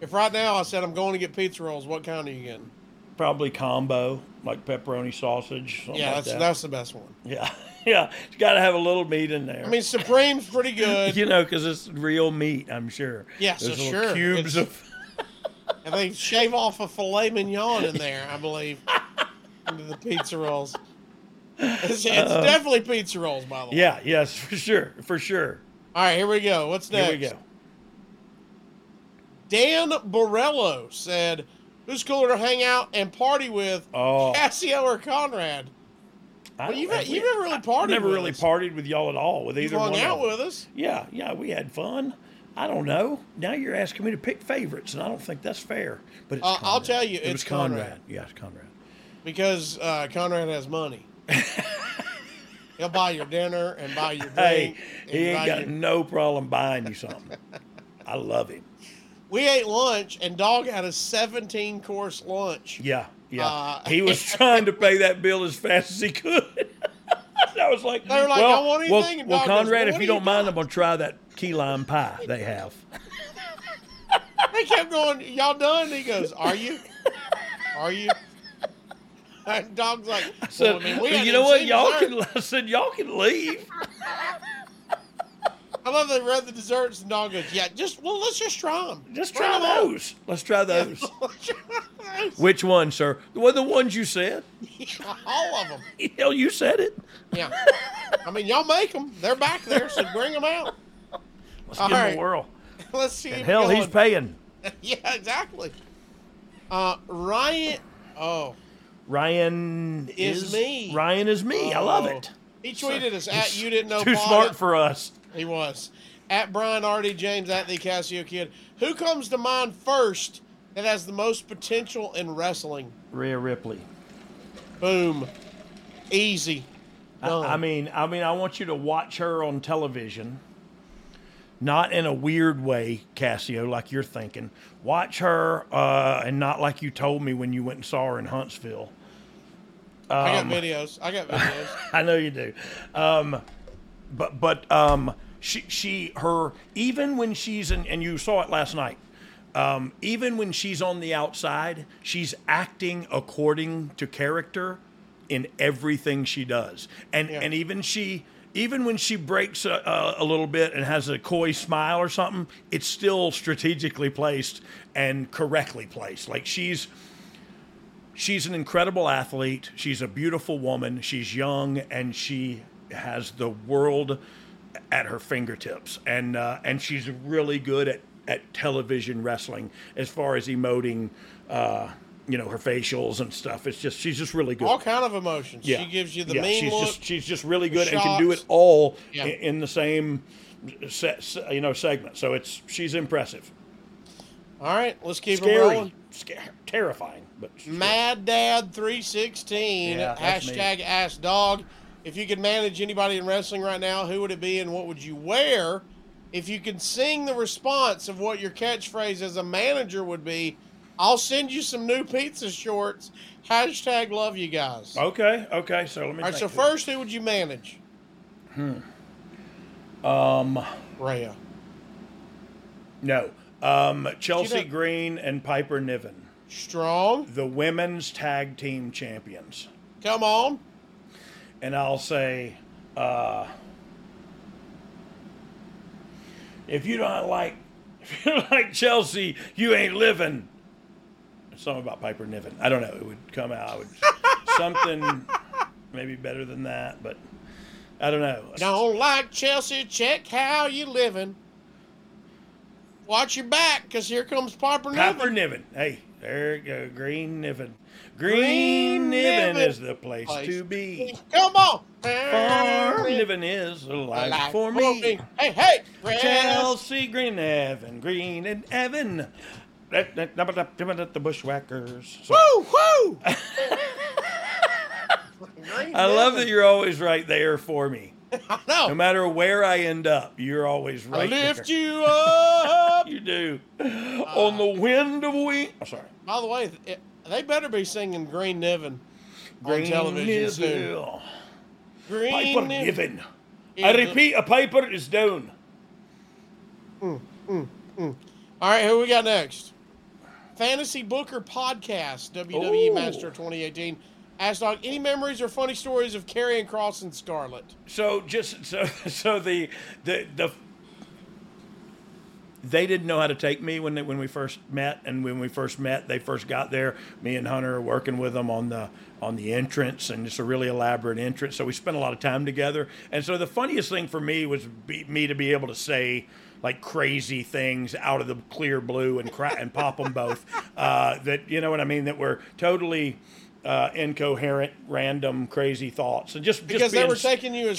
Speaker 2: If right now I said I'm going to get pizza rolls, what kind are you getting?
Speaker 3: Probably combo like pepperoni sausage. Something
Speaker 2: Yeah,
Speaker 3: like
Speaker 2: that's
Speaker 3: that.
Speaker 2: that's the best one.
Speaker 3: <laughs> yeah, yeah. It's got to have a little meat in there.
Speaker 2: I mean, Supreme's
Speaker 3: <laughs>
Speaker 2: pretty good,
Speaker 3: you know, because it's real meat. I'm sure.
Speaker 2: Yeah, so
Speaker 3: There's little
Speaker 2: sure,
Speaker 3: Cubes
Speaker 2: it's-
Speaker 3: of.
Speaker 2: and they shave off a filet mignon in there, I believe, <laughs> into the pizza rolls. It's, it's definitely pizza rolls, by the way.
Speaker 3: Uh. Yeah. Yes. For sure. For sure.
Speaker 2: All right, here we go. What's next?
Speaker 3: Here we go.
Speaker 2: Dan Borello said, "Who's cooler to hang out and party with,
Speaker 3: Oh.
Speaker 2: Cassio or Conrad?" Well, you've,
Speaker 3: have
Speaker 2: you've never really partied.
Speaker 3: never
Speaker 2: with
Speaker 3: really
Speaker 2: us.
Speaker 3: partied with y'all at all with
Speaker 2: You've
Speaker 3: either
Speaker 2: hung
Speaker 3: one.
Speaker 2: out
Speaker 3: of them.
Speaker 2: with us.
Speaker 3: Yeah, yeah, we had fun. I don't know. Now you're asking me to pick favorites, and I don't think that's fair. But it's
Speaker 2: Uh, I'll
Speaker 3: Conrad.
Speaker 2: tell you,
Speaker 3: it was
Speaker 2: it's Conrad.
Speaker 3: Conrad. Yeah, it's Conrad.
Speaker 2: because uh, Conrad has
Speaker 3: <laughs>
Speaker 2: money. He'll buy your dinner and buy your drink.
Speaker 3: Hey,
Speaker 2: and
Speaker 3: he ain't
Speaker 2: buy
Speaker 3: got
Speaker 2: your-
Speaker 3: no problem buying you
Speaker 2: <laughs>
Speaker 3: something. I love him.
Speaker 2: We ate lunch, and Dog had a 17 course lunch.
Speaker 3: Yeah, yeah.
Speaker 2: Uh,
Speaker 3: he
Speaker 2: <laughs>
Speaker 3: was trying to pay that bill as fast as he could. <laughs> I was like,
Speaker 2: They were like,
Speaker 3: well,
Speaker 2: "I want
Speaker 3: well,
Speaker 2: anything," and
Speaker 3: well,
Speaker 2: Doc goes,
Speaker 3: Conrad,
Speaker 2: "Well,
Speaker 3: if you
Speaker 2: what do you
Speaker 3: don't mind,
Speaker 2: got?"
Speaker 3: I'm gonna try that key lime pie they have.
Speaker 2: They kept going, Y'all done? He goes, Are you? Are you? <laughs> And Dog's like, well,
Speaker 3: So,
Speaker 2: I mean, we hadn't
Speaker 3: you know
Speaker 2: even
Speaker 3: what?
Speaker 2: seen
Speaker 3: Y'all
Speaker 2: dessert.
Speaker 3: can. <laughs> I said y'all can
Speaker 2: <laughs>
Speaker 3: leave.
Speaker 2: I love they read the desserts, and Dog goes, Yeah, just, well, let's just try them.
Speaker 3: <laughs> Just try those. Let's try those.
Speaker 2: those.
Speaker 3: Which one, sir? Well, the ones you said. <laughs>
Speaker 2: All of them.
Speaker 3: Hell, you said it.
Speaker 2: Yeah. I mean, y'all make them. They're back there, so bring them out. <laughs>
Speaker 3: Let's
Speaker 2: All
Speaker 3: give him
Speaker 2: right.
Speaker 3: a whirl.
Speaker 2: Let's see.
Speaker 3: And
Speaker 2: if
Speaker 3: hell, he's
Speaker 2: Dylan-
Speaker 3: paying.
Speaker 2: <laughs> yeah, exactly. Uh, Ryan. Oh,
Speaker 3: Ryan
Speaker 2: Is
Speaker 3: is,
Speaker 2: me.
Speaker 3: Ryan is me. I love
Speaker 2: Oh.
Speaker 3: it.
Speaker 2: he tweeted us at you didn't know.
Speaker 3: Too
Speaker 2: Pod.
Speaker 3: smart for us.
Speaker 2: He was at Brian Artie James at the Casio Kid. Who comes to mind first that has the most potential in wrestling?
Speaker 3: Rhea Ripley.
Speaker 2: Boom, easy.
Speaker 3: I-
Speaker 2: Done.
Speaker 3: I mean, I mean, I want you to watch her on television, not in a weird way, Cassio, like you're thinking. Watch her, uh, and not like you told me when you went and saw her in Huntsville.
Speaker 2: I
Speaker 3: Um,
Speaker 2: got videos. I got videos.
Speaker 3: <laughs> I know you do. Um, but but um, she she her even when she's in and you saw it last night. Um, even when she's on the outside, she's acting according to character in everything she does, and and even she even when she breaks a, a, a little bit and has a coy smile or something, it's still strategically placed and correctly placed. Like she's she's an incredible athlete. She's a beautiful woman. She's young and she has the world at her fingertips. And uh, and she's really good at at television wrestling as far as emoting. Uh, you know her facials and stuff. It's just she's just really good.
Speaker 2: All kind of emotions.
Speaker 3: Yeah.
Speaker 2: She gives you the
Speaker 3: yeah,
Speaker 2: mean
Speaker 3: she's
Speaker 2: look.
Speaker 3: just she's just really good
Speaker 2: the
Speaker 3: and can do
Speaker 2: shots.
Speaker 3: it all
Speaker 2: Yeah.
Speaker 3: i- in the same se- se- you know segment. So it's she's impressive.
Speaker 2: All right, let's keep it
Speaker 3: Scary,
Speaker 2: rolling.
Speaker 3: sca- terrifying, but still.
Speaker 2: Mad Dad 316
Speaker 3: Yeah, that's me.
Speaker 2: hashtag Ask Dog. If you could manage anybody in wrestling right now, who would it be and what would you wear? If you could sing the response of what your catchphrase as a manager would be, I'll send you some new pizza shorts. Hashtag love you guys. All
Speaker 3: okay, okay. So let me.
Speaker 2: right, so
Speaker 3: think
Speaker 2: first, who would you manage?
Speaker 3: Hmm. here. um,
Speaker 2: Rhea.
Speaker 3: no, um,
Speaker 2: She
Speaker 3: Chelsea
Speaker 2: don't-
Speaker 3: Green and Piper Niven,
Speaker 2: Strong.
Speaker 3: the women's tag team champions,
Speaker 2: Come on.
Speaker 3: and I'll say, uh, if you don't like, <laughs> if you don't like Chelsea, you ain't living. Something about Piper Niven. I don't know. It would come out. I would, <laughs> something maybe better than that, but I don't know.
Speaker 2: Don't like Chelsea, check how you living. Watch your back, because here comes Piper
Speaker 3: Piper
Speaker 2: Niven.
Speaker 3: Niven. Hey, there you go. Green Niven. Green,
Speaker 2: Green
Speaker 3: Niven,
Speaker 2: Niven.
Speaker 3: is the place,
Speaker 2: Place
Speaker 3: to be.
Speaker 2: Come on.
Speaker 3: Farm Niven is a life for me.
Speaker 2: Hey, hey. Chelsea.
Speaker 3: Chelsea Green Evan, Green and Evan. That- that- that- that- that- that- The Bushwhackers. So-
Speaker 2: Woo, woo.
Speaker 3: I love that you're always right there for me. No
Speaker 2: No,
Speaker 3: matter where I end up, you're always
Speaker 2: I
Speaker 3: right
Speaker 2: lift
Speaker 3: there.
Speaker 2: you up. Uh,
Speaker 3: You do. On the wind of we. I'm sorry.
Speaker 2: By the way, th- they better be singing Green Niven
Speaker 3: Green
Speaker 2: on television
Speaker 3: is
Speaker 2: soon.
Speaker 3: ill.
Speaker 2: Green
Speaker 3: Piper
Speaker 2: Niven.
Speaker 3: Niven.
Speaker 2: is
Speaker 3: I
Speaker 2: a-
Speaker 3: repeat, a piper is down.
Speaker 2: All right, who we got next? Fantasy Booker Podcast, WWE
Speaker 3: Ooh.
Speaker 2: Master 2018. Ask Dog, any memories or funny stories of Karrion Cross and Scarlet?
Speaker 3: So just so <laughs> so the the the they didn't know how to take me when they, when we first met, and when we first met, they first got there. Me and Hunter were working with them on the on the entrance, and it's a really elaborate entrance. So we spent a lot of time together. And so the funniest thing for me was be, me to be able to say like crazy things out of the clear blue and cry, and pop them both. <laughs> Uh, that you know what I mean? That were totally. Uh, incoherent, random, crazy thoughts, and just just
Speaker 2: Because they
Speaker 3: being
Speaker 2: were
Speaker 3: s-
Speaker 2: taking you as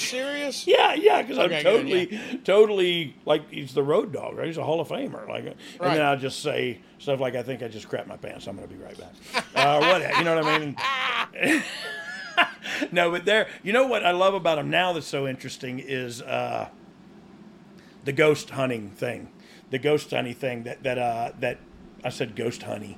Speaker 3: <laughs>
Speaker 2: serious?
Speaker 3: yeah, yeah, because
Speaker 2: Okay,
Speaker 3: I'm
Speaker 2: good,
Speaker 3: totally, totally like he's the road dog, right? He's a Hall of Famer, like, and
Speaker 2: Right.
Speaker 3: then I'll just say stuff like, "I think I just crapped my pants. I'm gonna be right back." uh, what you know what I mean? <laughs> no, but there, you know what I love about him now that's so interesting is uh, the ghost hunting thing, the ghost hunting thing that that uh, that I said ghost honey.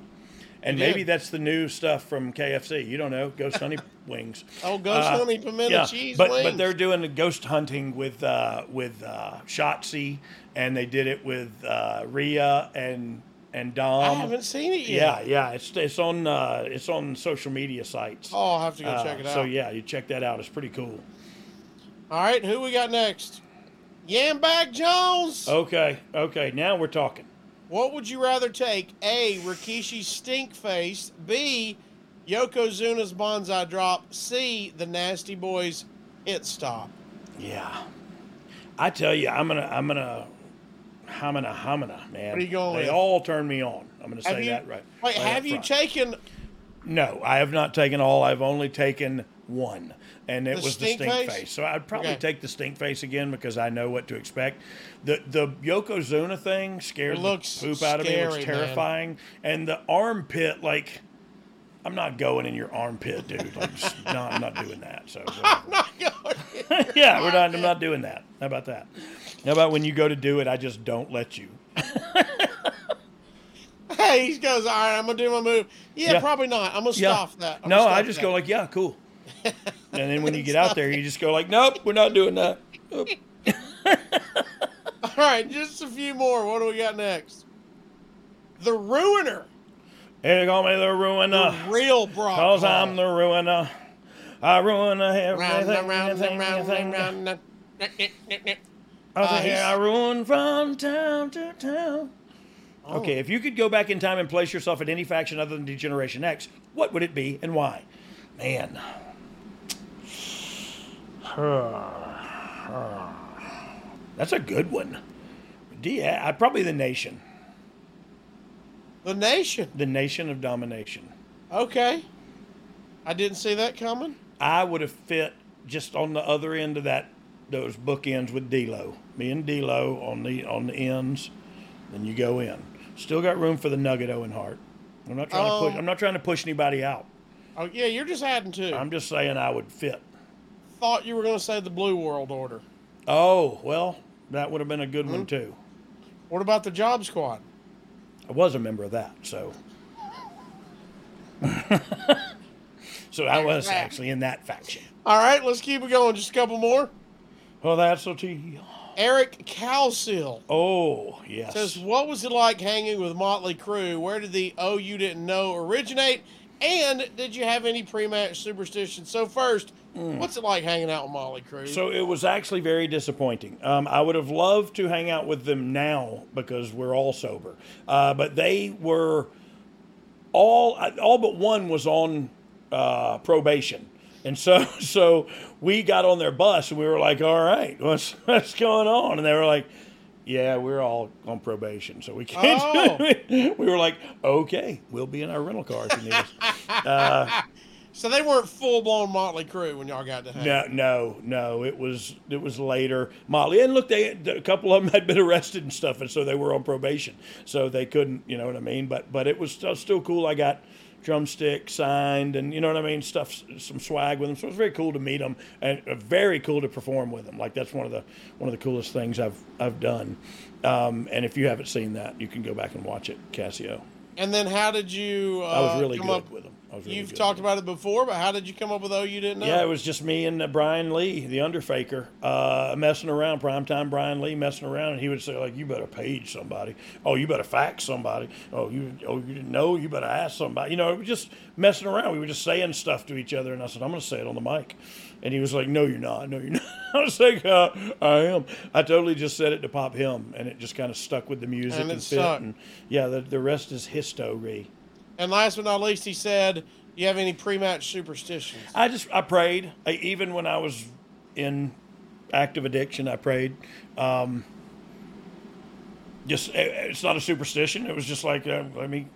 Speaker 3: And
Speaker 2: You did.
Speaker 3: maybe that's the new stuff from KFC. You don't know, ghost
Speaker 2: <laughs>
Speaker 3: honey wings.
Speaker 2: Oh, ghost
Speaker 3: Uh,
Speaker 2: honey, <laughs> pimento
Speaker 3: yeah,
Speaker 2: cheese
Speaker 3: but
Speaker 2: wings.
Speaker 3: but they're doing the ghost hunting with uh, with uh, Shotzi, and they did it with uh, Rhea and and Dom.
Speaker 2: I haven't seen it
Speaker 3: yeah,
Speaker 2: yet.
Speaker 3: yeah, it's it's on uh, it's on social media sites.
Speaker 2: Oh, I'll have to go
Speaker 3: Uh,
Speaker 2: check it out.
Speaker 3: So yeah, you check that out. It's pretty cool.
Speaker 2: All right, who we got next? Yambag Jones.
Speaker 3: Okay, okay, now we're talking.
Speaker 2: What would you rather take? A. Rikishi's stink face. B. Yokozuna's bonsai drop. C. The Nasty Boys hit stop.
Speaker 3: Yeah, I tell you, I'm gonna I'm gonna hamina hamina man.
Speaker 2: What are you going
Speaker 3: they
Speaker 2: with?
Speaker 3: all turn me on. I'm gonna say that right.
Speaker 2: Wait,
Speaker 3: right up
Speaker 2: have you
Speaker 3: front.
Speaker 2: taken <laughs>
Speaker 3: No, I have not taken all. I've only taken one, and it
Speaker 2: The
Speaker 3: was
Speaker 2: stink
Speaker 3: the stink
Speaker 2: face?
Speaker 3: face. So I'd probably
Speaker 2: Okay.
Speaker 3: take the stink face again because I know what to expect. The the Yokozuna thing scared
Speaker 2: It looks
Speaker 3: the poop out of me. It was
Speaker 2: scary, man.
Speaker 3: terrifying, and the armpit like. I'm not going in your armpit, dude. Like, just, no, I'm not doing that. So,
Speaker 2: <laughs>
Speaker 3: whatever. <laughs> yeah, we're not. I'm not doing that. How about that? How about when you go to do it, I just don't let you.
Speaker 2: Hey, he goes, all right, I'm going to do my move. Yeah,
Speaker 3: Yeah.
Speaker 2: probably not. I'm going to
Speaker 3: Yeah.
Speaker 2: stop that. I'm
Speaker 3: no,
Speaker 2: gonna
Speaker 3: I
Speaker 2: stop
Speaker 3: just
Speaker 2: that.
Speaker 3: go like, yeah, cool. and then when you get out there, you just go like, nope, we're not doing that. Nope.
Speaker 2: <laughs> All right, just a few more. What do we got next? The Ruiner.
Speaker 3: <sighs> Here they call me the
Speaker 2: The
Speaker 3: ruiner,
Speaker 2: real Brock.
Speaker 3: cause
Speaker 2: Hall.
Speaker 3: I'm the ruiner. I ruin
Speaker 2: Round,
Speaker 3: everything,
Speaker 2: round, round,
Speaker 3: everything,
Speaker 2: round, round,
Speaker 3: everything.
Speaker 2: round, round.
Speaker 3: I hear
Speaker 2: he's-
Speaker 3: I run from town to town. Okay, if you could go back in time and place yourself in any faction other than Degeneration X, what would it be and why? Man. That's a good one. Yeah, I probably the nation.
Speaker 2: The nation.
Speaker 3: The nation of domination.
Speaker 2: Okay. I didn't see that coming.
Speaker 3: I would have fit just on the other end of that those bookends with D'Lo. Me and D'Lo on the on the ends. Then you go in. Still got room for the Nugget Owen Hart. I'm not trying to push.
Speaker 2: Um,
Speaker 3: I'm not trying to push anybody out.
Speaker 2: Oh yeah, you're just adding two. I
Speaker 3: I'm just saying I would fit.
Speaker 2: thought you were going to say the Blue World Order.
Speaker 3: Oh well, that would have been a good one too.
Speaker 2: What about the Job Squad?
Speaker 3: I was a member of that, so. <laughs> so I was actually in that faction.
Speaker 2: All right, let's keep it going. Just a couple more.
Speaker 3: Well, that's a T.
Speaker 2: Eric Cowsill
Speaker 3: Oh yes.
Speaker 2: says, "What was it like hanging with Motley Crue? Where did the oh you didn't know originate? And did you have any pre-match superstitions?" So first, what's it like hanging out with Motley Crue?
Speaker 3: Hmm. So it was actually very disappointing. Um, I would have loved to hang out with them now because we're all sober. Uh, but they were all all but one was on uh, probation, and so <laughs> so we got on their bus and we were like, "All right, what's <laughs> what's going on?" And they were like. Yeah, we're all on probation, so we can't.
Speaker 2: Oh.
Speaker 3: Do it. <laughs> We were like, okay, we'll be in our rental car if you need us.
Speaker 2: So they weren't full blown Motley Crue when y'all got to hang.
Speaker 3: No, no, no. It was it was later. Motley and look, they a couple of them had been <laughs> arrested and stuff, and so they were on probation, so they couldn't. You know what I mean? But but it was still, still cool. I got drumstick signed, and you know what I mean. Stuff, some swag with them. So it was very cool to meet them, and uh, very cool to perform with them. Like that's one of the one of the coolest things I've I've done. Um, and if you haven't seen that, you can go back and watch it, Cassio.
Speaker 2: And then how did you? Uh,
Speaker 3: I was really
Speaker 2: come
Speaker 3: good
Speaker 2: up,
Speaker 3: with them. I was really
Speaker 2: You've
Speaker 3: good
Speaker 2: talked
Speaker 3: with 'em.
Speaker 2: about it before, but how did you come up with oh you didn't know?
Speaker 3: Yeah, it was just me and uh, Brian Lee, the underfaker, uh, messing around, primetime Brian Lee messing around, and he would say, like, you better page somebody. Oh, you better fax somebody. Oh, you oh you didn't know, you better ask somebody. You know, it was just messing around. We were just saying stuff to each other, and I said, I'm going to say it on the mic. And he was like, no, you're not. No, you're <laughs> not. I was like, uh, I am. I totally just said it to pop him, and it just kind of stuck with the music
Speaker 2: And
Speaker 3: and,
Speaker 2: it
Speaker 3: fit.
Speaker 2: stuck.
Speaker 3: And yeah, the, the rest is history.
Speaker 2: And last but not least, he said, "Do you have any pre-match superstitions?"
Speaker 3: I just I prayed. I, even when I was in active addiction, I prayed. Um, just it- it's not a superstition. It was just like uh, let me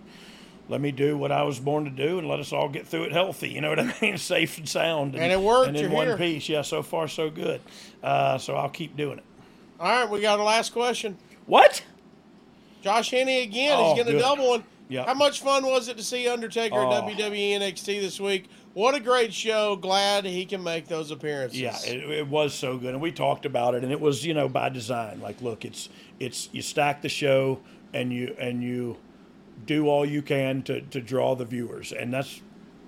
Speaker 3: let me do what I was born to do and let us all get through it healthy. You know what I <laughs> mean? Safe and sound.
Speaker 2: And it worked.
Speaker 3: And in
Speaker 2: You're
Speaker 3: one
Speaker 2: here.
Speaker 3: piece. Yeah. So far, so good. Uh, so I'll keep doing it.
Speaker 2: All right, we got our last question.
Speaker 3: What?
Speaker 2: Josh Henney again.
Speaker 3: Oh,
Speaker 2: He's going
Speaker 3: good.
Speaker 2: to double one.
Speaker 3: Yep.
Speaker 2: How much fun was it to see Undertaker
Speaker 3: Oh.
Speaker 2: at E WWE NXT this week? What a great show. Glad he can make those appearances.
Speaker 3: Yeah, it, it was so good, and we talked about it, and it was you know by design. Like, look, it's it's you stack the show, and you and you do all you can to to draw the viewers, and that's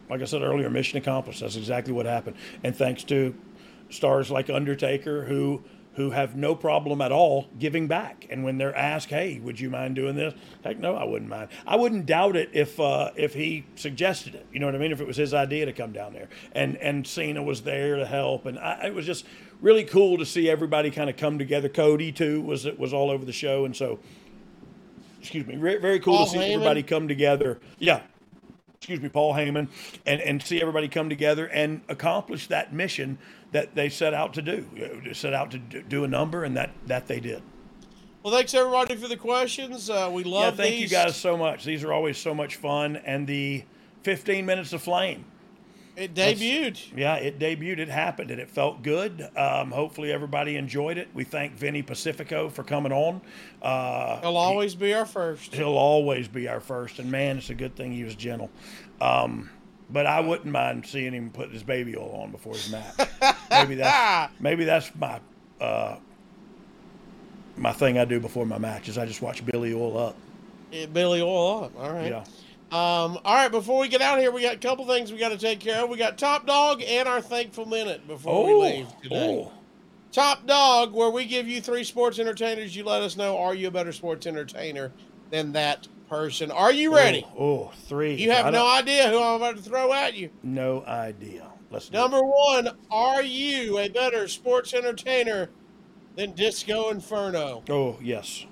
Speaker 3: like I said earlier, mission accomplished. That's exactly what happened, and thanks to stars like Undertaker who who have no problem at all giving back. And when they're asked, "Hey, would you mind doing this?" Heck, no, I wouldn't mind. I wouldn't doubt it if uh, if he suggested it. You know what I mean? If it was his idea to come down there, and and Cena was there to help, and I, it was just really cool to see everybody kind of come together. Cody too was was all over the show, and so. Excuse me. Very, very cool
Speaker 2: Paul
Speaker 3: to see
Speaker 2: Heyman.
Speaker 3: everybody come together. Yeah, excuse me, Paul Heyman, and, and see everybody come together and accomplish that mission that they set out to do. You know, They set out to do do a number, and that, that they did.
Speaker 2: Well, thanks everybody for the questions. Uh, we
Speaker 3: Yeah,
Speaker 2: love
Speaker 3: thank
Speaker 2: these.
Speaker 3: you guys so much. These are always so much fun. And the 15 Minutes of Flame,
Speaker 2: It debuted.
Speaker 3: yeah, it debuted, it happened, and it felt good. Um, hopefully, everybody enjoyed it. We thank Vinny Pacifico for coming on. Uh,
Speaker 2: He'll always be our first.
Speaker 3: he'll always be our first. And man, it's a good thing he was gentle. Um, but I wouldn't mind seeing him put his baby oil on before his nap. maybe
Speaker 2: <laughs>
Speaker 3: that's maybe that's my uh, my thing I do before my match is I just watch Billy oil up.
Speaker 2: It- Billy Oil up. All right.
Speaker 3: Yeah.
Speaker 2: Um, all right, before we get out of here, we got a couple things we got to take care of. We got Top Dog and our thankful minute before we leave today.
Speaker 3: oh,
Speaker 2: Top Dog, where we give you three sports entertainers. You let us know are you a better sports entertainer than that person? Are you ready?
Speaker 3: Oh, oh, three.
Speaker 2: You
Speaker 3: I
Speaker 2: have no
Speaker 3: don't-
Speaker 2: idea who I'm about to throw at you.
Speaker 3: Mm. no idea. Let's do it.
Speaker 2: Number one, are you a better sports entertainer Then Disco Inferno.
Speaker 3: Oh yes,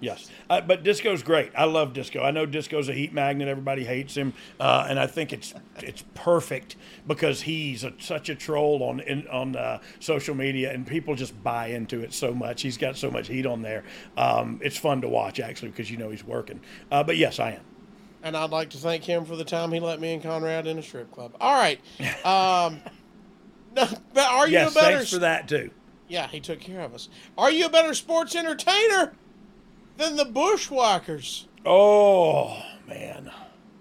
Speaker 3: yes. Uh, but disco's great. I love disco. I know disco's a heat magnet. Everybody hates him, uh, and I think it's it's perfect because he's a, such a troll on in, on uh, social media, and people just buy into it so much. He's got so much heat on there. Um, it's fun to watch actually because you know he's working. Uh, but yes, I am.
Speaker 2: And I'd like to thank him for the time he let me and Conrad in a strip club. All right.
Speaker 3: <laughs>
Speaker 2: Um, <laughs> no, but are you
Speaker 3: yes,
Speaker 2: a better?
Speaker 3: thanks for that too.
Speaker 2: Yeah, he took care of us. Are you a better sports entertainer than the Bushwhackers?
Speaker 3: Oh man,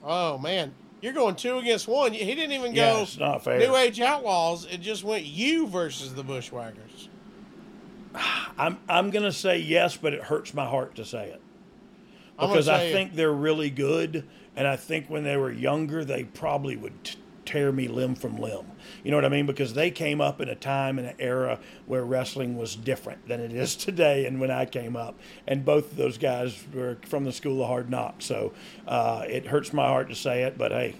Speaker 2: Oh man, you're going two against one. He didn't even
Speaker 3: yeah,
Speaker 2: go
Speaker 3: it's not fair.
Speaker 2: New Age Outlaws. It just went you versus the Bushwhackers.
Speaker 3: I'm I'm gonna say yes, but it hurts my heart to say it
Speaker 2: I'm gonna
Speaker 3: because
Speaker 2: tell
Speaker 3: I
Speaker 2: you-
Speaker 3: think they're really good, and I think when they were younger, they probably would t- tear me limb from limb. You know what I mean? Because they came up in a time and an era where wrestling was different than it is <laughs> today, and when I came up, and both of those guys were from the school of hard knocks. So uh, it hurts my heart to say it, but hey,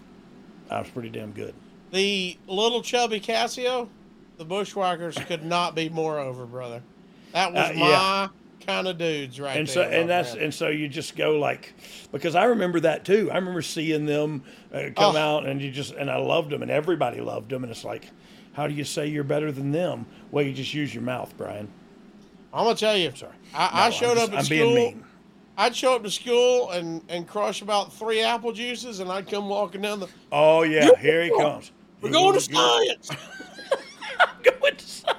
Speaker 3: I was pretty damn good.
Speaker 2: the little chubby Casio, the Bushwhackers could not be more over, brother. That was
Speaker 3: Uh,
Speaker 2: my
Speaker 3: yeah.
Speaker 2: kind of dudes right
Speaker 3: and so
Speaker 2: there. my
Speaker 3: and that's
Speaker 2: friend.
Speaker 3: and so you just go like because i remember that too i remember seeing them uh, come
Speaker 2: Oh.
Speaker 3: out and you just and i loved them and everybody loved them and it's like how do you say you're better than them well you just use your mouth brian
Speaker 2: I'm gonna tell you.
Speaker 3: sorry
Speaker 2: I, I
Speaker 3: No,
Speaker 2: showed
Speaker 3: I'm just-
Speaker 2: up at
Speaker 3: i'm
Speaker 2: school.
Speaker 3: being mean
Speaker 2: I'd show up to school and and crush about three apple juices, and I'd come walking down the.
Speaker 3: oh yeah here he comes
Speaker 2: We're going to
Speaker 3: You're- you're-
Speaker 2: <laughs> science.
Speaker 3: I'm <laughs> going to science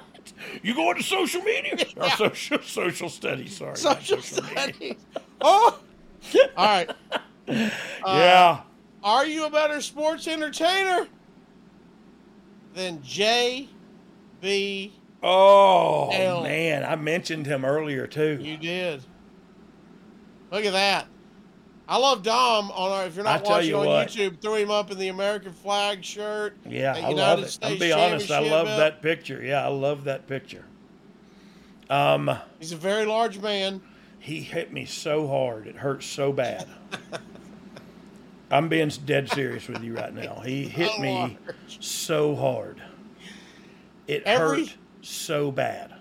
Speaker 3: you going to social
Speaker 2: <laughs>
Speaker 3: media or
Speaker 2: Yeah.
Speaker 3: social social studies sorry not
Speaker 2: Social
Speaker 3: media.
Speaker 2: studies. Oh.
Speaker 3: <laughs>
Speaker 2: All right. Uh,
Speaker 3: yeah
Speaker 2: Are you a better sports entertainer than J B?
Speaker 3: oh
Speaker 2: Hell.
Speaker 3: man i mentioned him earlier too
Speaker 2: You did. Look at that. I love Dom on our. If you're
Speaker 3: I
Speaker 2: not
Speaker 3: tell
Speaker 2: watching
Speaker 3: you
Speaker 2: on
Speaker 3: what.
Speaker 2: YouTube, throw him up in the American flag shirt.
Speaker 3: Yeah,
Speaker 2: the
Speaker 3: I
Speaker 2: United
Speaker 3: love it.
Speaker 2: States
Speaker 3: I'm be honest, I
Speaker 2: championship uh,
Speaker 3: love
Speaker 2: belt.
Speaker 3: that picture. Yeah, I love that picture. Um,
Speaker 2: He's a very large man.
Speaker 3: he hit me so hard, it hurts so
Speaker 2: <laughs>
Speaker 3: bad. I'm being dead serious with you right now. He hit me so hard. It
Speaker 2: Every-
Speaker 3: hurt so bad.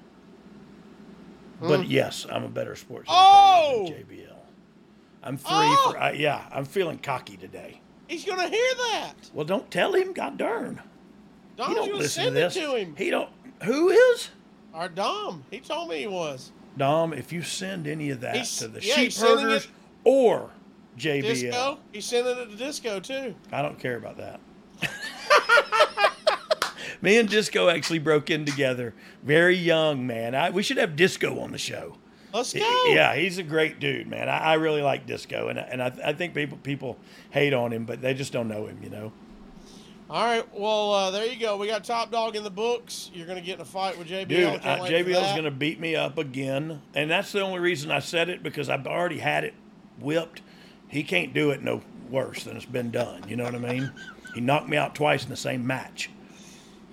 Speaker 3: But yes, I'm a better sports
Speaker 2: Hmm. Oh!
Speaker 3: entertainer than JBL. I'm three
Speaker 2: Oh!
Speaker 3: for I, yeah. I'm feeling cocky today.
Speaker 2: He's gonna hear that.
Speaker 3: Well, don't tell him. God darn,
Speaker 2: Dom's
Speaker 3: he don't listen
Speaker 2: gonna
Speaker 3: to
Speaker 2: send
Speaker 3: this.
Speaker 2: it to him.
Speaker 3: He don't. Who is?
Speaker 2: Our Dom. He told me he was.
Speaker 3: Dom, if you send any of that
Speaker 2: He's-
Speaker 3: to the
Speaker 2: yeah,
Speaker 3: sheep
Speaker 2: he's sending
Speaker 3: herders
Speaker 2: it-
Speaker 3: or JBL,
Speaker 2: Disco. He's sending it to Disco too.
Speaker 3: I don't care about that. <laughs> Me and Disco actually broke in together very young, man. I, we should have Disco on the show.
Speaker 2: Let's
Speaker 3: He-
Speaker 2: go.
Speaker 3: Yeah, he's a great dude, man. I, I really like Disco, and, I- and I, I think people people hate on him, but they just don't know him, you know.
Speaker 2: All right. Well, uh, there you go. We got Top Dog in the books. You're gonna get in a fight with JBL.
Speaker 3: Dude,
Speaker 2: Can't
Speaker 3: uh,
Speaker 2: wait for
Speaker 3: JBL's
Speaker 2: that.
Speaker 3: going to beat me up again. And that's the only reason I said it because I've already had it whipped. He can't do it no worse than it's been done. You know what I mean? he knocked me out twice in the same match.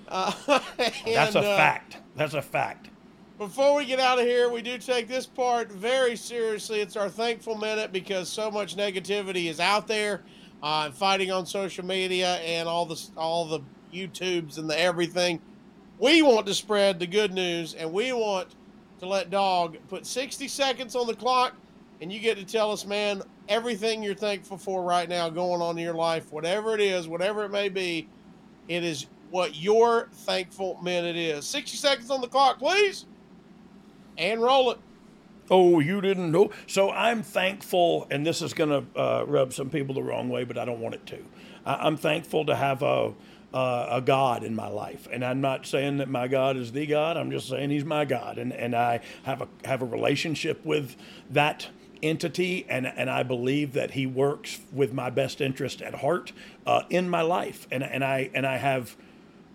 Speaker 3: That's
Speaker 2: And,
Speaker 3: a
Speaker 2: uh, <laughs>
Speaker 3: fact. That's a fact.
Speaker 2: Before we get out of here, we do take this part very seriously. It's our thankful minute because so much negativity is out there, uh, fighting on social media and all the all the YouTubes and the everything. We want to spread the good news, and we want to let Dog put 60 seconds on the clock, and you get to tell us, man, everything you're thankful for right now going on in your life, whatever it is, whatever it may be. It is what your thankful minute is. 60 seconds on the clock, please. And roll it.
Speaker 3: Oh, you didn't know. So I'm thankful, and this is going to uh, rub some people the wrong way, but I don't want it to. I- I'm thankful to have a uh, a God in my life, and I'm not saying that my God is the God. I'm just saying He's my God, and and I have a have a relationship with that entity and and I believe that he works with my best interest at heart uh, in my life and and I and I have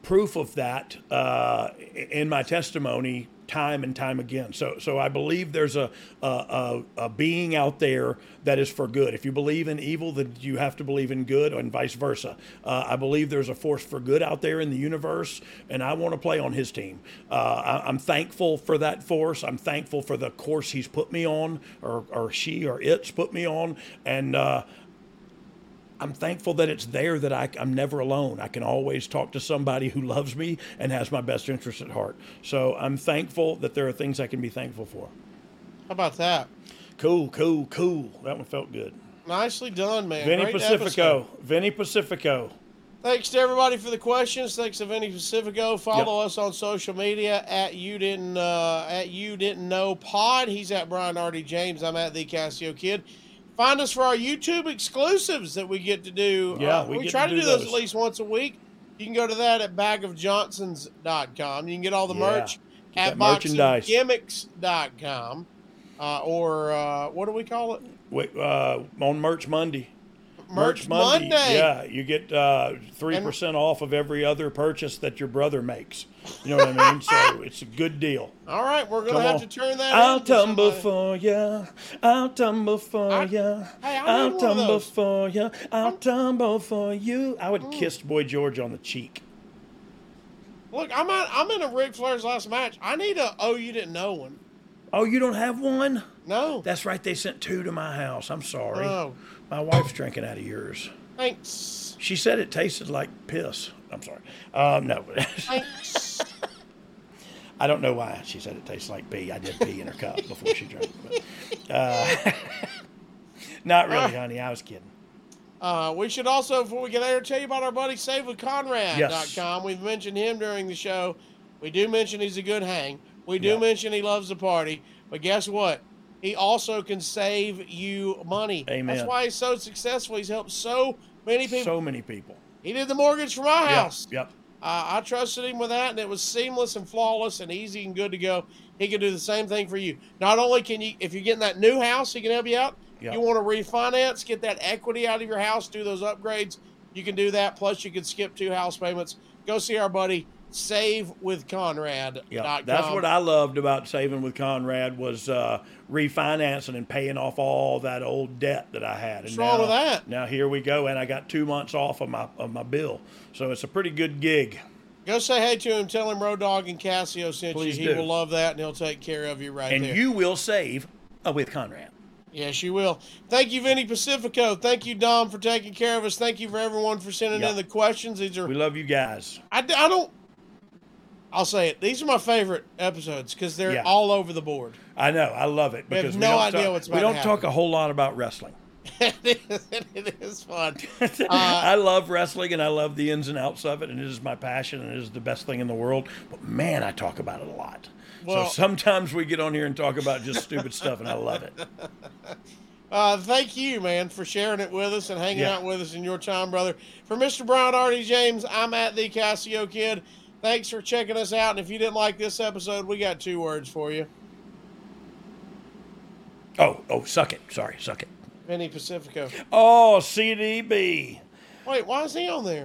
Speaker 3: proof of that uh, in my testimony time and time again. So, so I believe there's a, a, a, a being out there that is for good. If you believe in evil, then you have to believe in good and vice versa. Uh, I believe there's a force for good out there in the universe, and I want to play on his team. Uh, I, I'm thankful for that force. I'm thankful for the course he's put me on, or, or she or it's put me on. And, uh, I'm thankful that it's there that I, I'm never alone. I can always talk to somebody who loves me and has my best interests at heart. So I'm thankful that there are things I can be thankful for.
Speaker 2: How about that?
Speaker 3: Cool, cool, cool. That one felt good.
Speaker 2: Nicely done, man.
Speaker 3: Vinny
Speaker 2: Great
Speaker 3: Pacifico.
Speaker 2: episode.
Speaker 3: Vinny Pacifico.
Speaker 2: Thanks to everybody for the questions. Thanks to Vinny Pacifico. Follow us on social media at you didn't uh, at you didn't know pod. He's at Brian Artie James. I'm at the Casio Kid. Find us for our YouTube exclusives that we get to do.
Speaker 3: Yeah,
Speaker 2: Uh,
Speaker 3: we
Speaker 2: we,
Speaker 3: get
Speaker 2: try
Speaker 3: to
Speaker 2: to,
Speaker 3: do
Speaker 2: do those.
Speaker 3: those.
Speaker 2: at least once a week. You can go to that at bagofjohnsons.com. You can get all the
Speaker 3: Yeah.
Speaker 2: merch
Speaker 3: Get
Speaker 2: at
Speaker 3: that merchandise.
Speaker 2: boxandgimmicks.com. Uh, or uh, what do we call it?
Speaker 3: Wait, uh, on Merch Monday.
Speaker 2: Merch, Monday.
Speaker 3: Yeah, you get uh, three percent off of every other purchase that your brother makes. You know what I mean? so
Speaker 2: <laughs>
Speaker 3: it's a good deal.
Speaker 2: All right, we're gonna
Speaker 3: Come
Speaker 2: have
Speaker 3: on.
Speaker 2: to turn that.
Speaker 3: I'll
Speaker 2: in to
Speaker 3: tumble
Speaker 2: somebody.
Speaker 3: for ya. I'll tumble for
Speaker 2: I-
Speaker 3: ya.
Speaker 2: Hey, I
Speaker 3: I'll
Speaker 2: need one of
Speaker 3: tumble
Speaker 2: those. Mm.
Speaker 3: for ya. I'll tumble for you. I would kiss Boy George on the cheek.
Speaker 2: Look, I'm out, I'm in a Ric Flair's last match. I need a oh you didn't know one.
Speaker 3: Oh, you don't have one?
Speaker 2: No,
Speaker 3: That's right. They sent two to my house. I'm sorry.
Speaker 2: Oh.
Speaker 3: My wife's drinking out of yours.
Speaker 2: thanks,
Speaker 3: She said it tasted like piss. I'm sorry. Um, no, <laughs>
Speaker 2: thanks. <laughs>
Speaker 3: I don't know why she said it tastes like pee. I did pee in her cup before she drank. But, uh, <laughs> not really, honey. I was kidding.
Speaker 2: uh, we should also before we get there tell you about our buddy
Speaker 3: Yes.
Speaker 2: SaveWithConrad.com. We've mentioned him during the show. We do mention he's a good hang. We do
Speaker 3: Yeah.
Speaker 2: mention he loves the party. But guess what? He also can save you money.
Speaker 3: Amen.
Speaker 2: That's why he's so successful. He's helped so many people.
Speaker 3: So many people.
Speaker 2: he did the mortgage for my
Speaker 3: Yep.
Speaker 2: house.
Speaker 3: Yep.
Speaker 2: Uh, I trusted him with that, and it was seamless and flawless and easy and good to go. He can do the same thing for you. Not only can you, if you're getting that new house, he can help you out.
Speaker 3: Yeah.
Speaker 2: You want to refinance, get that equity out of your house, do those upgrades. You can do that. Plus, you can skip two house payments. Go see our buddy SaveWithConrad.com.
Speaker 3: Yeah, that's what I loved about saving with Conrad was uh, refinancing and paying off all that old debt that I had. And
Speaker 2: What's wrong
Speaker 3: now,
Speaker 2: with that?
Speaker 3: Now here we go, and I got two months off of my of my bill, so it's a pretty good gig.
Speaker 2: Go say hey to him. Tell him Road Dog and Cassio sent
Speaker 3: Please
Speaker 2: you. He
Speaker 3: do.
Speaker 2: will love that, and he'll take care of you right
Speaker 3: and
Speaker 2: there.
Speaker 3: you will save uh, with Conrad.
Speaker 2: Yes, you will. Thank you, Vinny Pacifico. Thank you, Dom, for taking care of us. Thank you for everyone for sending
Speaker 3: Yeah.
Speaker 2: in the questions. These are
Speaker 3: We love you guys.
Speaker 2: I, d- I don't. I'll say it. These are my favorite episodes because they're
Speaker 3: Yeah.
Speaker 2: all over the board. <laughs>
Speaker 3: I know, I love it
Speaker 2: We have
Speaker 3: because
Speaker 2: no
Speaker 3: don't
Speaker 2: idea
Speaker 3: talk,
Speaker 2: what's
Speaker 3: we
Speaker 2: about
Speaker 3: don't
Speaker 2: to
Speaker 3: talk a whole lot about wrestling.
Speaker 2: it, is, it
Speaker 3: <laughs>
Speaker 2: is fun.
Speaker 3: I love wrestling and I love the ins and outs of it, and it is my passion and it is the best thing in the world. But man, I talk about it a lot.
Speaker 2: Well-
Speaker 3: so sometimes we get on here and talk about just stupid stuff, and I love it.
Speaker 2: Uh, thank you, man, for sharing it with us and hanging
Speaker 3: Yeah.
Speaker 2: out with us in your time, brother. For Mr. Brown, Artie James, I'm at the Casio Kid. Thanks for checking us out. And if you didn't like this episode, we got two words for you.
Speaker 3: Oh, oh, suck it. Sorry, suck it.
Speaker 2: Vinny Pacifico.
Speaker 3: Oh, CDB.
Speaker 2: Wait, why is he on there?